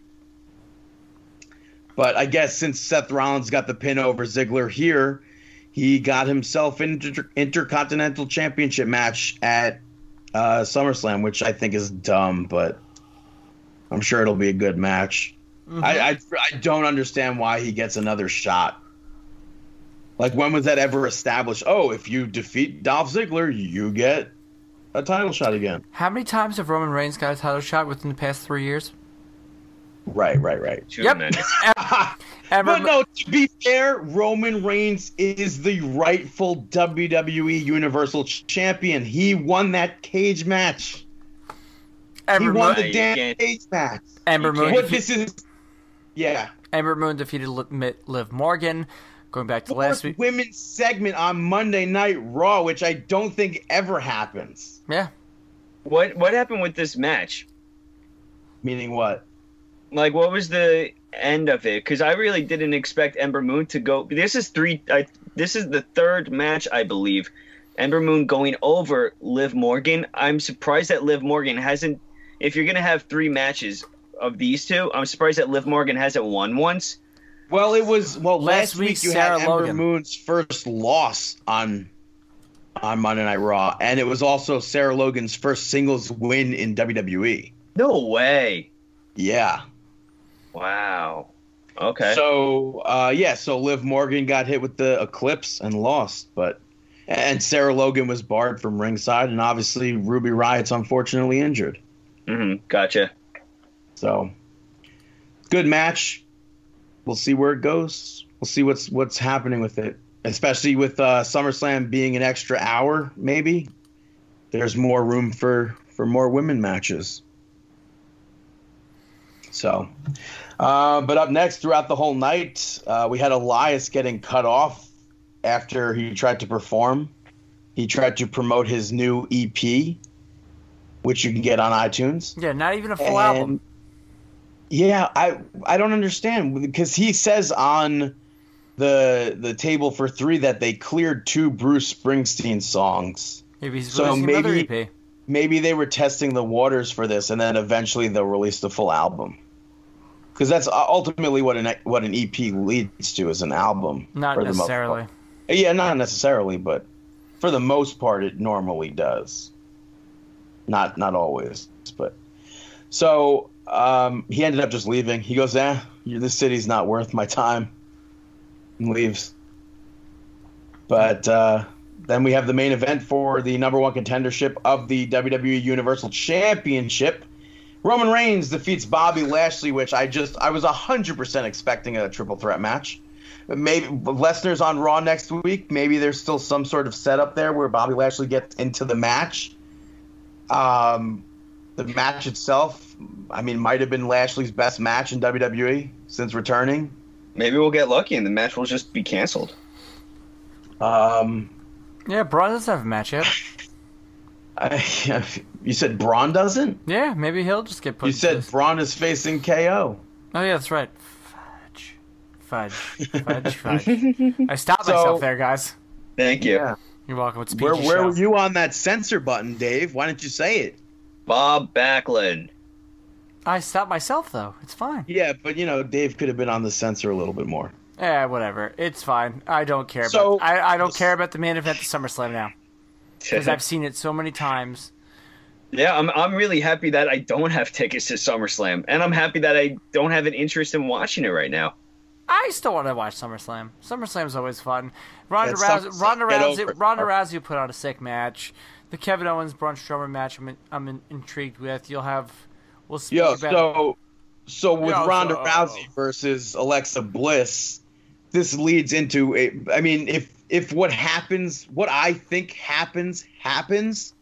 [SPEAKER 3] But I guess since Seth Rollins got the pin over Ziggler here, he got himself an inter- intercontinental championship match at uh, SummerSlam, which I think is dumb, but I'm sure it'll be a good match. I, I I don't understand why he gets another shot. Like when was that ever established? Oh, if you defeat Dolph Ziggler, you get a title shot again.
[SPEAKER 2] How many times have Roman Reigns got a title shot within the past three years?
[SPEAKER 3] Right, right, right.
[SPEAKER 4] Too
[SPEAKER 2] Yep.
[SPEAKER 4] many.
[SPEAKER 2] And
[SPEAKER 3] But
[SPEAKER 2] rem-
[SPEAKER 3] no, to be fair, Roman Reigns is the rightful WWE Universal Champion. He won that cage match.
[SPEAKER 2] and
[SPEAKER 3] He
[SPEAKER 2] remo-
[SPEAKER 3] won
[SPEAKER 4] No,
[SPEAKER 3] the
[SPEAKER 4] you
[SPEAKER 3] damn
[SPEAKER 4] can't.
[SPEAKER 3] cage match.
[SPEAKER 2] Ember
[SPEAKER 4] you
[SPEAKER 2] Moon.
[SPEAKER 4] can't-
[SPEAKER 3] What
[SPEAKER 2] Defeat,
[SPEAKER 3] this is, yeah.
[SPEAKER 2] Ember Moon defeated Li- Mi- Liv Morgan. Going back to last
[SPEAKER 3] First
[SPEAKER 2] week.
[SPEAKER 3] women's segment on Monday Night Raw, which I don't think ever happens.
[SPEAKER 2] Yeah.
[SPEAKER 4] What what happened with this match?
[SPEAKER 3] Meaning what?
[SPEAKER 4] Like, what was the end of it? Because I really didn't expect Ember Moon to go. This is three. I, this is the third match, I believe. Ember Moon going over Liv Morgan. I'm surprised that Liv Morgan hasn't. If you're gonna have three matches of these two, I'm surprised that Liv Morgan hasn't won once.
[SPEAKER 3] Well, it was well last,
[SPEAKER 2] Last week,
[SPEAKER 3] week, you
[SPEAKER 2] Sarah
[SPEAKER 3] had Ember
[SPEAKER 2] Logan.
[SPEAKER 3] Moon's first loss on on Monday Night Raw, and it was also Sarah Logan's first singles win in E. WWE.
[SPEAKER 4] No way.
[SPEAKER 3] Yeah.
[SPEAKER 4] Wow. Okay.
[SPEAKER 3] So uh, yeah, so Liv Morgan got hit with the Eclipse and lost, but and Sarah Logan was barred from ringside, and obviously Ruby Riot's unfortunately injured.
[SPEAKER 4] hmm Gotcha.
[SPEAKER 3] So good match. We'll see where it goes. We'll see what's what's happening with it, especially with uh, SummerSlam being an extra hour. Maybe there's more room for for more women matches. So, uh, but up next throughout the whole night, uh, we had Elias getting cut off after he tried to perform. He tried to promote his new EP, which you can get on iTunes.
[SPEAKER 2] Yeah, not even a full
[SPEAKER 3] And-
[SPEAKER 2] album.
[SPEAKER 3] Yeah, I I don't understand because he says on the the table for three that they cleared two Bruce Springsteen songs.
[SPEAKER 2] Maybe he's
[SPEAKER 3] so
[SPEAKER 2] releasing another E
[SPEAKER 3] maybe-
[SPEAKER 2] EP.
[SPEAKER 3] Maybe they were testing the waters for this, and then eventually they'll release the full album. Because that's u- ultimately what an what an EP leads to is an album.
[SPEAKER 2] Not
[SPEAKER 3] for the most
[SPEAKER 2] necessarily.
[SPEAKER 3] part. Yeah, not necessarily, but for the most part, it normally does. Not not always, but so um, he ended up just leaving. He goes, "Eh, you- this city's not worth my time," and leaves. But uh, then we have the main event for the number one contendership of the WWE Universal Championship. Roman Reigns defeats Bobby Lashley, which I just I was hundred percent expecting a triple threat match maybe Lesnar's on Raw next week. Maybe there's still some sort of setup there where Bobby Lashley gets into the match. Um, the match itself, I mean, might have been Lashley's best match in WWE since returning.
[SPEAKER 4] Maybe we'll get lucky and the match will just be canceled.
[SPEAKER 3] Um,
[SPEAKER 2] Yeah, Braun doesn't have a match yet.
[SPEAKER 3] I, you said Braun doesn't.
[SPEAKER 2] Yeah, maybe he'll just get put.
[SPEAKER 3] You
[SPEAKER 2] into
[SPEAKER 3] said
[SPEAKER 2] this.
[SPEAKER 3] Braun is facing KO.
[SPEAKER 2] Oh yeah, that's right. Fudge, fudge, fudge, fudge. I stopped
[SPEAKER 3] So-
[SPEAKER 2] myself there, guys.
[SPEAKER 4] Thank you.
[SPEAKER 2] You're welcome. It's
[SPEAKER 3] Where
[SPEAKER 2] PG
[SPEAKER 3] where
[SPEAKER 2] show.
[SPEAKER 3] were you on that censor button, Dave? Why didn't you say it?
[SPEAKER 4] Bob Backlund.
[SPEAKER 2] I stopped myself though. It's fine.
[SPEAKER 3] Yeah, but you know, Dave could have been on the censor a little bit more.
[SPEAKER 2] Yeah, Eh, whatever. It's fine. I don't care.
[SPEAKER 3] So-
[SPEAKER 2] about, I I don't care about the main event at SummerSlam now because I've seen it so many times.
[SPEAKER 4] Yeah, I'm, I'm really happy that I don't have tickets to SummerSlam, and I'm happy that I don't have an interest in watching it right now.
[SPEAKER 2] I still want to watch SummerSlam. SummerSlam's always fun. Ronda
[SPEAKER 3] Yeah,
[SPEAKER 2] Rousey,
[SPEAKER 3] SummerSlam.
[SPEAKER 2] Ronda
[SPEAKER 3] Get
[SPEAKER 2] Rousey,
[SPEAKER 3] over it.
[SPEAKER 2] Ronda Rousey put on a sick match. The Kevin Owens Braun Strowman match, I'm in, I'm in, intrigued with. You'll have, we'll speak
[SPEAKER 3] Yo,
[SPEAKER 2] about.
[SPEAKER 3] so so with
[SPEAKER 2] Yo,
[SPEAKER 3] Ronda
[SPEAKER 2] so-
[SPEAKER 3] Rousey versus Alexa Bliss, this leads into a. I mean, if if what happens, what I think happens happens,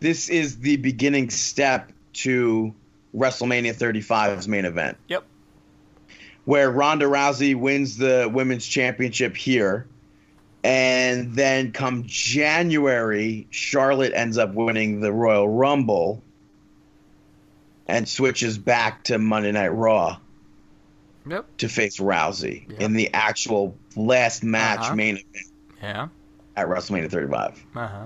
[SPEAKER 3] this is the beginning step to WrestleMania 35's main event,
[SPEAKER 2] Yep.
[SPEAKER 3] where Ronda Rousey wins the women's championship here. And then come January, Charlotte ends up winning the Royal Rumble and switches back to Monday Night Raw
[SPEAKER 2] Yep.
[SPEAKER 3] to face Rousey
[SPEAKER 2] Yeah.
[SPEAKER 3] in the actual last match
[SPEAKER 2] Uh-huh.
[SPEAKER 3] main event
[SPEAKER 2] Yeah.
[SPEAKER 3] at WrestleMania 35.
[SPEAKER 2] Uh huh.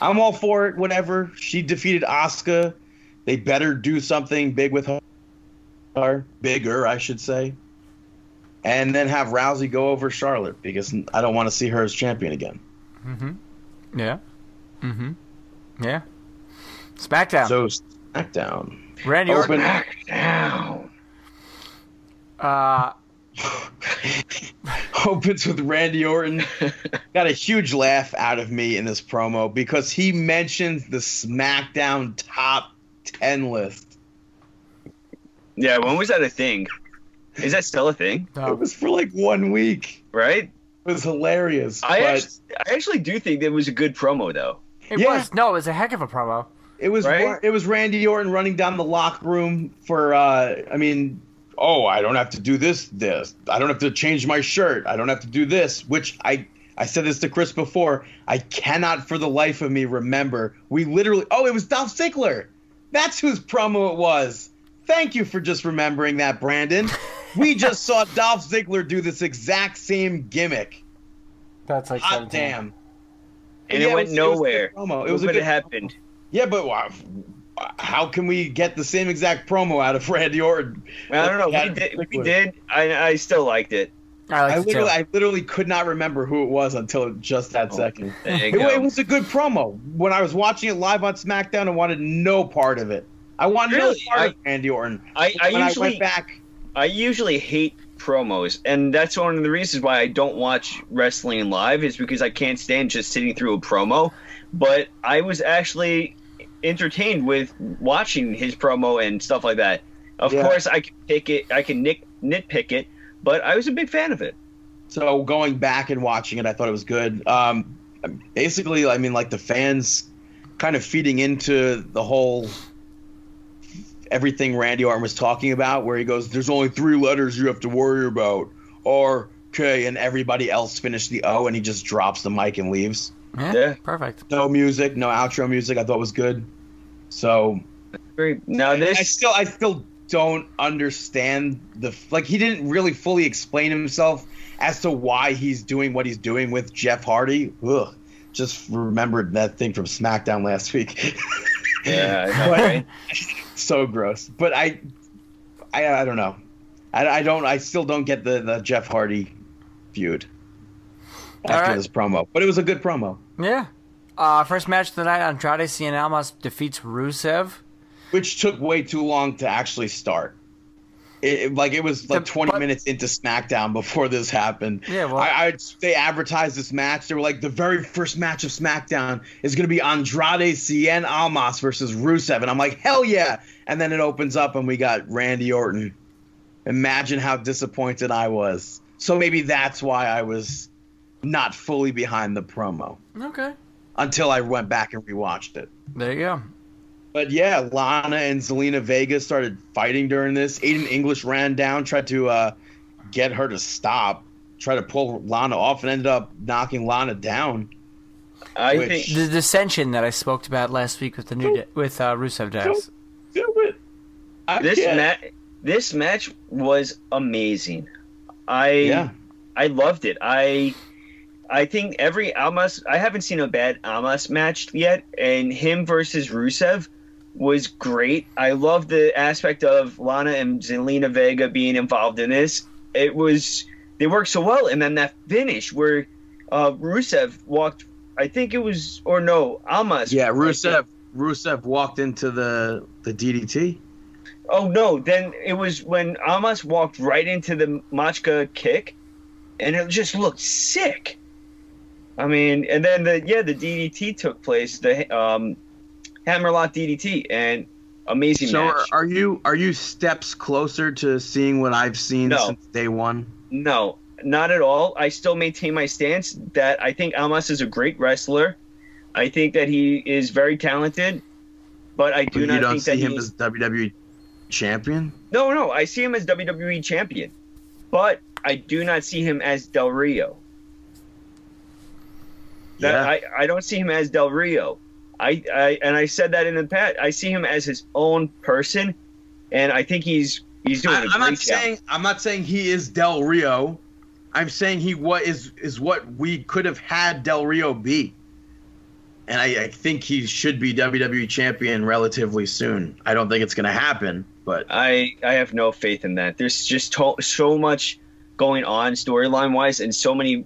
[SPEAKER 3] I'm all for it, whatever. She defeated Asuka. They better do something big with her. her. Bigger, I should say. And then have Rousey go over Charlotte because I don't want to see her as champion again. Mm-hmm.
[SPEAKER 2] Yeah. Mm hmm. Yeah. SmackDown.
[SPEAKER 3] So SmackDown.
[SPEAKER 2] Randy
[SPEAKER 3] Open.
[SPEAKER 2] Orton. Uh,
[SPEAKER 3] opens with Randy Orton. Got a huge laugh out of me in this promo because he mentions the SmackDown top 10 list.
[SPEAKER 4] Yeah, when was that a thing? Is that still a thing?
[SPEAKER 3] It
[SPEAKER 2] No.
[SPEAKER 3] was for like one week.
[SPEAKER 4] Right?
[SPEAKER 3] It was hilarious.
[SPEAKER 4] I
[SPEAKER 3] but
[SPEAKER 4] actually, I actually do think that was a good promo though.
[SPEAKER 2] It
[SPEAKER 3] Yeah.
[SPEAKER 2] was no, it was a heck of a promo.
[SPEAKER 3] it was
[SPEAKER 4] right?
[SPEAKER 3] Ra- it was Randy Orton running down the locker room for. Uh, I mean, oh, I don't have to do this. This I don't have to change my shirt. I don't have to do this. Which I I said this to Chris before. I cannot for the life of me remember. We literally. Oh, it was Dolph Ziggler. That's whose promo it was. Thank you for just remembering that, Brandon. We just saw Dolph Ziggler do this exact same gimmick.
[SPEAKER 2] That's like
[SPEAKER 3] Hot damn.
[SPEAKER 4] And
[SPEAKER 3] Yeah,
[SPEAKER 4] it went
[SPEAKER 3] was- was a good
[SPEAKER 4] nowhere.
[SPEAKER 3] promo. It was a
[SPEAKER 4] what
[SPEAKER 3] good
[SPEAKER 4] happened.
[SPEAKER 3] Yeah, but wow, how can we get the same exact promo out of Randy Orton?
[SPEAKER 4] I don't know.
[SPEAKER 3] Yeah,
[SPEAKER 4] We did. We
[SPEAKER 3] Ziggler.
[SPEAKER 4] did. I, I still liked it.
[SPEAKER 2] I like
[SPEAKER 3] I
[SPEAKER 2] it too.
[SPEAKER 3] literally, I literally could not remember who it was until just that second.
[SPEAKER 4] Oh, There you
[SPEAKER 3] It,
[SPEAKER 4] go.
[SPEAKER 3] it was a good promo. When I was watching it live on SmackDown, I wanted no part of it. I wanted
[SPEAKER 4] Really?
[SPEAKER 3] no part
[SPEAKER 4] I-
[SPEAKER 3] of Randy Orton.
[SPEAKER 4] I, I
[SPEAKER 3] when I
[SPEAKER 4] usually
[SPEAKER 3] went back,
[SPEAKER 4] I usually hate promos, and that's one of the reasons why I don't watch wrestling live is because I can't stand just sitting through a promo. But I was actually entertained with watching his promo and stuff like that. Of
[SPEAKER 3] Yeah.
[SPEAKER 4] course, I can pick it. I can nick, nitpick it, but I was a big fan of it.
[SPEAKER 3] so going back and watching it, I thought it was good. Um, basically, I mean, like the fans kind of feeding into the whole everything Randy Orton was talking about, where he goes, "There's only three letters you have to worry about: R, K," and everybody else finished the O, and he just drops the mic and leaves.
[SPEAKER 2] yeah,
[SPEAKER 4] Yeah.
[SPEAKER 2] perfect.
[SPEAKER 3] No music, no outro music. I thought was good. So
[SPEAKER 4] Very now
[SPEAKER 3] I
[SPEAKER 4] this
[SPEAKER 3] still, I still don't understand the like. He didn't really fully explain himself as to why he's doing what he's doing with Jeff Hardy. Ugh, just remembered that thing from SmackDown last week.
[SPEAKER 4] yeah, I know,
[SPEAKER 3] But-
[SPEAKER 4] right?
[SPEAKER 3] so gross. But I, I, I don't know. I, I don't. I still don't get the the Jeff Hardy feud after
[SPEAKER 2] right.
[SPEAKER 3] this promo. But it was a good promo,
[SPEAKER 2] Yeah. Uh, first match of the night: Andrade Cien Almas defeats Rusev.
[SPEAKER 3] which took way too long to actually start. It, it- like it was like
[SPEAKER 2] The-
[SPEAKER 3] 20
[SPEAKER 2] but-
[SPEAKER 3] minutes into SmackDown before this happened.
[SPEAKER 2] Yeah, well-
[SPEAKER 3] I, I they advertised this match. They were like, the very first match of SmackDown is going to be Andrade Cien Almas versus Rusev, and I'm like, hell yeah! And then it opens up, and we got Randy Orton. Imagine how disappointed I was. So maybe that's why I was not fully behind the promo
[SPEAKER 2] Okay.
[SPEAKER 3] until I went back and rewatched it.
[SPEAKER 2] There you go.
[SPEAKER 3] But yeah, Lana and Zelina Vega started fighting during this. Aiden English ran down, tried to uh, get her to stop, tried to pull Lana off, and ended up knocking Lana down.
[SPEAKER 4] I
[SPEAKER 3] Which-
[SPEAKER 4] think
[SPEAKER 2] The dissension that I spoke about last week with the new da- with uh, Rusev Dax.
[SPEAKER 3] Do it. I
[SPEAKER 4] this
[SPEAKER 3] can't.
[SPEAKER 4] match this match was amazing. I
[SPEAKER 3] Yeah.
[SPEAKER 4] I loved it. I I think every Almas I haven't seen a bad Almas match yet, and him versus Rusev was great. I love the aspect of Lana and Zelina Vega being involved in this. It was they worked so well, and then that finish where uh, Rusev walked. I think it was or no Almas.
[SPEAKER 3] Yeah, Rusev. Rusev walked into the the DDT.
[SPEAKER 4] Oh no! Then it was when Amos walked right into the Machka kick, and it just looked sick. I mean, and then the yeah the DDT took place, the um, Hammerlock DDT, and amazing
[SPEAKER 3] So are,
[SPEAKER 4] match.
[SPEAKER 3] are you are you steps closer to seeing what I've seen
[SPEAKER 4] No.
[SPEAKER 3] since day one?
[SPEAKER 4] no, not at all. I still maintain my stance that I think Amos is a great wrestler. I think that he is very talented, but I do
[SPEAKER 3] you
[SPEAKER 4] not
[SPEAKER 3] don't
[SPEAKER 4] think
[SPEAKER 3] see
[SPEAKER 4] that
[SPEAKER 3] him
[SPEAKER 4] he
[SPEAKER 3] as WWE champion.
[SPEAKER 4] No, no, I see him as WWE champion, but I do not see him as Del Rio. That
[SPEAKER 3] Yeah.
[SPEAKER 4] I, I don't see him as Del Rio. I, I and I said that in the past. I see him as his own person, and I think he's he's doing. a
[SPEAKER 3] I, I'm not
[SPEAKER 4] great job.
[SPEAKER 3] saying I'm not saying he is Del Rio. I'm saying he what is is what we could have had Del Rio be. And I, I think he should be WWE champion relatively soon. I don't think it's going to happen, but
[SPEAKER 4] I I have no faith in that. There's just to- so much going on storyline wise, and so many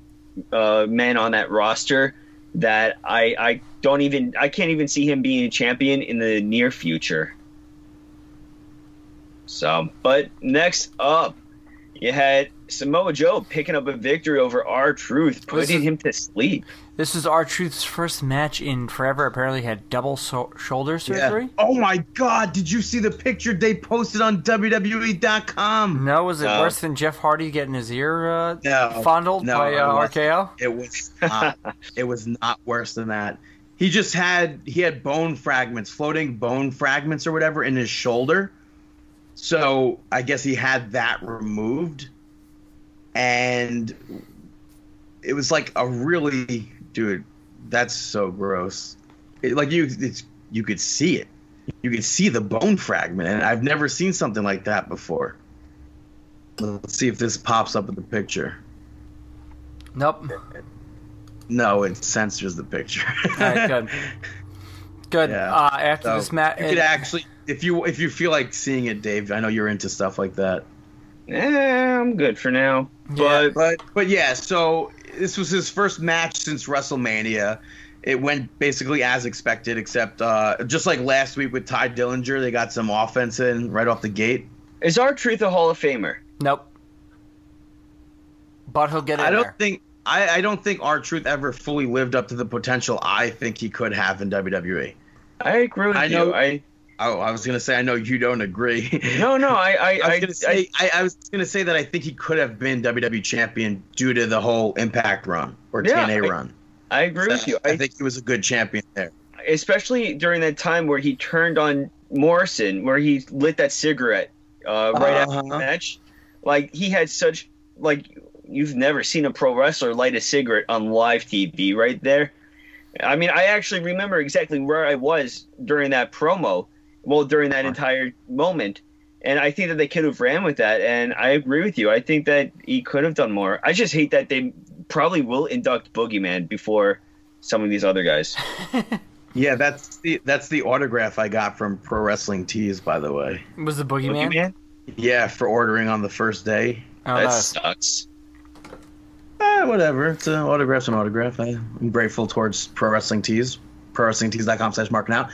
[SPEAKER 4] uh, men on that roster that I I don't even I can't even see him being a champion in the near future. So, but next up, You had Samoa Joe picking up a victory over R Truth, putting
[SPEAKER 2] is-
[SPEAKER 4] him to sleep.
[SPEAKER 2] This is our truth's first match in forever. Apparently, he had double so- shoulder surgery.
[SPEAKER 3] Oh my God! Did you see the picture they posted on E WWE.com?
[SPEAKER 2] No, was it
[SPEAKER 4] No.
[SPEAKER 2] worse than Jeff Hardy getting his ear uh,
[SPEAKER 3] No.
[SPEAKER 2] fondled
[SPEAKER 3] No,
[SPEAKER 2] by
[SPEAKER 3] it
[SPEAKER 2] uh,
[SPEAKER 3] wasn't.
[SPEAKER 2] RKO?
[SPEAKER 3] It was not. it was not worse than that. He just had he had bone fragments, floating bone fragments or whatever, in his shoulder. So I guess he had that removed, and it was like a really dude. That's so gross. It, like you, it's you could see it. You could see the bone fragment, and I've never seen something like that before. Let's see if this pops up in the picture.
[SPEAKER 2] Nope.
[SPEAKER 3] No, it censors the picture.
[SPEAKER 2] All right, good. Good.
[SPEAKER 3] Yeah.
[SPEAKER 2] Uh, after
[SPEAKER 3] So,
[SPEAKER 2] this match,
[SPEAKER 3] you could actually, if you if you feel like seeing it, Dave. I know you're into stuff like that.
[SPEAKER 4] Eh, I'm good for now.
[SPEAKER 2] Yeah.
[SPEAKER 4] But
[SPEAKER 3] But but yeah, so this was his first match since WrestleMania. It went basically as expected, except uh, just like last week with Ty Dillinger, they got some offense in right off the gate.
[SPEAKER 4] is R Truth a Hall of Famer?
[SPEAKER 2] nope. But he'll get in
[SPEAKER 3] I don't
[SPEAKER 2] there.
[SPEAKER 3] think I, I don't think our truth ever fully lived up to the potential I think he could have in WWE.
[SPEAKER 4] I agree with
[SPEAKER 3] I
[SPEAKER 4] you.
[SPEAKER 3] know-
[SPEAKER 4] I
[SPEAKER 3] Oh, I was gonna say I know you don't agree.
[SPEAKER 4] no, no. I I,
[SPEAKER 3] I
[SPEAKER 4] I,
[SPEAKER 3] was gonna say I, I was gonna say that I think he could have been WWE champion due to the whole Impact run or
[SPEAKER 4] Yeah,
[SPEAKER 3] TNA
[SPEAKER 4] I-
[SPEAKER 3] run.
[SPEAKER 4] I agree with you.
[SPEAKER 3] I,
[SPEAKER 4] I,
[SPEAKER 3] think he was a good champion there.
[SPEAKER 4] especially during that time where he turned on Morrison, where he lit that cigarette uh, right after the
[SPEAKER 3] Uh-huh.
[SPEAKER 4] match. Like he had such like you've never seen a pro wrestler light a cigarette on live TV right there. I mean, I actually remember exactly where I was during that promo. Well, during that entire moment. And I think that they could have ran with that. And I agree with you. I think that he could have done more. I just hate that they probably will induct Boogeyman before some of these other guys.
[SPEAKER 3] Yeah, that's the that's the autograph I got from Pro Wrestling Tees, by the way.
[SPEAKER 2] was the boogeyman?
[SPEAKER 4] Boogeyman?
[SPEAKER 3] Yeah, for ordering on the first day.
[SPEAKER 2] Oh,
[SPEAKER 4] that
[SPEAKER 2] nice.
[SPEAKER 4] sucks.
[SPEAKER 3] Eh, whatever. It's an autograph's an autograph. I'm grateful towards Pro Wrestling Tees. ProWrestlingTees.com slash marking out.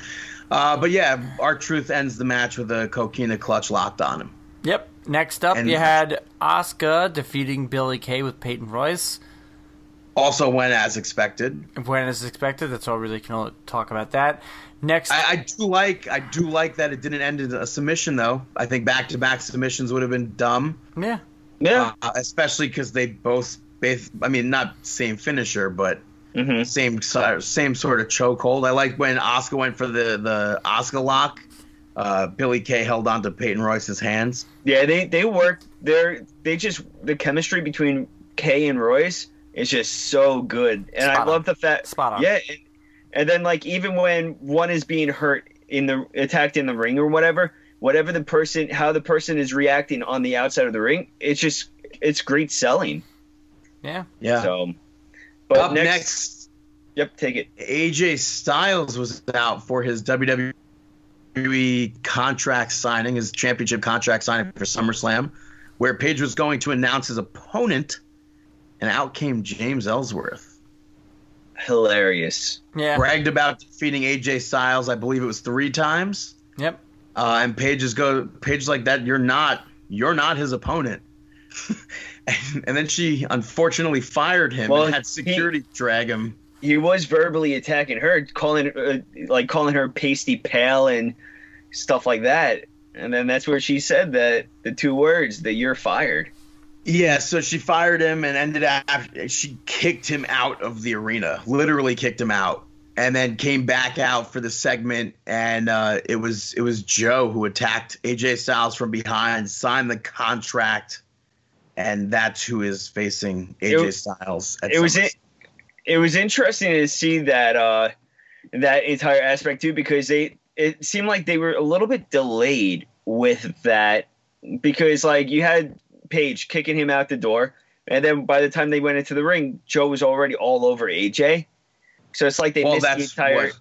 [SPEAKER 3] Uh, but yeah, our truth ends the match with a coquina clutch locked on him.
[SPEAKER 2] Yep. Next up,
[SPEAKER 3] And-
[SPEAKER 2] you had Oscar defeating Billy Kay with Peyton Royce.
[SPEAKER 3] Also went as expected.
[SPEAKER 2] When is expected? That's all we really can only talk about that. Next,
[SPEAKER 3] I, I do like I do like that it didn't end in a submission though. I think back to back submissions would have been dumb,
[SPEAKER 2] yeah.
[SPEAKER 4] Yeah.
[SPEAKER 3] uh, especially because they both, both I mean not same finisher but
[SPEAKER 4] Mhm.
[SPEAKER 3] same si- same sort of chokehold. I like when Oscar went for the the Oscar lock. Uh, Billy Kay held onto Peyton Royce's hands.
[SPEAKER 4] Yeah, they they work. They're they just the chemistry between Kay and Royce is just so good, and
[SPEAKER 2] Spot
[SPEAKER 4] I
[SPEAKER 2] on.
[SPEAKER 4] love the fact.
[SPEAKER 2] Spot on.
[SPEAKER 4] Yeah, and, and then like even when one is being hurt in the attacked in the ring or whatever, whatever the person how the person is reacting on the outside of the ring, it's just it's great selling.
[SPEAKER 2] Yeah.
[SPEAKER 3] Yeah.
[SPEAKER 4] So, but
[SPEAKER 3] Up
[SPEAKER 4] next,
[SPEAKER 3] next
[SPEAKER 4] yep, take it.
[SPEAKER 3] AJ Styles was out for his WWE contract signing, his championship contract signing for SummerSlam, where Paige was going to announce his opponent, and out came James Ellsworth.
[SPEAKER 4] Hilarious.
[SPEAKER 2] Yeah.
[SPEAKER 3] Bragged about defeating AJ Styles, I believe it was three times.
[SPEAKER 2] Yep.
[SPEAKER 3] Uh, and Paige is go Paige like that. You're not. You're not his opponent. and, and then she unfortunately fired him
[SPEAKER 4] Well,
[SPEAKER 3] and had security drag him.
[SPEAKER 4] he was verbally attacking her, calling uh, like calling her pasty pale and stuff like that. And then that's where she said that the two words that you're fired.
[SPEAKER 3] Yeah, so she fired him and ended up she kicked him out of the arena. Literally kicked him out. And then came back out for the segment and uh, it was it was Joe who attacked AJ Styles from behind, signed the contract, and that's who is facing AJ
[SPEAKER 4] It-
[SPEAKER 3] Styles. At
[SPEAKER 4] It was
[SPEAKER 3] SummerSlam.
[SPEAKER 4] it. It was interesting to see that uh, that entire aspect too, because they it seemed like they were a little bit delayed with that because like you had Paige kicking him out the door, and then by the time they went into the ring, Joe was already all over AJ. So it's like they
[SPEAKER 3] Well,
[SPEAKER 4] missed the
[SPEAKER 3] that's
[SPEAKER 4] entire.
[SPEAKER 3] what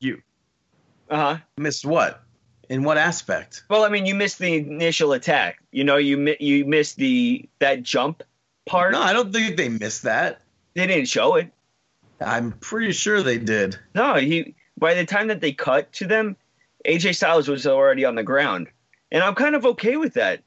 [SPEAKER 3] you
[SPEAKER 4] Uh huh.
[SPEAKER 3] missed what? In what aspect?
[SPEAKER 4] Well, I mean, you missed the initial attack. You know, you mi- you missed the that jump part.
[SPEAKER 3] No, I don't think they missed that.
[SPEAKER 4] They didn't show it.
[SPEAKER 3] I'm pretty sure they did.
[SPEAKER 4] No, he. By the time that they cut to them, AJ Styles was already on the ground, and I'm kind of okay with that.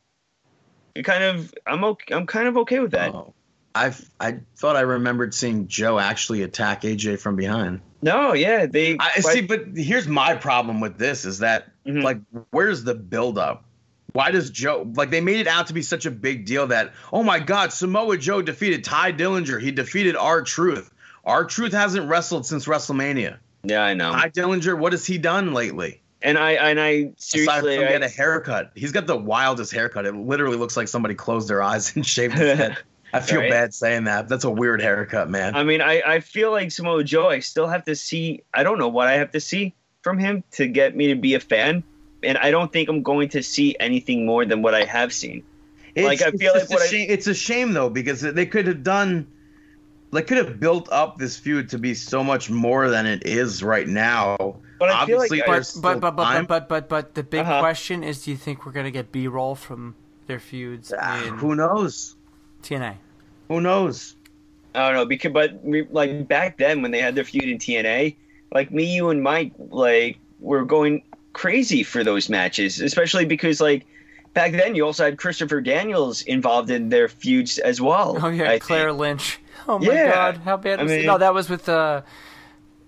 [SPEAKER 4] It kind of I'm okay. I'm kind of okay with that.
[SPEAKER 3] Oh, I I thought I remembered seeing Joe actually attack AJ from behind.
[SPEAKER 4] No, yeah, they
[SPEAKER 3] I see, but Mm-hmm. here's my problem with this is that
[SPEAKER 4] Mhm.
[SPEAKER 3] like where's the buildup? Why does Joe like they made it out to be such a big deal that oh my god, Samoa Joe defeated Ty Dillinger. He defeated R Truth. R Truth hasn't wrestled since WrestleMania.
[SPEAKER 4] yeah, I know.
[SPEAKER 3] Ty Dillinger, what has he done lately?
[SPEAKER 4] and I and I
[SPEAKER 3] Aside
[SPEAKER 4] seriously,
[SPEAKER 3] from
[SPEAKER 4] I-
[SPEAKER 3] get a haircut. He's got the wildest haircut. It literally looks like somebody closed their eyes and shaved his head. I feel
[SPEAKER 4] Right?
[SPEAKER 3] bad saying that. That's a weird haircut, man.
[SPEAKER 4] I mean, I, I feel like Samoa Joe, I still have to see. I don't know what I have to see from him to get me to be a fan. And I don't think I'm going to see anything more than what I have seen. Like, I feel
[SPEAKER 3] just
[SPEAKER 4] like
[SPEAKER 3] a
[SPEAKER 4] what I-
[SPEAKER 3] shame, it's a shame though because they could have done, like, could have built up this feud to be so much more than it is right now.
[SPEAKER 4] But I feel like
[SPEAKER 3] Obviously,
[SPEAKER 4] I-
[SPEAKER 2] But
[SPEAKER 3] there's
[SPEAKER 2] but
[SPEAKER 3] still
[SPEAKER 2] but but,
[SPEAKER 3] time.
[SPEAKER 2] but but but the big
[SPEAKER 4] Uh-huh.
[SPEAKER 2] question is: Do you think we're gonna get B roll from their feuds
[SPEAKER 3] Ah,
[SPEAKER 2] in
[SPEAKER 3] who knows?
[SPEAKER 2] TNA?
[SPEAKER 3] Who knows?
[SPEAKER 4] I don't know because, but we, like back then when they had their feud in TNA, like me, you, and Mike, like were going crazy for those matches, especially because like back then you also had Christopher Daniels involved in their feuds as well.
[SPEAKER 2] Oh yeah,
[SPEAKER 4] I think.
[SPEAKER 2] Claire Lynch. Oh my
[SPEAKER 4] Yeah.
[SPEAKER 2] God, how bad
[SPEAKER 4] I
[SPEAKER 2] was
[SPEAKER 4] mean-
[SPEAKER 2] it? No, that was with uh,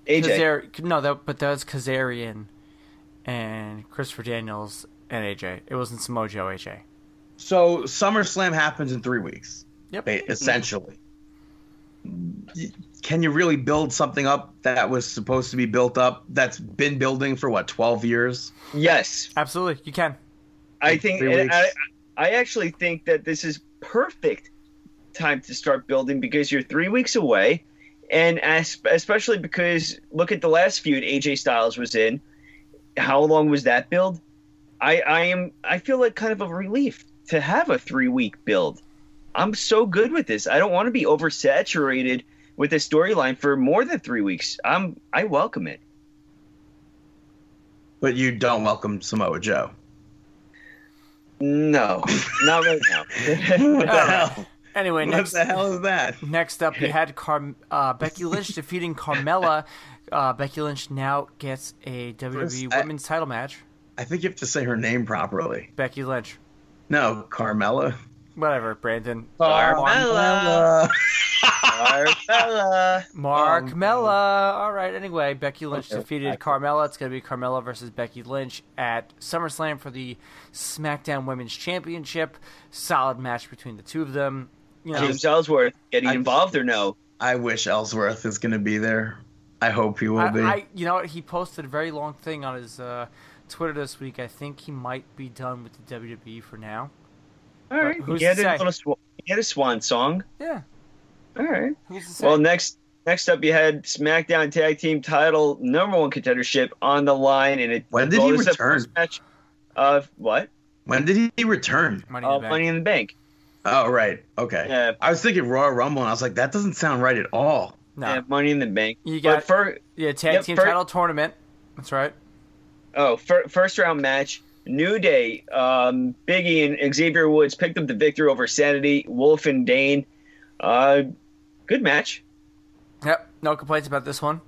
[SPEAKER 4] AJ.
[SPEAKER 2] Kazar- no, that but that was Kazarian and Christopher Daniels and AJ. It wasn't Samoa Joe AJ.
[SPEAKER 3] So SummerSlam happens in three weeks,
[SPEAKER 2] Yep. Mm-hmm.
[SPEAKER 3] ba- essentially. Can you really build something up that was supposed to be built up that's been building for what twelve years?
[SPEAKER 4] Yes,
[SPEAKER 2] Absolutely, you can.
[SPEAKER 4] I think
[SPEAKER 3] three
[SPEAKER 4] and I,
[SPEAKER 3] weeks.
[SPEAKER 4] I actually think that this is perfect time to start building because you're three weeks away, and as, especially because look at the last feud AJ Styles was in. How long was that build? I I am I feel like kind of a relief to have a three week build. I'm so good with this. I don't want to be oversaturated with this storyline for more than three weeks. I'm I welcome it.
[SPEAKER 3] But you don't welcome Samoa Joe.
[SPEAKER 4] No, not right now.
[SPEAKER 3] What the hell?
[SPEAKER 2] Anyway,
[SPEAKER 3] What
[SPEAKER 2] next
[SPEAKER 3] the hell is that?
[SPEAKER 2] Next up, you had Car- uh, Becky Lynch defeating Carmella. Uh, Becky Lynch now gets a WWE
[SPEAKER 3] First, I-
[SPEAKER 2] Women's Title match.
[SPEAKER 3] I think you have to say her name properly.
[SPEAKER 2] Becky Lynch,
[SPEAKER 3] No, Carmella.
[SPEAKER 2] whatever. Brandon,
[SPEAKER 4] Oh, Carmella. Carmella.
[SPEAKER 2] Mark
[SPEAKER 4] Um,
[SPEAKER 3] Oh,
[SPEAKER 2] Mella. All right. Anyway, Becky Lynch
[SPEAKER 3] Okay,
[SPEAKER 2] defeated
[SPEAKER 3] I-
[SPEAKER 2] Carmella. It's going to be Carmella versus Becky Lynch at SummerSlam for the SmackDown Women's Championship. Solid match between the two of them. You know,
[SPEAKER 4] James Ellsworth getting
[SPEAKER 3] I-
[SPEAKER 4] involved or no?
[SPEAKER 3] I wish Ellsworth is going to be there. I hope he will
[SPEAKER 2] I,
[SPEAKER 3] be.
[SPEAKER 2] I, you know what? He posted a very long thing on his uh, Twitter this week. I think he might be done with the WWE for now.
[SPEAKER 4] All right,
[SPEAKER 2] who's
[SPEAKER 4] he had
[SPEAKER 2] to
[SPEAKER 4] a
[SPEAKER 2] say?
[SPEAKER 4] little sw- he had a swan song.
[SPEAKER 2] Yeah.
[SPEAKER 4] All right.
[SPEAKER 2] Who's to say?
[SPEAKER 4] Well, next next up, you had SmackDown Tag Team Title Number One Contendership on the line, and it
[SPEAKER 3] When did
[SPEAKER 4] well,
[SPEAKER 3] he
[SPEAKER 4] this is the
[SPEAKER 3] return?
[SPEAKER 4] first Match of what?
[SPEAKER 3] when did he return?
[SPEAKER 2] Money in
[SPEAKER 4] Uh,
[SPEAKER 2] the Bank.
[SPEAKER 4] Money in the Bank.
[SPEAKER 3] Oh, right. Okay.
[SPEAKER 4] Yeah.
[SPEAKER 3] I was thinking Royal Rumble, and I was like, that doesn't sound right at all.
[SPEAKER 2] No.
[SPEAKER 4] Yeah, Money in the Bank.
[SPEAKER 2] You
[SPEAKER 4] But
[SPEAKER 2] got-
[SPEAKER 4] fir-
[SPEAKER 2] Yeah, tag
[SPEAKER 4] Yep,
[SPEAKER 2] team
[SPEAKER 4] fir-
[SPEAKER 2] title tournament. That's right.
[SPEAKER 4] Oh, fir- first round match. New Day, um, Biggie and Xavier Woods picked up the victory over Sanity, Wolf and Dane. Uh, good match.
[SPEAKER 2] Yep. No complaints about this one.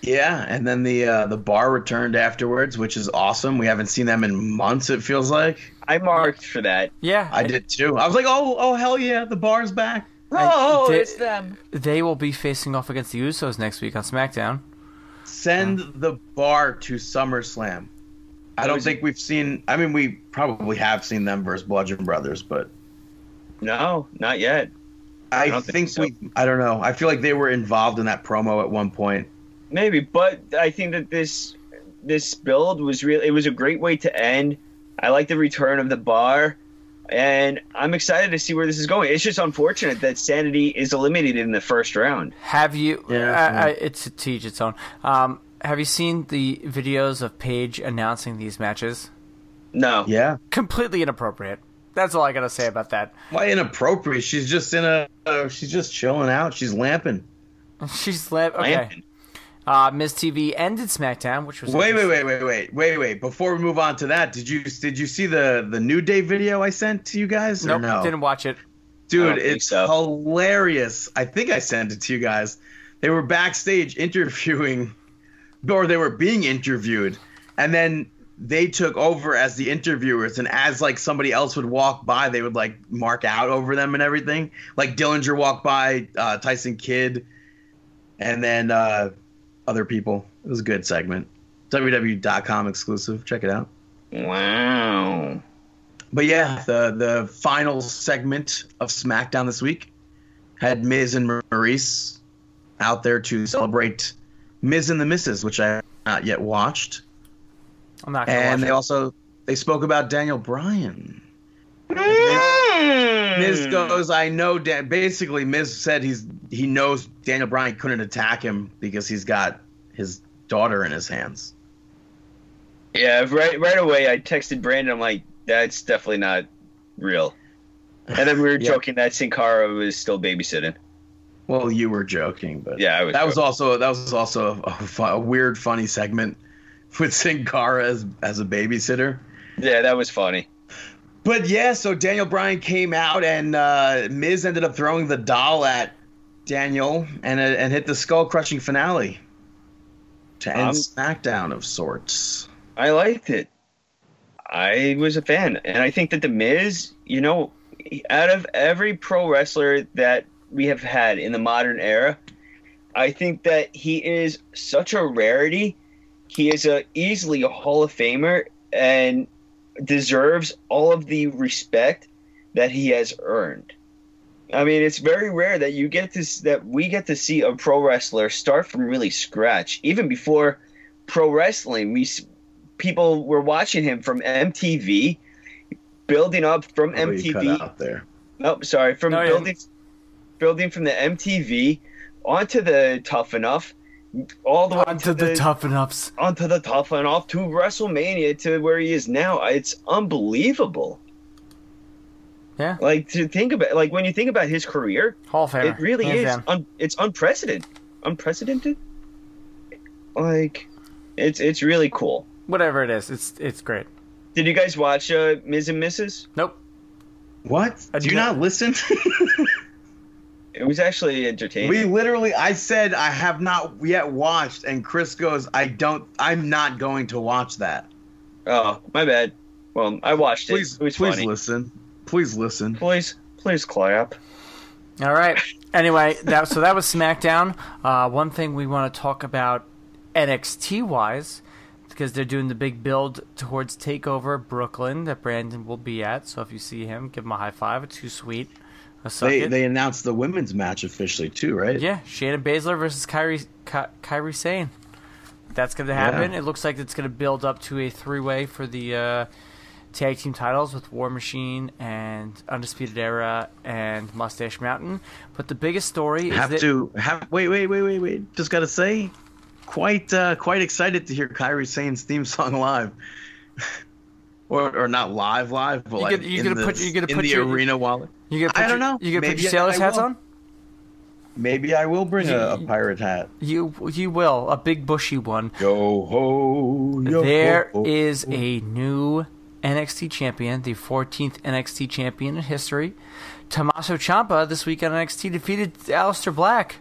[SPEAKER 3] Yeah, and then the uh, the bar returned afterwards, which is awesome. We haven't seen them in months. It feels like
[SPEAKER 4] I marked for that.
[SPEAKER 2] Yeah.
[SPEAKER 3] I did too. I was like, oh, oh, hell yeah, the bar's back.
[SPEAKER 2] Oh, did- it's
[SPEAKER 4] them.
[SPEAKER 2] They will be facing off against the Usos next week on SmackDown.
[SPEAKER 3] Send the bar to SummerSlam. I don't think we've seen. I mean, we probably have seen them versus Bludgeon Brothers, but
[SPEAKER 4] No, not yet.
[SPEAKER 3] I,
[SPEAKER 4] don't
[SPEAKER 3] think,
[SPEAKER 4] think so.
[SPEAKER 3] we. I don't know. I feel like they were involved in that promo at one point.
[SPEAKER 4] Maybe, but I think that this this build was real. It was a great way to end. I like the return of the bar, and I'm excited to see where this is going. It's just unfortunate that Sanity is eliminated in the first round.
[SPEAKER 2] Have you?
[SPEAKER 3] Yeah.
[SPEAKER 2] I- I- it's a to each its own. Um, have you seen the videos of Paige announcing these matches?
[SPEAKER 4] No,
[SPEAKER 3] Yeah.
[SPEAKER 2] Completely inappropriate. That's all I gotta say about that.
[SPEAKER 3] Why inappropriate? She's just in a. Uh, she's just chilling out. She's lamping.
[SPEAKER 2] She's left. Okay.
[SPEAKER 4] Lamping.
[SPEAKER 2] Uh, Ms. TV ended SmackDown, which was
[SPEAKER 3] Wait, wait, wait, wait, wait, wait, wait. Before we move on to that, did you did you see the the New Day video I sent to you guys? or
[SPEAKER 2] Nope,
[SPEAKER 3] no?
[SPEAKER 2] didn't watch it.
[SPEAKER 4] I
[SPEAKER 3] Dude,
[SPEAKER 4] don't think
[SPEAKER 3] it's
[SPEAKER 4] so.
[SPEAKER 3] hilarious. I think I sent it to you guys. They were backstage interviewing, or they were being interviewed, and then they took over as the interviewers, and as like somebody else would walk by, they would like mark out over them and everything. Like Dillinger walked by, uh, Tyson Kidd, and then uh, other people. It was a good segment. WWE.com exclusive. Check it out.
[SPEAKER 4] Wow.
[SPEAKER 3] But yeah, the the final segment of SmackDown this week had Miz and Maurice out there to celebrate Miz and the Misses, which I have not yet watched.
[SPEAKER 2] I'm not gonna
[SPEAKER 3] And
[SPEAKER 2] watch
[SPEAKER 3] they
[SPEAKER 2] it.
[SPEAKER 3] also they spoke about Daniel Bryan. Miz
[SPEAKER 4] Hmm.
[SPEAKER 3] goes, I know. Dan-. Basically, Miz said he's he knows Daniel Bryan couldn't attack him because he's got his daughter in his hands.
[SPEAKER 4] Yeah, right right away I texted Brandon, I'm like, that's definitely not real. And then we were
[SPEAKER 3] Yeah.
[SPEAKER 4] joking that Sin Cara was still babysitting.
[SPEAKER 3] Well, you were joking, but
[SPEAKER 4] Yeah, I was
[SPEAKER 3] that was
[SPEAKER 4] joking.
[SPEAKER 3] also that was also a, fu- a weird, funny segment with Sin Cara as as a babysitter.
[SPEAKER 4] Yeah, that was funny.
[SPEAKER 3] But yeah, so Daniel Bryan came out and uh, Miz ended up throwing the doll at Daniel and uh, and hit the skull crushing finale to end
[SPEAKER 4] Um,
[SPEAKER 3] SmackDown of sorts.
[SPEAKER 4] I liked it. I was a fan, and I think that the Miz, you know, out of every pro wrestler that we have had in the modern era, I think that he is such a rarity. He is a easily a Hall of Famer and deserves all of the respect that he has earned. I mean, it's very rare that you get this that we get to see a pro wrestler start from really scratch. Even before pro wrestling, we s- people were watching him from MTV, building up from
[SPEAKER 3] Oh, you cut
[SPEAKER 4] MTV
[SPEAKER 3] out there.
[SPEAKER 4] Oh, sorry. From
[SPEAKER 2] No, yeah.
[SPEAKER 4] building, building from the MTV onto the Tough Enough, all the way
[SPEAKER 2] onto the tough enoughs.
[SPEAKER 4] onto the Tough Enough to WrestleMania to where he is now. It's unbelievable.
[SPEAKER 2] Yeah.
[SPEAKER 4] Like to think about, like when you think about his career,
[SPEAKER 2] Hall of Famer.
[SPEAKER 4] it really
[SPEAKER 2] hands
[SPEAKER 4] is.
[SPEAKER 2] down.
[SPEAKER 4] Un, it's unprecedented. Unprecedented. Like, it's it's really cool.
[SPEAKER 2] Whatever it is, it's it's great.
[SPEAKER 4] Did you guys watch uh, Ms. and Mrs.?
[SPEAKER 2] Nope.
[SPEAKER 3] What?
[SPEAKER 2] I
[SPEAKER 3] Do you
[SPEAKER 2] did-
[SPEAKER 3] not listen?
[SPEAKER 4] It was actually entertaining.
[SPEAKER 3] we literally, I said I have not yet watched, and Chris goes, I don't, I'm not going to watch that.
[SPEAKER 4] oh, my bad. Well, I watched it.
[SPEAKER 3] Please,
[SPEAKER 4] it was
[SPEAKER 3] please
[SPEAKER 4] funny.
[SPEAKER 3] listen. Please listen.
[SPEAKER 4] Please, please clap.
[SPEAKER 2] All right. Anyway, that so that was SmackDown. Uh, one thing we want to talk about NXT wise because they're doing the big build towards Takeover Brooklyn that Brandon will be at. So if you see him, give him a high five. It's too sweet. A suck
[SPEAKER 3] They
[SPEAKER 2] it.
[SPEAKER 3] they announced the women's match officially too, right?
[SPEAKER 2] Yeah, Shannon Baszler versus Kyrie Ky- Kyrie Sane. That's going to happen. It looks like it's going to build up to a three-way for the uh, tag team titles with War Machine and Undisputed Era and Mustache Mountain. But the biggest story
[SPEAKER 3] Have
[SPEAKER 2] is that
[SPEAKER 3] to have. Wait, wait, wait, wait, wait. Just gotta say, quite uh, quite excited to hear Kyrie Sane's theme song live. Or, or not live, live, but
[SPEAKER 2] You
[SPEAKER 3] like
[SPEAKER 2] could- you
[SPEAKER 3] in
[SPEAKER 2] could
[SPEAKER 3] the,
[SPEAKER 2] put- you could
[SPEAKER 3] in
[SPEAKER 2] put
[SPEAKER 3] the
[SPEAKER 2] your-
[SPEAKER 3] arena wallet.
[SPEAKER 2] you gonna put
[SPEAKER 3] I
[SPEAKER 2] your,
[SPEAKER 3] don't know.
[SPEAKER 2] You gonna put
[SPEAKER 3] Maybe
[SPEAKER 2] your sailors
[SPEAKER 3] I
[SPEAKER 2] hats
[SPEAKER 3] will.
[SPEAKER 2] on?
[SPEAKER 3] Maybe I will bring a, a
[SPEAKER 2] You-
[SPEAKER 3] pirate hat.
[SPEAKER 2] You you will a big bushy one.
[SPEAKER 3] Yo ho, yo oh,
[SPEAKER 2] There
[SPEAKER 3] ho.
[SPEAKER 2] is a new NXT champion, the 14th NXT champion in history. Tommaso Ciampa this week on NXT defeated Aleister Black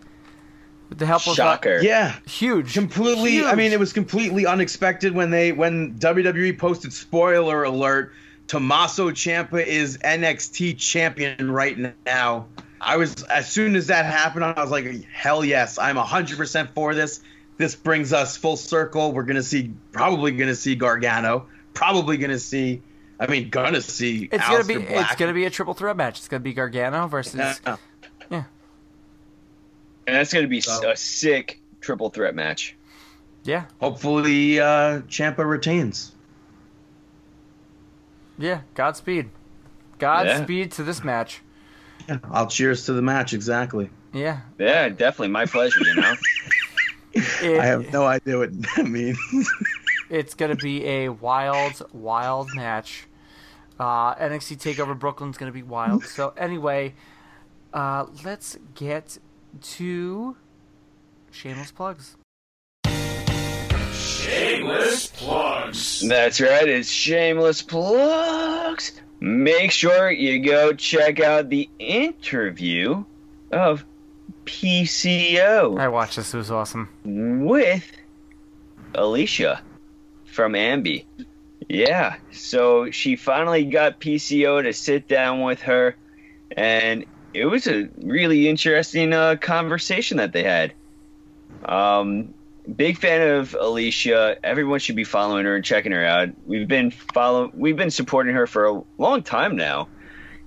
[SPEAKER 2] with the help of
[SPEAKER 4] Shocker.
[SPEAKER 3] Yeah,
[SPEAKER 2] huge,
[SPEAKER 3] completely i
[SPEAKER 2] huge.
[SPEAKER 3] mean it was completely unexpected when they when wwe posted spoiler alert Tommaso Ciampa is NXT champion right now. I was as soon as that happened, I was like, "Hell yes, I'm 100% for this." This brings us full circle. We're gonna see, probably gonna see Gargano, probably gonna see, I mean, gonna see.
[SPEAKER 2] it's gonna be
[SPEAKER 3] Aleister Black. Uh,
[SPEAKER 2] it's gonna be a triple threat match. It's gonna be Gargano versus
[SPEAKER 3] Yeah.
[SPEAKER 4] And that's going to be s
[SPEAKER 3] So-
[SPEAKER 4] a sick triple threat match.
[SPEAKER 2] yeah
[SPEAKER 3] Hopefully, uh, Champa retains.
[SPEAKER 2] yeah Godspeed, Godspeed to this match.
[SPEAKER 3] Yeah, I'll cheers to the match. Exactly.
[SPEAKER 2] Yeah,
[SPEAKER 4] Yeah, definitely. My pleasure, you know?
[SPEAKER 2] It-
[SPEAKER 3] I have no idea what that means.
[SPEAKER 2] it's gonna be a wild, wild match. Uh, NXT Takeover Brooklyn's gonna be wild. So anyway, uh, let's get to shameless plugs.
[SPEAKER 4] That's right. It's Shameless Plugs. Make sure you go check out the interview of PCO
[SPEAKER 2] I watched this; it was awesome.
[SPEAKER 4] with Alicia from Ambi. Yeah. So she finally got PCO to sit down with her, and it was a really interesting uh, conversation that they had. Um, big fan of Alicia. Everyone should be following her and checking her out. We've been follow we've been supporting her for a long time now,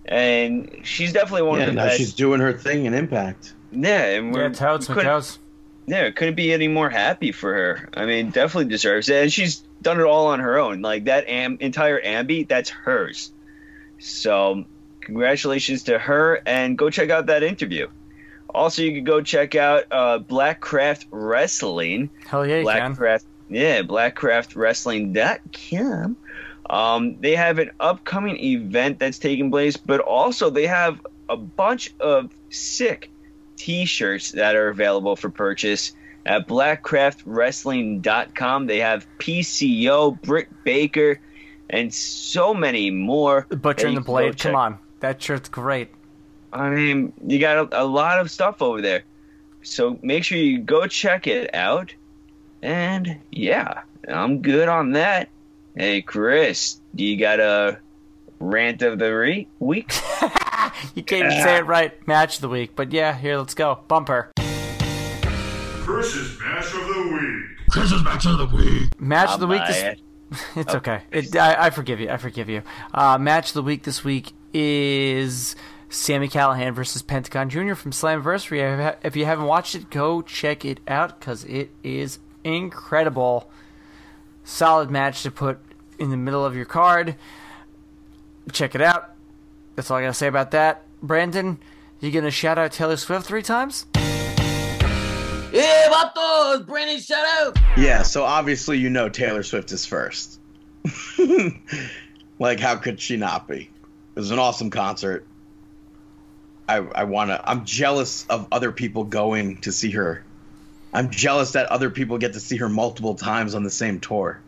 [SPEAKER 4] and she's definitely one
[SPEAKER 3] Yeah,
[SPEAKER 4] of the
[SPEAKER 3] now
[SPEAKER 4] best.
[SPEAKER 3] she's doing her thing in Impact.
[SPEAKER 4] yeah, and we're
[SPEAKER 2] Yeah, totes,
[SPEAKER 4] we couldn't-
[SPEAKER 2] totes.
[SPEAKER 4] yeah, couldn't be any more happy for her. I mean, definitely deserves it. And she's done it all on her own. Like that am- entire ambi, that's hers. So, congratulations to her and go check out that interview. Also, you can go check out uh, Blackcraft Wrestling.
[SPEAKER 2] Hell yeah, you can.
[SPEAKER 4] Blackcraft, yeah, blackcraftwrestling.com. Um, they have an upcoming event that's taking place, but also they have a bunch of sick t-shirts that are available for purchase at blackcraftwrestling.com. They have PCO, Britt Baker, and so many more.
[SPEAKER 2] Butcher
[SPEAKER 4] that
[SPEAKER 2] and
[SPEAKER 4] you
[SPEAKER 2] the
[SPEAKER 4] can go
[SPEAKER 2] Blade.
[SPEAKER 4] check
[SPEAKER 2] Come on, that shirt's great.
[SPEAKER 4] I mean, you got a, a lot of stuff over there. So make sure you go check it out. And yeah, I'm good on that. Hey, Chris, you got a rant of the re- week?
[SPEAKER 2] You can't even say it right. Match of the week, but yeah, here, let's go. Bumper.
[SPEAKER 6] Chris's Match of the Week.
[SPEAKER 2] Match of the week.
[SPEAKER 4] Uh,
[SPEAKER 2] This, It's okay. It, I, I forgive you. I forgive you. Uh, match of the week this week is Sammy Callahan versus Pentagon Jr. from Slamversary. If you haven't watched it, go check it out because it is incredible. Solid match to put in the middle of your card. Check it out. That's all I gotta say about that. Brandon, you gonna shout out Taylor Swift three times?
[SPEAKER 3] Yeah, so obviously you know Taylor Swift is first. like, how could she not be? It was an awesome concert. I I want to. I'm jealous of other people going to see her. I'm jealous that other people get to see her multiple times on the same tour.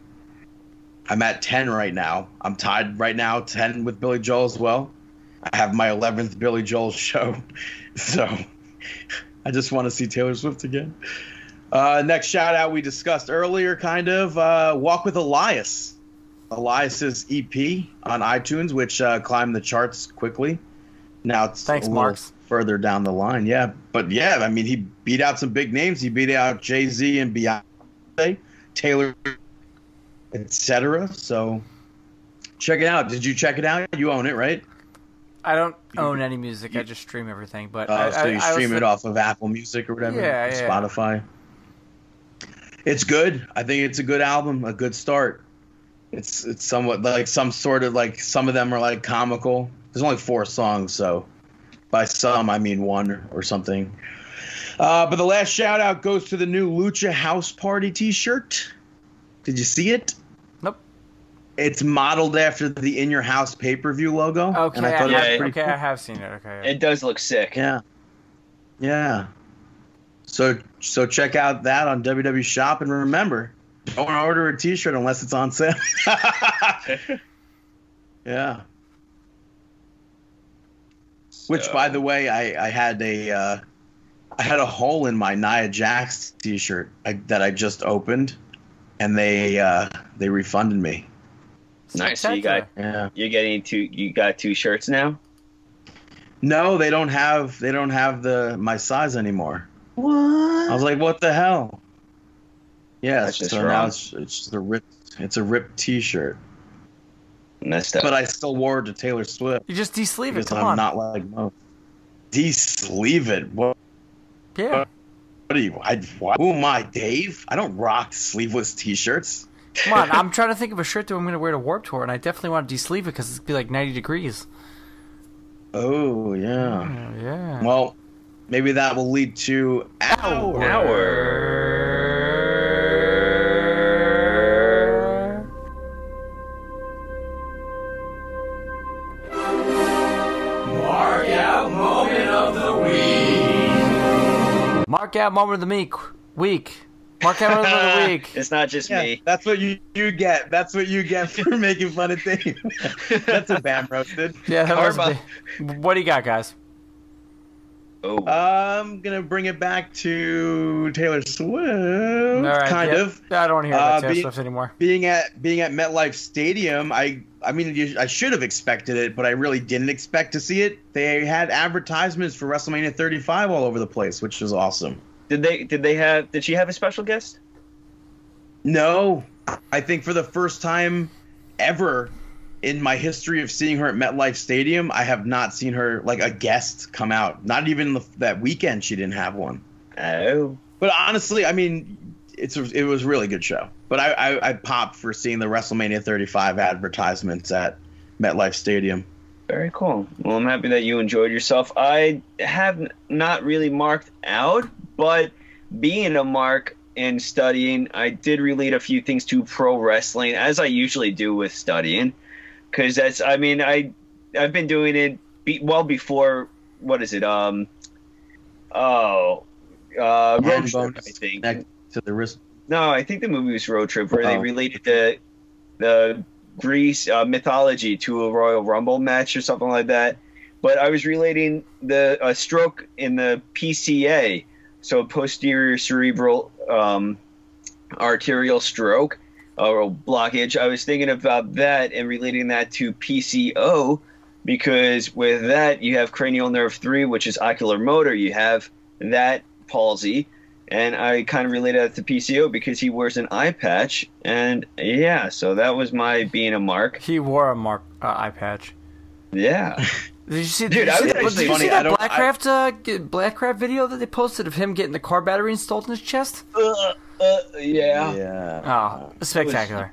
[SPEAKER 3] I'm at ten right now. I'm tied right now, ten with Billy Joel as well. I have my eleventh Billy Joel show, so I just want to see Taylor Swift again. Uh, next shout out we discussed earlier, kind of uh, Walk with Elias. Elias's EP on iTunes, which uh, climbed the charts quickly. Now it's
[SPEAKER 2] Thanks,
[SPEAKER 3] a little
[SPEAKER 2] Marks.
[SPEAKER 3] further down the line. Yeah, but yeah, I mean, he beat out some big names. He beat out Jay Z and Beyonce, Taylor, etc. So check it out. Did you check it out? You own it, right?
[SPEAKER 2] I don't own any music. I just stream everything. But
[SPEAKER 3] Uh,
[SPEAKER 2] I,
[SPEAKER 3] so you
[SPEAKER 2] I- I
[SPEAKER 3] stream
[SPEAKER 2] listen-
[SPEAKER 3] it off of Apple Music or whatever,
[SPEAKER 2] Yeah, yeah.
[SPEAKER 3] Spotify. It's good. I think it's a good album, a good start. It's it's somewhat like some sort of like some of them are like comical. There's only four songs, so by some I mean one or something. Uh, but the last shout out goes to the new Lucha House Party T-shirt. Did you see it?
[SPEAKER 2] Nope.
[SPEAKER 3] It's modeled after the In Your House pay-per-view logo. and
[SPEAKER 2] Okay, I
[SPEAKER 3] thought it was
[SPEAKER 2] have,
[SPEAKER 3] pretty
[SPEAKER 2] okay,
[SPEAKER 3] cool.
[SPEAKER 2] I have seen it. Okay.
[SPEAKER 4] It does look sick.
[SPEAKER 3] Yeah. Yeah. So so check out that on WW Shop and remember, don't order a t-shirt unless it's on sale. yeah. Which by the way, I I had a uh I had a hole in my Nia Jax t-shirt I, that I just opened and they uh they refunded me.
[SPEAKER 4] nice. So you got
[SPEAKER 3] Yeah.
[SPEAKER 4] you're getting two. You got two shirts now.
[SPEAKER 3] No, they don't have they don't have the my size anymore. What? I was like, what the hell? Yeah,
[SPEAKER 4] That's just
[SPEAKER 3] so
[SPEAKER 4] wrong.
[SPEAKER 3] now it's it's just a ripped it's a ripped T-shirt,
[SPEAKER 4] Messed up.
[SPEAKER 3] but I still wore it to Taylor Swift
[SPEAKER 2] You just de-sleeve it.
[SPEAKER 3] because
[SPEAKER 2] Come
[SPEAKER 3] I'm
[SPEAKER 2] on.
[SPEAKER 3] not like most. De-sleeve it. What?
[SPEAKER 2] yeah.
[SPEAKER 3] What are you? I, why, who am I, Dave? I don't rock sleeveless T-shirts.
[SPEAKER 2] Come on. I'm trying to think of a shirt that I'm going to wear to Warp Tour, and I definitely want to de-sleeve it because it's be like 90 degrees.
[SPEAKER 3] Oh yeah.
[SPEAKER 2] Oh, yeah.
[SPEAKER 3] Well, maybe that will lead to our
[SPEAKER 2] Mark out moment of the meek week. Mark out moment of the week.
[SPEAKER 4] It's not just
[SPEAKER 3] Yeah,
[SPEAKER 4] me.
[SPEAKER 3] that's what you, you get. That's what you get for making fun of Dave. that's a bam roasted.
[SPEAKER 2] Yeah, that was
[SPEAKER 4] Karma.
[SPEAKER 2] the- What do you got, guys?
[SPEAKER 4] Oh,
[SPEAKER 3] I'm gonna bring it back to Taylor Swift,
[SPEAKER 2] All right,
[SPEAKER 3] kind
[SPEAKER 2] yeah,
[SPEAKER 3] of.
[SPEAKER 2] I don't hear about
[SPEAKER 3] Uh,
[SPEAKER 2] Taylor
[SPEAKER 3] be-
[SPEAKER 2] Swift anymore.
[SPEAKER 3] Being at being at MetLife Stadium, I I mean you- I should have expected it, but I really didn't expect to see it. They had advertisements for WrestleMania 35 all over the place, which was awesome.
[SPEAKER 4] did they? Did they have? Did she have a special guest?
[SPEAKER 3] No, I think for the first time ever in my history of seeing her at MetLife Stadium, I have not seen her like a guest come out. Not even the, that weekend she didn't have one.
[SPEAKER 4] Oh,
[SPEAKER 3] But honestly, I mean, it's a, it was a really good show. But I, I, I popped for seeing the WrestleMania 35 advertisements at MetLife Stadium.
[SPEAKER 4] very cool. Well, I'm happy that you enjoyed yourself. I have n- not really marked out, but being a mark and studying, I did relate a few things to pro wrestling, as I usually do with studying, because that's. I mean, I I've been doing it be, well before. What is it? Um. Oh. Uh, Road Trip, I think.
[SPEAKER 3] Next to the wrist.
[SPEAKER 4] No, I think the movie was Road Trip, where they
[SPEAKER 3] Oh.
[SPEAKER 4] related the the Greece uh, mythology to a Royal Rumble match or something like that. But I was relating the a stroke in the PCA, so posterior cerebral um, arterial stroke or blockage. I was thinking about that and relating that to PCO because with that you have cranial nerve three, which is ocular motor. You have that palsy and I kind of related that to PCO because he wears an eye patch, and yeah, so that was my being a mark.
[SPEAKER 2] He wore a mark uh, eye patch.
[SPEAKER 4] Yeah,
[SPEAKER 2] Did you see?
[SPEAKER 4] Dude,
[SPEAKER 2] did
[SPEAKER 4] I
[SPEAKER 2] you
[SPEAKER 4] was
[SPEAKER 2] see, did
[SPEAKER 4] actually
[SPEAKER 2] you
[SPEAKER 3] funny,
[SPEAKER 2] see
[SPEAKER 3] I
[SPEAKER 2] that
[SPEAKER 3] don't- I-
[SPEAKER 2] Blackcraft uh, g- Blackcraft video that they posted of him getting the car battery installed in his chest?
[SPEAKER 4] uh, uh, yeah.
[SPEAKER 3] Yeah.
[SPEAKER 2] Oh, spectacular!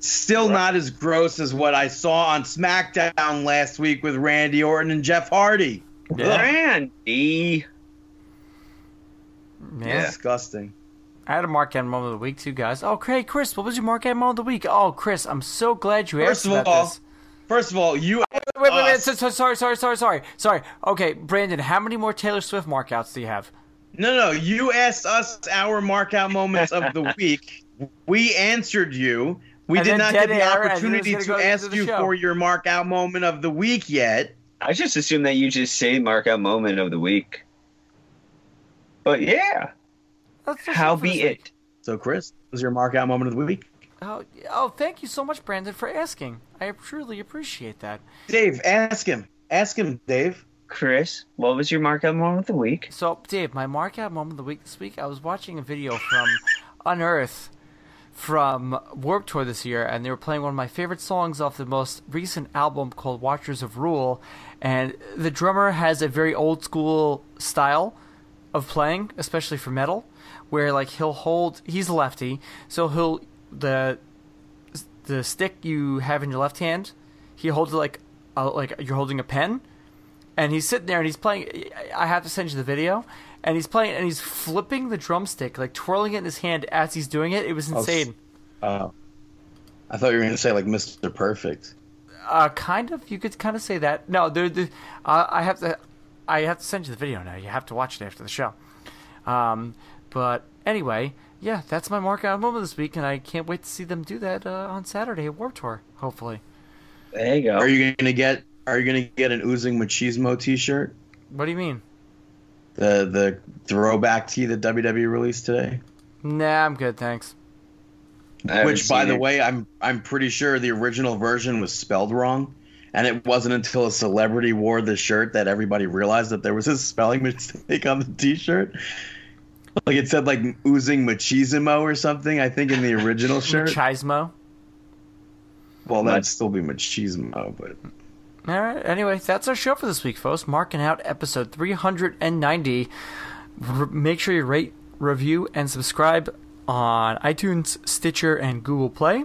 [SPEAKER 3] Still not as gross as what I saw on SmackDown last week with Randy Orton and Jeff Hardy.
[SPEAKER 2] Yeah.
[SPEAKER 4] Randy.
[SPEAKER 2] Yeah.
[SPEAKER 3] Disgusting.
[SPEAKER 2] I had a Mark End moment of the week too, guys. Oh, great, Chris, what was your Mark End moment of the week? Oh, Chris, I'm so glad you
[SPEAKER 3] First
[SPEAKER 2] asked
[SPEAKER 3] of
[SPEAKER 2] about
[SPEAKER 3] all,
[SPEAKER 2] this.
[SPEAKER 3] first of all, you
[SPEAKER 2] Wait, wait, wait.
[SPEAKER 3] us.
[SPEAKER 2] So, so, sorry, sorry, sorry, sorry, sorry. Okay, Brandon, how many more Taylor Swift markouts do you have?
[SPEAKER 3] No, no. You asked us our markout moments of the week. We answered you. We
[SPEAKER 2] And
[SPEAKER 3] did
[SPEAKER 2] then
[SPEAKER 3] not
[SPEAKER 2] dead
[SPEAKER 3] get the
[SPEAKER 2] air, and then
[SPEAKER 3] opportunity
[SPEAKER 2] it's
[SPEAKER 3] to
[SPEAKER 2] gonna go into
[SPEAKER 3] ask
[SPEAKER 2] the
[SPEAKER 3] you
[SPEAKER 2] show.
[SPEAKER 3] for your markout moment of the week yet.
[SPEAKER 4] I just assumed that you just say mark out moment of the week. But yeah,
[SPEAKER 2] That's just
[SPEAKER 4] how
[SPEAKER 2] for this
[SPEAKER 4] be
[SPEAKER 2] week.
[SPEAKER 4] it?
[SPEAKER 3] So, Chris, what was your markout moment of the week?
[SPEAKER 2] Oh, oh, thank you so much, Brandon, for asking. I truly appreciate that.
[SPEAKER 3] Dave, ask him. Ask him, Dave.
[SPEAKER 4] Chris, what was your mark out moment of the week?
[SPEAKER 2] So, Dave, my markout moment of the week this week, I was watching a video from Unearth from Warp Tour this year, and they were playing one of my favorite songs off the most recent album called Watchers of Rule. And the drummer has a very old school style of playing, especially for metal, where like he'll hold, he's a lefty, so he'll, the the stick you have in your left hand, he holds it like uh, like you're holding a pen, and he's sitting there and he's playing. I have to send you the video, and he's playing and he's flipping the drumstick, like twirling it in his hand as he's doing it. It was
[SPEAKER 3] s-
[SPEAKER 2] insane.
[SPEAKER 3] I thought you were going to say like Mr. Perfect.
[SPEAKER 2] Uh, kind of, you could kind of say that. No, there, there- uh, I have to, I have to send you the video now. You have to watch it after the show. Um, but anyway, yeah, that's my markout moment this week, and I can't wait to see them do that uh, on Saturday at Warped Tour. Hopefully,
[SPEAKER 4] There you go.
[SPEAKER 3] Are you going to get? Are you going to get an oozing machismo T-shirt?
[SPEAKER 2] what do you mean?
[SPEAKER 3] The the throwback tee that WWE released today.
[SPEAKER 2] Nah, I'm good, thanks.
[SPEAKER 4] I haven't
[SPEAKER 3] Which, by
[SPEAKER 4] seen
[SPEAKER 3] the
[SPEAKER 4] it.
[SPEAKER 3] way, I'm I'm pretty sure the original version was spelled wrong, and it wasn't until a celebrity wore the shirt that everybody realized that there was a spelling mistake on the T-shirt. Like it said, like oozing machismo or something. I think in the original shirt.
[SPEAKER 2] Machismo.
[SPEAKER 3] well, that'd still be machismo, but
[SPEAKER 2] All right. Anyway, that's our show for this week, folks. Marking out episode 390. R- make sure you rate, review, and subscribe on iTunes, Stitcher, and Google Play.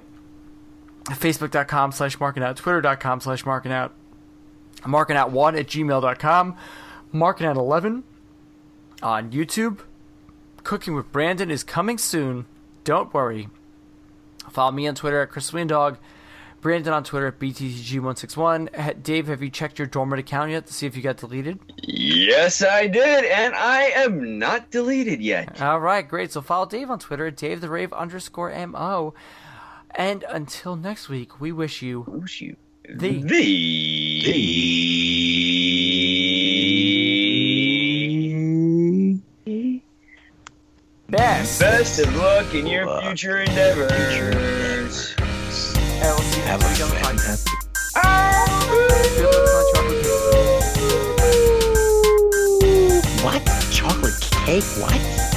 [SPEAKER 2] Facebook.com slash marking out, Twitter.com slash marking out, marking out one at gmail.com, marking out 11 on YouTube. Cooking with Brandon is coming soon. Don't worry. Follow me on Twitter at Chris Dog. Brandon on Twitter at BTTG161. Ha- Dave, have you checked your dormant account yet to see if you got deleted?
[SPEAKER 4] Yes, I did, and I am not deleted yet.
[SPEAKER 2] All right, great. So follow Dave on Twitter at Dave the Rave underscore MO. And until next week, we wish you
[SPEAKER 4] Oh, shoot.
[SPEAKER 2] the
[SPEAKER 4] the
[SPEAKER 2] best.
[SPEAKER 4] Best of luck in your
[SPEAKER 3] Luck.
[SPEAKER 4] future endeavors.
[SPEAKER 2] And we'll see you
[SPEAKER 3] Have
[SPEAKER 2] next
[SPEAKER 3] a
[SPEAKER 2] week on the podcast.
[SPEAKER 3] fantastic
[SPEAKER 4] Ah!
[SPEAKER 2] Good luck on chocolate
[SPEAKER 7] What?
[SPEAKER 2] cake.
[SPEAKER 7] Chocolate cake? What?